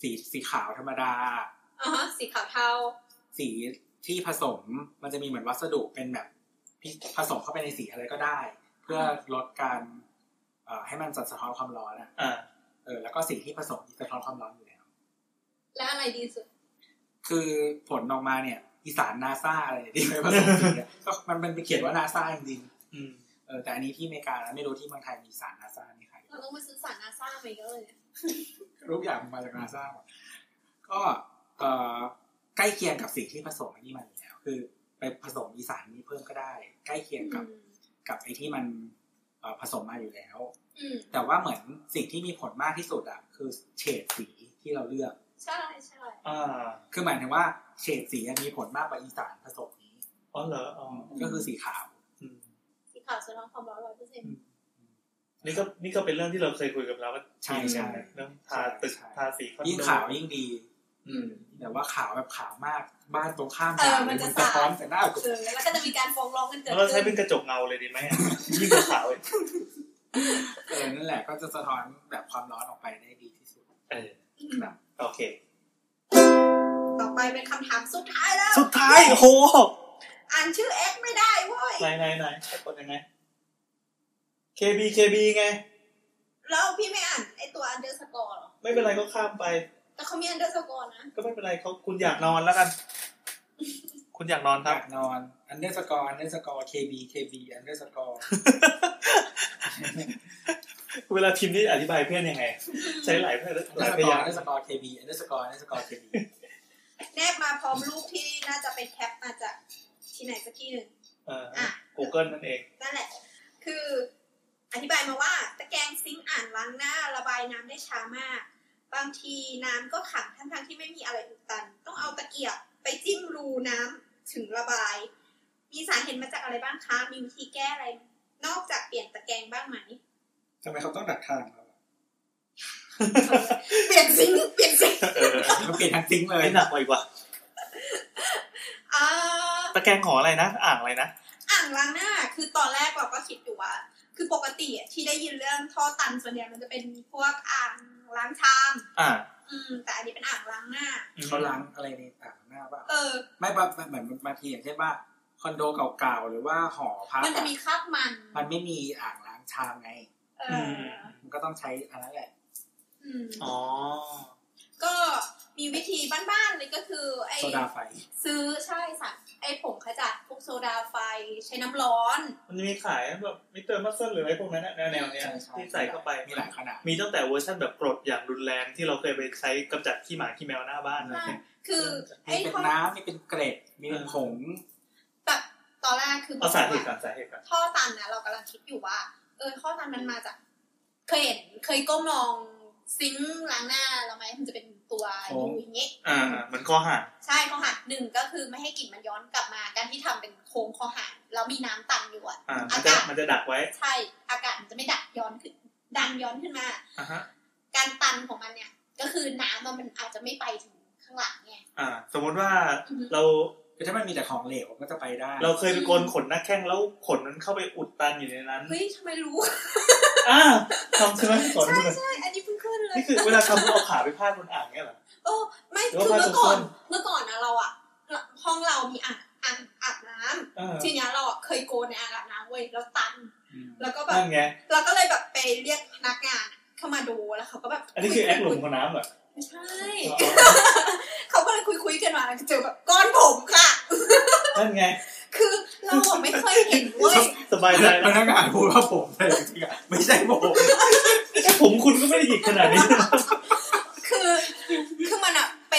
Speaker 4: สีสีขาวธรรมดา
Speaker 2: อ่าฮะสีขาวเทา
Speaker 4: สีที่ผสมมันจะมีเหมือนวัสดุเป็นแบบพิผสมเข้าไปในสีอะไรก็ได้ เพื่อลดการเอ่อให้มันสะท้อนความร้อนอะ
Speaker 3: อ่า
Speaker 4: เออแล้วก็สีที่ผสมสะท้อนความร้อนอยู่แล้ว
Speaker 2: และอะไรดีสุด
Speaker 4: คือผลออกมาเนี่ยอีสานนาซาอะไรเนี่ยที่ไปผสมสีอะก็มันเป็นไปเขียนว่านาซาจริง
Speaker 3: อืม
Speaker 4: ๆเออแต่อันนี้ที่อเมริกานะไม่รู้ที่เมืองไทยมีสารนาซานี่ใคร
Speaker 2: เราต้องไปซื้อสารนาซาไปเยอะเลยอะ
Speaker 4: ทุกอย่างมาจากนาซาหมดก็เอ่อใกล้เคียงกับสีที่ผสมอันนี้มันอยู่แล้ว คือ ไปผสมอีสานนี้เพิ่มก็ได้ ใกล้เคียงกับ กับไอ้ที่มันเอ่อผสมมาอยู่แล้ว
Speaker 2: อืม
Speaker 4: แต่ว่าเหมือนสิ่งที่มีผลมากที่สุดอะคือเฉดสีที่เราเลือก
Speaker 2: ใช่ใช่
Speaker 3: อ่า
Speaker 4: คือหมายถึงว่าเฉดสีอะมีผลมากกว่าอีสานผสมนี้
Speaker 3: อ๋อเหรอ อ๋อ
Speaker 4: ก็คือสีขาว
Speaker 3: อืม
Speaker 2: สีขาวสะท้อนความร้อนร้อยเปอร์เซ็นต์
Speaker 3: นี่ก็นี่ก็เป็นเรื่องที่เราเคยคุยกันแล้วว่า
Speaker 4: ใช่ใช่
Speaker 3: เรื่องทาตึก
Speaker 4: ใช่
Speaker 3: ทาสีคอนโด
Speaker 4: ยิ่งขาวยิ่งดี
Speaker 3: อืม
Speaker 4: แต่ว่าขาวแบบขาวมากบ้านตรงข้าม
Speaker 2: เออ
Speaker 4: ด่า
Speaker 2: มัน
Speaker 4: เลย
Speaker 2: จะ
Speaker 4: สะ
Speaker 2: สา
Speaker 4: ท้อน
Speaker 2: ด
Speaker 4: แต่หน้ากู
Speaker 2: เออแล้วก็จะมีการฟ้องร้องกันเกิด
Speaker 3: แล้วเราใช้
Speaker 2: ขึ้
Speaker 3: เป็น
Speaker 2: น
Speaker 3: กระจกเงาเลยดีไหมอ่ะยิ่งกว่าขาวอีก
Speaker 4: เออนั่นแหละก็จะสะท้อนแบบความร้อนออกไปได้ดีที่สุด
Speaker 3: เออ
Speaker 2: อืม
Speaker 3: โอเค
Speaker 2: ต่อไปเป็นคำถามสุดท้ายแล้ว
Speaker 3: สุดท้ายโอ้โห
Speaker 2: อ่านชื่อแอคไม่ได้เว้ย
Speaker 3: ไหนไหนไหนใช้กดยังไง KB KB ไง
Speaker 2: แล้วพี่ไม่อ่านไอตัวอันเดอร์สกอร์หรอ
Speaker 3: ไม่เป็นไรก็ข้ามไป
Speaker 2: แต่เขามีอันเดอร์สกอร์นะ
Speaker 3: ก็ไม่เป็นไรเขาคุณอยากนอนแล้วกัน คุณอยากนอนค
Speaker 4: อ
Speaker 3: รับ
Speaker 4: ยากนอน อันเดอร์สกอร์อันเดอร์สกอร์ KB KB อันเดอร์สก อร์
Speaker 3: เวลาพิมพ์นี่อธิบายเพื่อนยังไง ใช้หลายห
Speaker 4: อันเดอ
Speaker 3: ลาย
Speaker 4: ร์สกอย
Speaker 3: พา
Speaker 4: ร์
Speaker 3: ง
Speaker 4: อัน
Speaker 3: ค์
Speaker 4: เดอร์สกอร์ KB อันเดอร์สกอร์อันเดอร์สกอร์ KB
Speaker 2: แนบมาพร้อมรูปที่น่าจะเป็นแคปมาจากที่ไหนสักที่หนึ่ง
Speaker 3: เออ
Speaker 2: อ่ะ
Speaker 3: Google นั่นเอง
Speaker 2: นั่นแหละ คืออธิบายมาว่า ตะแกรงซิงค์อ่างล้างหน้าระบายน้ำได้ช้ามาก บางทีน้ำก็ขังทั้งทงๆที่ไม่มีอะไรอุดตัน ต้องเอาตะเกียบไปจิ้มรูน้ำถึงระบาย มีสาเหตุมาจากอะไรบ้างคะ มีวิธีแก้อะไร นอกจากเปลี่ยนตะแกรงบ้างไหม
Speaker 4: ทำไมเขาต้องดักทางเรา
Speaker 2: เปลี่ยนซิงค์เปลี่ยนซิงค์
Speaker 3: เออ
Speaker 4: เขาเปลี่ยนทั้งซิงค์เลย
Speaker 3: ไอ้หนักกว่าอีกว่ะ
Speaker 2: อ่า
Speaker 3: ตะแกรงหออะไรนะ อ่างอะไรนะ
Speaker 2: อ่างล้างหน้าคือตอนแรกเราก็คิดอยู่ว่า คือปกติอะที่ได้ยินเรื่องท่อตันส่วนใหญ่มันจะเป็นพวกอ่างล้างชาม
Speaker 3: อ่า
Speaker 2: อืม แต่อันนี้เป็นอ่างล้างหน้า
Speaker 4: เขาล้างอะไรในต่างหน้าบ้าง
Speaker 2: เออ
Speaker 4: ไม่แบบเหมือนบางทีอย่างเช่นว่าคอนโดเก่าๆ หรือว่าหอพัก
Speaker 2: มันจะ
Speaker 4: อะ
Speaker 2: มีคราบมัน
Speaker 4: มันไม่มีอ่างล้างชามไง
Speaker 2: เอออ
Speaker 4: มันก็ต้องใช้อันนั้นแหละ
Speaker 2: อืม
Speaker 3: อ๋อ
Speaker 2: ก็มีวิธีบ้านๆเลยก็คือ ไอ
Speaker 4: โซดาไฟ
Speaker 2: ซื้อใช่สัตว์ไอผงขจัดพวกโซดาไฟใช้น้ำร้อน
Speaker 3: มันจะมีขายแบบมิเตอร์มัสเซหรืออะไรพวกนั้นอะแนวๆเนี้ย
Speaker 4: ใช่ใช่
Speaker 3: ที่ใส่เข้าไป
Speaker 4: มีหลายขนาด
Speaker 3: มีตั้งแต่เวอร์ชันแบบกรดอย่างรุนแรงที่เราเคยไปใช้กำจัดขี้หมาขี้แมวหน้าบ้านอะไรเงี้ย
Speaker 2: คือ ไอ
Speaker 4: มีเป็น
Speaker 2: ท่อ
Speaker 4: น้ำมีเป็นเกล็ด มีเป็น
Speaker 3: เออ
Speaker 4: ผง
Speaker 2: แบบตอนแรกคือ
Speaker 3: เอาสาเหตุ
Speaker 2: บ
Speaker 3: ก่
Speaker 2: อ
Speaker 3: อก น
Speaker 2: ว่า
Speaker 3: สาเหตุก่อน
Speaker 2: ท่อตันนะเรากำลังคิดอยู่ว่า เออท่อตันมันมาจาก เคยเห็นเคยก้มลองซิงค์ล้างหน้าเราไหมมันจะเป็นตัว
Speaker 4: โค้
Speaker 2: ยู
Speaker 4: ง
Speaker 2: อย่างนี้
Speaker 3: อ่าอ่าเหมือนคอหัก
Speaker 2: ใช่ข้อหักหนึ่งก็คือไม่ให้กลิ่นมันย้อนกลับมา การที่ทำเป็นโค้งข้อหักแล้วมีน้ำตันอยู่อะ
Speaker 3: อ่า มันจะมันจะดักไว้
Speaker 2: ใช่อากาศมันจะไม่ดักย้อนขึ้นดันย้อนขึ้นมา
Speaker 3: อ่าฮะ
Speaker 2: การตันของมันเนี่ย ก็คือน้ำอะมันอาจจะไม่ไปถึงข้างหลังไง
Speaker 3: อ่า สมมติว่า
Speaker 2: อือฮึ
Speaker 3: เรา
Speaker 4: คือถ้ามันมีแต่ของเหลวก็จะไปได้
Speaker 3: เราเคยไปโกน
Speaker 2: อืม
Speaker 3: ขนหน้าแข้งแล้วขนนั้นเข้าไปอุดตันอยู่ในนั้น
Speaker 2: เฮ้ยทำไมรู้
Speaker 3: อ่าทำใช่ไหมสอน
Speaker 2: ใช่
Speaker 3: เลย
Speaker 2: ใช่อันนี้เพิ่งขึ้นเลย
Speaker 3: นี่คือเวลาทำเราเอาขาไปพาดบนอ่างเงี้ยเหรอ
Speaker 2: โอ้ไม่
Speaker 3: หรือ
Speaker 2: คือ
Speaker 3: ว่า
Speaker 2: เมื่อก่อน
Speaker 3: ผ้าตัวส้
Speaker 2: เมื่อก่อนนะเราอะห้องเรามีอ่างอ่างอาบน้ำ
Speaker 3: เออ
Speaker 2: ทีเนี้ยเราอะเคยโกนในอ่างอาบน้ำเว้ยแล้วตัน แล้วก็แบบ
Speaker 3: นั่นไง
Speaker 2: เราก็เลยแบบไปเรียกพนักงานเข้ามาดูแล้วเขาก็แบบ
Speaker 3: อันนี้คือแอคหลุมของน้ำเหรอ
Speaker 2: ไม่ใช่ เขาก็เลยคุยคุยๆกันมาแล้วก็เจอแบบก้อนผมค่ะ
Speaker 3: นั่นไง
Speaker 2: คือเรา อผมไม่เคยเห็นเว้ย
Speaker 3: สบายใจ
Speaker 4: พ
Speaker 3: แล้ว
Speaker 4: นักงานพูดว่าผมแต่จริงๆอะไม่ใช่ผม
Speaker 3: ผมคุณก็ไม่ได้หยิกขนาดนี้
Speaker 2: คือ คือมันอะไป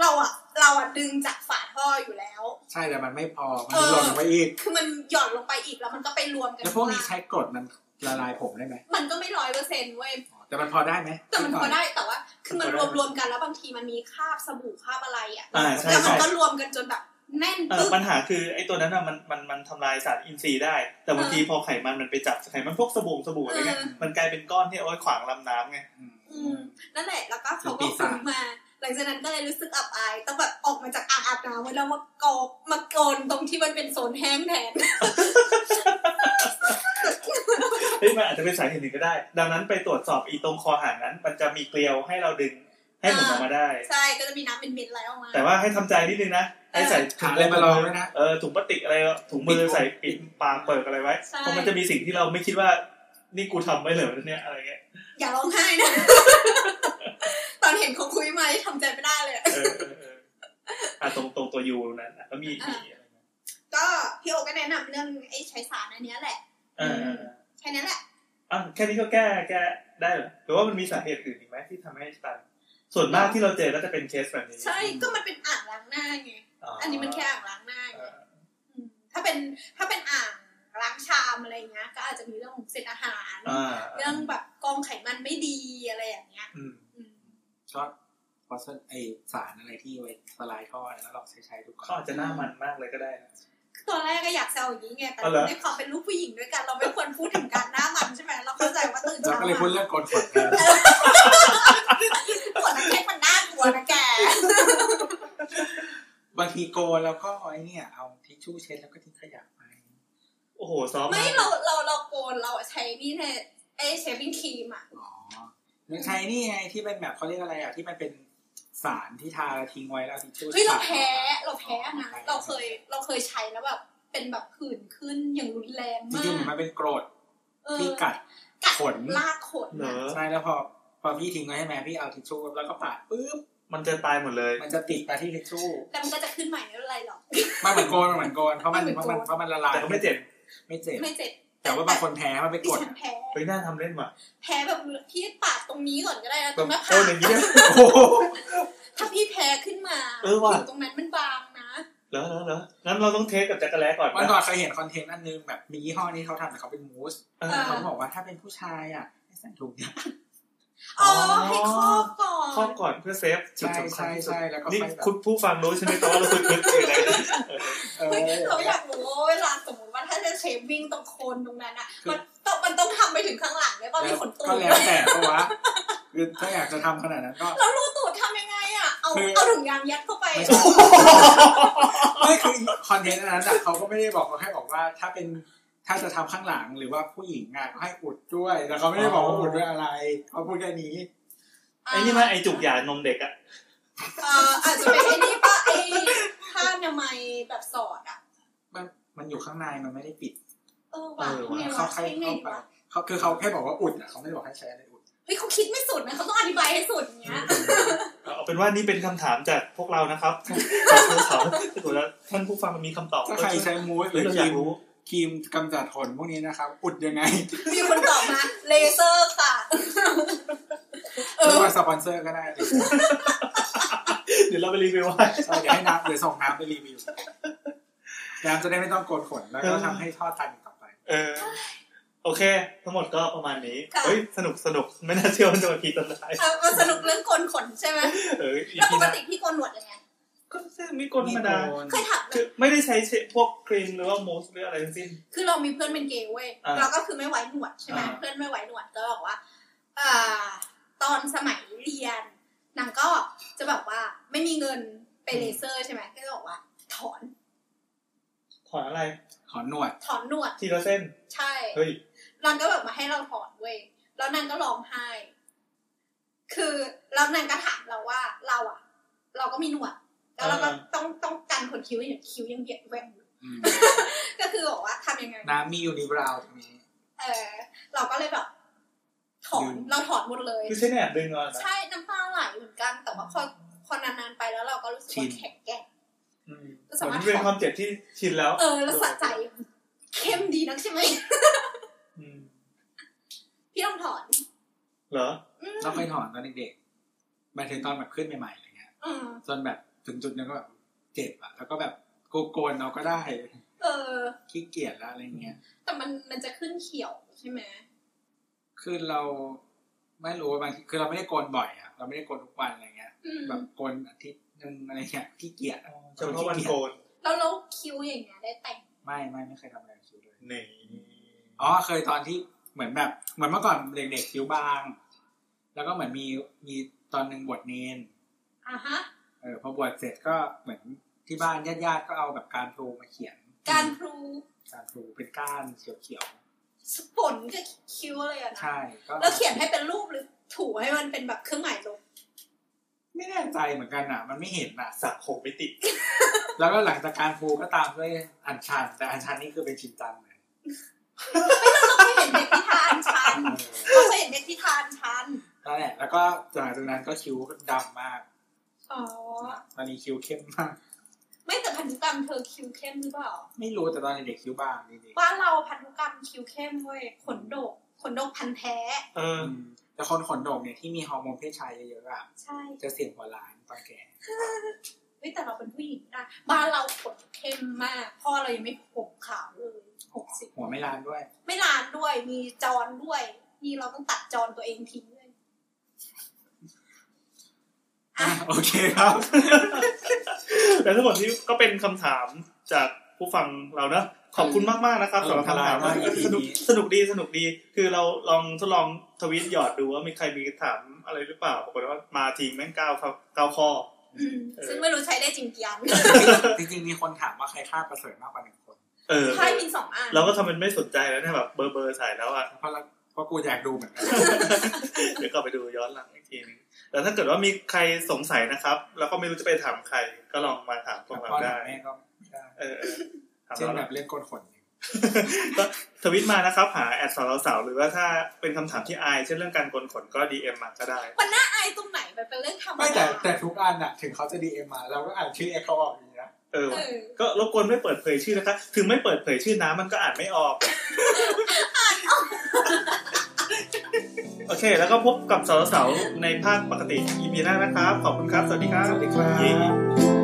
Speaker 2: เราอะเราอะดึงจากฝาท่ออยู่แล้ว
Speaker 4: ใช่แต่มันไม่พอมันหล่นลงไปอีก
Speaker 2: คือมันหย่อนลงไปอีกแล้วมันก็ไปรวมกัน
Speaker 4: แล้วพวกนี้
Speaker 2: ข้างล่าง
Speaker 4: ใช้กรดมันละลายผมได้ไหม
Speaker 2: มันก็ไม่ร้อยเปอร์เซ็นต์เว้ย
Speaker 4: อ๋อแต่มันพอได้ไหม
Speaker 2: แต่มันพอได้แต่ว่า คือมัน
Speaker 3: พอ
Speaker 2: รว
Speaker 3: ได้
Speaker 2: มรวมๆกันแล้วบางทีมันมีคราบสบู่คราบอะไรอ่ะ
Speaker 3: อ่าใช่
Speaker 2: แล้วมันก็รวมกันจนแบบแน่น
Speaker 3: เออ
Speaker 2: ปึ๊ก
Speaker 3: ปัญหาคือไอ้ตัวนั้นอ่ะมันมันมันทำลายสารอินทรีย์ได้ แต่บางทีพอไขมันมันไปจับไขมันพวกสบู่สบู่อะไรเงี้ย
Speaker 2: เออ
Speaker 3: มันกลายเป็นก้อนที่เอาไว้ขวางลำน้ำไง
Speaker 4: อืม
Speaker 2: อืมนั่นแหละแล้วก็เขาก็คุ้มมา หลังจากนั้นก็เลยรู้สึกอับอายต้องแบบออกมาจากอ่างอาบน้ำแล้วมากอบมาโกนตรงที่มันเป็นโซนแห้งแทน
Speaker 3: เฮ้ยมันอาจจะเป็นสาเหตุหนึ่งก็ได้ ดังนั้นไปตรวจสอบอีตรงคอหางนั้น มันจะมีเกลียวให้เราดึงให้หมุนออกมาได้
Speaker 2: ใช่ก็จะมีน้ำเป็นเม็ดไหลออกมา
Speaker 3: แต่ว่าให้ทำใจนิดนึงนะให้ใส่ถุ
Speaker 4: หาง อะไรมาลองด้วยนะ
Speaker 3: เออถุงพลาสติกอะไรถุงมือใส่ปิดปากเปิดอะไรไว้
Speaker 2: ใช่
Speaker 3: เพราะมันจะมีสิ่งที่เราไม่คิดว่านี่กูทำไว้เหรอเนี่ยอะไรเงี้ย
Speaker 2: อย่าร้องไห้นะ ตอนเห็นเขาคุยมาทำใจไม่ได้เลย
Speaker 3: เออเออเอออ่ะตรงตรงตัวยูนั้นอ่ะก็มีมีอะไรเงี้ย
Speaker 2: ก็พี่โอก็แนะนำเรื่องไอ้ใช้สารอันเนี้ยแหละ
Speaker 3: เออเออเออ
Speaker 2: แค่นั้นแหละ
Speaker 3: อ่ะแค่นี้ก็แก้แก้ได้เหรอหรือว่ามันมีสาเหตุอื่นอีกไหมที่ทำให้ตัน ส่วนมากที่เราเจอก็จะเป็นเคสแบบนี้
Speaker 2: ใช่ก็มันเป็นอ่างล้างหน้าไง อันนี้มันแค่อ่างล้างหน้าไง
Speaker 3: อ่า
Speaker 2: อืมถ้าเป็นถ้าเป็นอ่างล้างชามอะไรเงี้ย ก็อาจจะมีเรื่องของเศษอาหาร
Speaker 3: อ่า
Speaker 2: เรื่องแบบกองไขมันไม่ดีอะไรอย่างเงี้ย
Speaker 3: อืม
Speaker 2: อืม
Speaker 4: ชอบพอสไอสารอะไรที่ไว้สลายท่อแล้วลองใช้ใช้ดูก่
Speaker 3: เขา
Speaker 4: อน
Speaker 3: อาจจะหน้ามันมากเลยก็ได้นะ
Speaker 2: คือตอนแรกก็อยากแซวอย่างนี้ไง แต่
Speaker 3: อ๋อเหรอ
Speaker 2: ในความเป็นลูกผู้หญิงด้วยกัน เราไม่ควรพูดถึงการหน้ามันใช่ไหมเราเข้าใจว่าตื่น
Speaker 4: เรา
Speaker 2: เช้า
Speaker 4: ก็
Speaker 2: มา
Speaker 4: เลยพูดเรื่องกรดขวดแทน
Speaker 2: ปวดนักแค่มันน่ากลัวนะ แก
Speaker 4: บางทีโกนแล้วก็ไอเนี่ยเอาทิชชู่เช็ดแล้วก็ทิ้งขยะไป
Speaker 3: โอ้โหซอฟต์
Speaker 2: ไม่เราเราเราโกนเราใช้นี่แทนไอ้เชฟวิ่งครีมอ่ะ
Speaker 4: อ๋อแล้วใช้นี่ไงที่เป็นแบบเขาเรียกอะไรอ่ะที่มันเป็นสารที่ทาแล้วทิ้งไว้แล้วเอาทิชชู่
Speaker 2: เฮ้ยเราแพ้
Speaker 4: ใส่
Speaker 2: เราแพ้อันนะเราเคยเราเคยใช้แล้วแบบเป็นแบบผื่นขึ้นอย่างรุนแรง
Speaker 4: จ
Speaker 2: มา
Speaker 4: ริงๆเหมือน
Speaker 2: ก
Speaker 4: มันเป็นกรด
Speaker 2: เออ
Speaker 4: ที่กัด
Speaker 2: กัด
Speaker 4: ขน
Speaker 2: ลากขน
Speaker 3: เหร
Speaker 2: อะ
Speaker 3: อ
Speaker 4: ใช่แล้วพอพอพี่ทิ้งไว้ให้แม่พี่เอาทิชชู่แล้วก็ปาดปุ๊บ
Speaker 3: มันจะตายหมดเลย
Speaker 4: มันจะติดไปที่ทิชชู่
Speaker 2: แต่มันก็จะขึ้นใหม่ไม่เป็นไรหรอก
Speaker 4: มันเหมือนโกนมันเหมือนโกนเพราะมัน
Speaker 2: มันเหมือน
Speaker 4: เพราะ
Speaker 2: โก
Speaker 4: มัน นเพราะมันละลาย
Speaker 3: แต่ก็ไม่เจ็บ
Speaker 4: ไม่เจ็บ
Speaker 2: ไม่เจ็บ
Speaker 4: แต่ว่าบางคนแพ้มันไป
Speaker 2: ดิ
Speaker 4: กด
Speaker 2: ฉันแพ้
Speaker 3: เฮ้ยน่าทำเล่นว่ะ
Speaker 2: แพ้แบบพี่ปาดตรงนี้ก่อนก็ได้นะต
Speaker 3: แบ
Speaker 2: ร
Speaker 3: บ
Speaker 2: งหน้าผา
Speaker 3: โอ้
Speaker 2: ก
Speaker 3: ยอย่างเงี้ย
Speaker 4: โอ้โห
Speaker 2: ถ้าพี่แพ้ขึ้นมา
Speaker 3: เออว่ะ
Speaker 2: ผิวตรงนั้นมันบางนะ
Speaker 3: เหรอเหรอเหรองั้นเราต้องเทสกับจักรแล้ก่อน
Speaker 4: วัน
Speaker 3: นะ
Speaker 4: ก่อนเคยเห็นคอนเทนต์อันนึงแบบมียี่ห้อนี้เขาทำแต่เขาเป็นมูส
Speaker 3: เออ
Speaker 2: า
Speaker 4: เขาบอกว่าถ้าเป็นผู้ชายอ่ะให้ใส่ถุงยาง
Speaker 3: อ๋
Speaker 2: อ๋อ
Speaker 3: อ
Speaker 2: ให้ครอบก่อ
Speaker 3: ครอบ
Speaker 2: น
Speaker 3: ก่อนเพื่อเซฟจุด
Speaker 4: ใช่
Speaker 3: สำคัญ
Speaker 4: ใช่
Speaker 3: ที่สุด
Speaker 4: ใช่แล้วก็
Speaker 3: นี่
Speaker 4: ไปแบบ
Speaker 3: คุณผู้ฟังรู้ใช่ไหมตอนเราคุยกันคืออะไรกัน
Speaker 4: เออ
Speaker 2: เฮ้ยเราอยากรู้ว่าเวลาสมมติว่าถ้าจะเชฟวิ่งตรงโคนตรงนั้นอ่ะมันต้องมันต้องทำไปถึงข้างหลังเนี่ยป่ะมีขนตู
Speaker 4: ก็
Speaker 2: ด
Speaker 4: แล้วแต่เพราะว่าคือถ้าอยากจะทำขนาดนั้นก็
Speaker 2: เรารู้ตูดทำยังไงอ่ะเอา
Speaker 4: คือ
Speaker 2: เอาถุงยางยัดเข้าไป
Speaker 4: ไม่ใช่ไม่คือคอนเทนต์อันนั้นอะเขาก็ไม่ได้บอกเขาแค่บอกว่าถ้าเป็นถ้าจะทำข้างหลังหรือว่าผู้หญิงอ่ะก็ให้อุดด้วยแต่เขาไม่ได้บอกว่าอุดด้วยอะไรเขาพูดแค่นี้
Speaker 3: ไอ้นี่มันไอ้จุกหยานมเด็ก อ่ะ
Speaker 2: เอ่ออาจจะเป็นไอ้นี่ป่ะไอ้ผ้าอนามัยแบบสอดอ่ะ
Speaker 4: มันมันอยู่ข้างในมันไม่ได้ปิด
Speaker 2: เออว่ะยังไง
Speaker 4: เขา
Speaker 2: วะ
Speaker 4: ใคร
Speaker 2: ยังไง
Speaker 4: เข้าไป
Speaker 2: วะ
Speaker 4: เขาคือเขาแค่บอกว่าอุดอ่ะเขาไม่ได้บอกให้ใช้อะไรอุด
Speaker 2: เฮ้ยเขาคิดไม่สุดนะเขาต้องอธิบายให้สุดอย่างเงี้ย
Speaker 3: เอาเป็นว่านี่เป็นคำถามจากพวกเรา นะครับจากผู้เขาถ้าเกิดว่า ท่านผู้ฟังมันมีคำตอบ
Speaker 4: ถ้าใครใช้มูสห
Speaker 3: หรื
Speaker 4: รือ อ
Speaker 3: เราอ
Speaker 4: ครี
Speaker 3: ยาก
Speaker 4: ม
Speaker 3: รู้
Speaker 4: ครีมกำจัดขนพวกนี้นะครับ อุดยังไง
Speaker 2: มีคนตอบมาเลเซอร์ค่ะ เอ
Speaker 4: เรีย
Speaker 2: อ
Speaker 4: กว่าสปอนเซอร์ก็ได้
Speaker 3: เดี๋ยวเราไปรีวิวให้
Speaker 4: เออเดี๋ยวให้น้ำเดี๋ยวส่งน้ำไปรีวิวน้ำจะได้ไม่ต้องโกนขนแล้วก็ทำให้ทอดตันอีกต่อไป
Speaker 3: เออ โอเค ทั้งหมดก็ประมาณนี้
Speaker 2: ค่ะ
Speaker 3: เฮ้ย สนุกสนุกไม่น่าเชื่อว่าจะมาพีตอนท้าย
Speaker 2: เอามาสรุปเรื่องโกนขนใช่ไหม
Speaker 3: เอออี
Speaker 2: แล้ว
Speaker 3: พี
Speaker 2: ปก
Speaker 3: หน้า
Speaker 2: ติพี่โกนหนวดยังไง
Speaker 3: ก็มีกลธรรมดา
Speaker 2: เคยถามไหม
Speaker 3: คือไม่ได้ใช้พวกครีมหรือว่ามูสหรืออะไรทั้งสิ้น
Speaker 2: คือเรามีเพื่อนเป็นเกย์เว้ย
Speaker 3: อ่า
Speaker 2: เราก็คือไม่ไว้หนวดใช่ไหม
Speaker 3: อ่า
Speaker 2: เพื่อนไม่ไว้หนวดก็บอกว่าอ่า ตอนสมัยเรียนนางก็จะแบบว่าไม่มีเงินไปเลเซอร์ใช่ไหมก็จะบอกว่า ถอน
Speaker 3: ถอนอะไร
Speaker 4: ขอหนวด
Speaker 2: ถอนหนวด
Speaker 3: ทีละเส้น
Speaker 2: ใช่
Speaker 3: เฮ้ย
Speaker 2: นางก็แบบมาให้เราถอนเว้ย แล้วนางก็ร้องไห้ คือแล้วนางก็ถามเราว่าเราอะเราก็มีหนวด แล้วเราก็
Speaker 3: อ่า
Speaker 2: ต้องต้องกันขนคิ้วอย่างคิ้วยังเบียดแหว่งอยู่
Speaker 4: อืม
Speaker 2: ก็คือบอกว่าทำยังไง
Speaker 4: น้ำมีอยู่ในบราวตรงนี้
Speaker 2: เออเราก็เลยแบบ ถอน
Speaker 4: ดึง
Speaker 2: เราถอนหมดเลย
Speaker 3: คือใช้แหนบดึงเอานะ
Speaker 2: ใช่น้ำตาไหลเหมือนกัน แต่ว่าพอพอนานๆไปแล้วเราก็รู้สึกว่าแข็งแกร่ง
Speaker 3: อืม
Speaker 2: ก็ สา
Speaker 3: เห
Speaker 2: มา
Speaker 3: มือ
Speaker 2: รถ
Speaker 3: นเป็น
Speaker 2: ถ
Speaker 3: ค
Speaker 2: อด
Speaker 3: วามเจ็บที่ชินแล้ว
Speaker 2: เออแล้วสะใจ เข้มดีนักใช่ไหม
Speaker 3: อืม
Speaker 2: พี่ต้องถอน
Speaker 3: เหรอ
Speaker 2: อืม
Speaker 4: เราเคยถอนตอนเด็กๆหมายถึงตอนแบบขึ้นใหม่ๆอะไรเงี้ย
Speaker 2: อืม
Speaker 4: จนแบบถึงจุดหนึงก็แบบเจ็บอะแล้วก็แบบโกโกนเราก็ได้
Speaker 2: เออ
Speaker 4: ขี้เกียจแล้วอะไรเงี้ย
Speaker 2: แต่มันมันจะขึ้นเขียวใช่ไหม
Speaker 4: คือเราไม่รู้ว่าบางทีคือเราไม่ได้โกนบ่อยอะเราไม่ได้โกนทุกวันอะไรเงี้ย
Speaker 2: อืม
Speaker 4: แบบโกนอาทิตย์หนึ่งอะไรเงี้ยขี้เกียจอะ
Speaker 3: เฉพาะวันโกน
Speaker 2: แล้วแล้วคิ้วอย่างเงี้ยได้แต่ง
Speaker 4: ไม่ไม่ไม่เคยทำอะไรกับคิ้วเลย
Speaker 3: หนี่
Speaker 4: อ๋อเคยตอนที่เหมือนแบบเหมือนเมื่อก่อนเด็กๆคิ้วบาง แล้วก็เหมือนมีมีตอนหนึ่งบวชเนน
Speaker 2: อ่ะฮะ
Speaker 4: เออพอบวชเสร็จก็เหมือนที่บ้านญาติๆก็เอาแบบการพลูมาเขียน
Speaker 2: การพลู
Speaker 4: การพลูเป็นก้านเขียว
Speaker 2: สปนกับคิ้วเลยอะ
Speaker 4: ๆ
Speaker 2: นะ
Speaker 4: ใช่ก็
Speaker 2: แล้วเขียนให้เป็นรูปหรือถูให้มันเป็นแบบเครื่องหมายลบ
Speaker 4: ไม่แน่ใจเหมือนกันอ่ะ มันไม่เห็นอ่ะ
Speaker 3: สักหกมิติ
Speaker 4: แล้วก็หลังจากการพลูก็ตามด้วยอัญชัน แต่อัญชันนี่คือเป็นชินจัง เลย
Speaker 2: เราเคยเห็นเด็กที่ทานชัน
Speaker 4: เออ
Speaker 2: เราเคยเห็นเด็กที่ทานชัน
Speaker 4: นั่นแหละแล้วก็หลังจากนั้นก็คิ้วดำมาก
Speaker 2: อ๋อ
Speaker 4: ตอนนี้คิ้วเข้มมาก
Speaker 2: ไม่แต่พันธุกรรมเธอคิ้วเข้มหรือเปล่า
Speaker 4: ไม่รู้แต่ตอนเด็กๆคิ้วบางจริงๆ
Speaker 2: บ้านเราพันธุกรรมคิ้วเข้มเว้ยขนดกขนดกพันธุ์แท้
Speaker 3: เออ
Speaker 4: อืมแต่คนขนดกเนี่ยที่มีฮอร์โมนเพศชายเยอะๆอะ
Speaker 2: ใช่
Speaker 4: จะเสี่ยงกว่าหล้านตอนแก่
Speaker 2: เฮ้ยแต่เราเป็นผู้หญิงนะบ้านเราขนเข้มมาก พ่อเรายังไม่ผมขาวเลยหกสิบ
Speaker 4: หัวไม่ล้านด้วย
Speaker 2: ไม่ล้านด้วย มีจรด้วย มีเราต้องตัดจรตัวเองทิ้งด้วย
Speaker 4: อ่ะ โอเคครับ
Speaker 3: แต่ทั้งหมดนี้ก็เป็นคำถามจากผู้ฟังเราเนอะขอบคุณมากๆนะครับสำหรับคำถาม
Speaker 4: ขอบคุณมาก
Speaker 3: สนุก
Speaker 4: ครับ
Speaker 3: สนุกดีสนุกดี คือเราลองทดลองทวิตหยอดดูว่ามีใครมีคำถามอะไรหรือเปล่าปรากฏว่ามาทีมแม่งเก้าครับเก้าข้อ
Speaker 2: อืม
Speaker 3: เออ
Speaker 2: ซึ่งไม่รู้ใช้ได้จริงกี่อัน
Speaker 4: จริงๆ มีคนถามว่าใครฆ่าประเสริฐมากกว่าหนึ่งคน
Speaker 3: เออ
Speaker 2: ใช่มีสองอัน
Speaker 3: เราก็ทำเป็นไม่สนใจแล้วเนี่ยแบบเบอร์เบอร์ใส่แล้วอ่ะ
Speaker 4: เพราะเราเพราะกูอยากดูเหมือนกัน
Speaker 3: เดี๋ยวกลับไปดูย้อนหลังอีกทีนึงแต่ถ้าเกิดว่ามีใครสงสัยนะครับ แล้วก็ไม่รู้จะไปถามใคร ก็ลองมาถามพวกเรา
Speaker 4: พ่อหนั
Speaker 3: ได้
Speaker 4: งแม่ก็ไม่ได้
Speaker 3: เออเออถาม
Speaker 4: เช่น
Speaker 3: เรา
Speaker 4: แบ
Speaker 3: ละ
Speaker 4: บเรื่องโกนขนเนี่ย
Speaker 3: ก็ทวิตมานะครับ หาแอดสาวเราสาวหรือว่าถ้าเป็นคำถามที่อายเช่นเรื่องการโกนขนก็ดีเอ็มมาก็ได้
Speaker 2: ไอ้ตรงไหนมันเป็นเรื่องธรรม
Speaker 4: ไม่แต่
Speaker 2: ดา
Speaker 4: แต่ทุกอันอะถึงเขาจะดีเอ็มมาเราก็อ่านชื่อเอเขาออกอย่างเงี้ย
Speaker 3: เออ
Speaker 2: เออ
Speaker 3: ก็รบกวนไม่เปิดเผยชื่อนะคะ ถึงไม่เปิดเผยชื่อน้ำมันก็อ่านไม่ออก โอเค แล้วก็พบกับสาวๆในภาคปกติ EP หน้านะครับ ขอบคุณครับ สวัสดีครับ
Speaker 4: สวัสดีครับ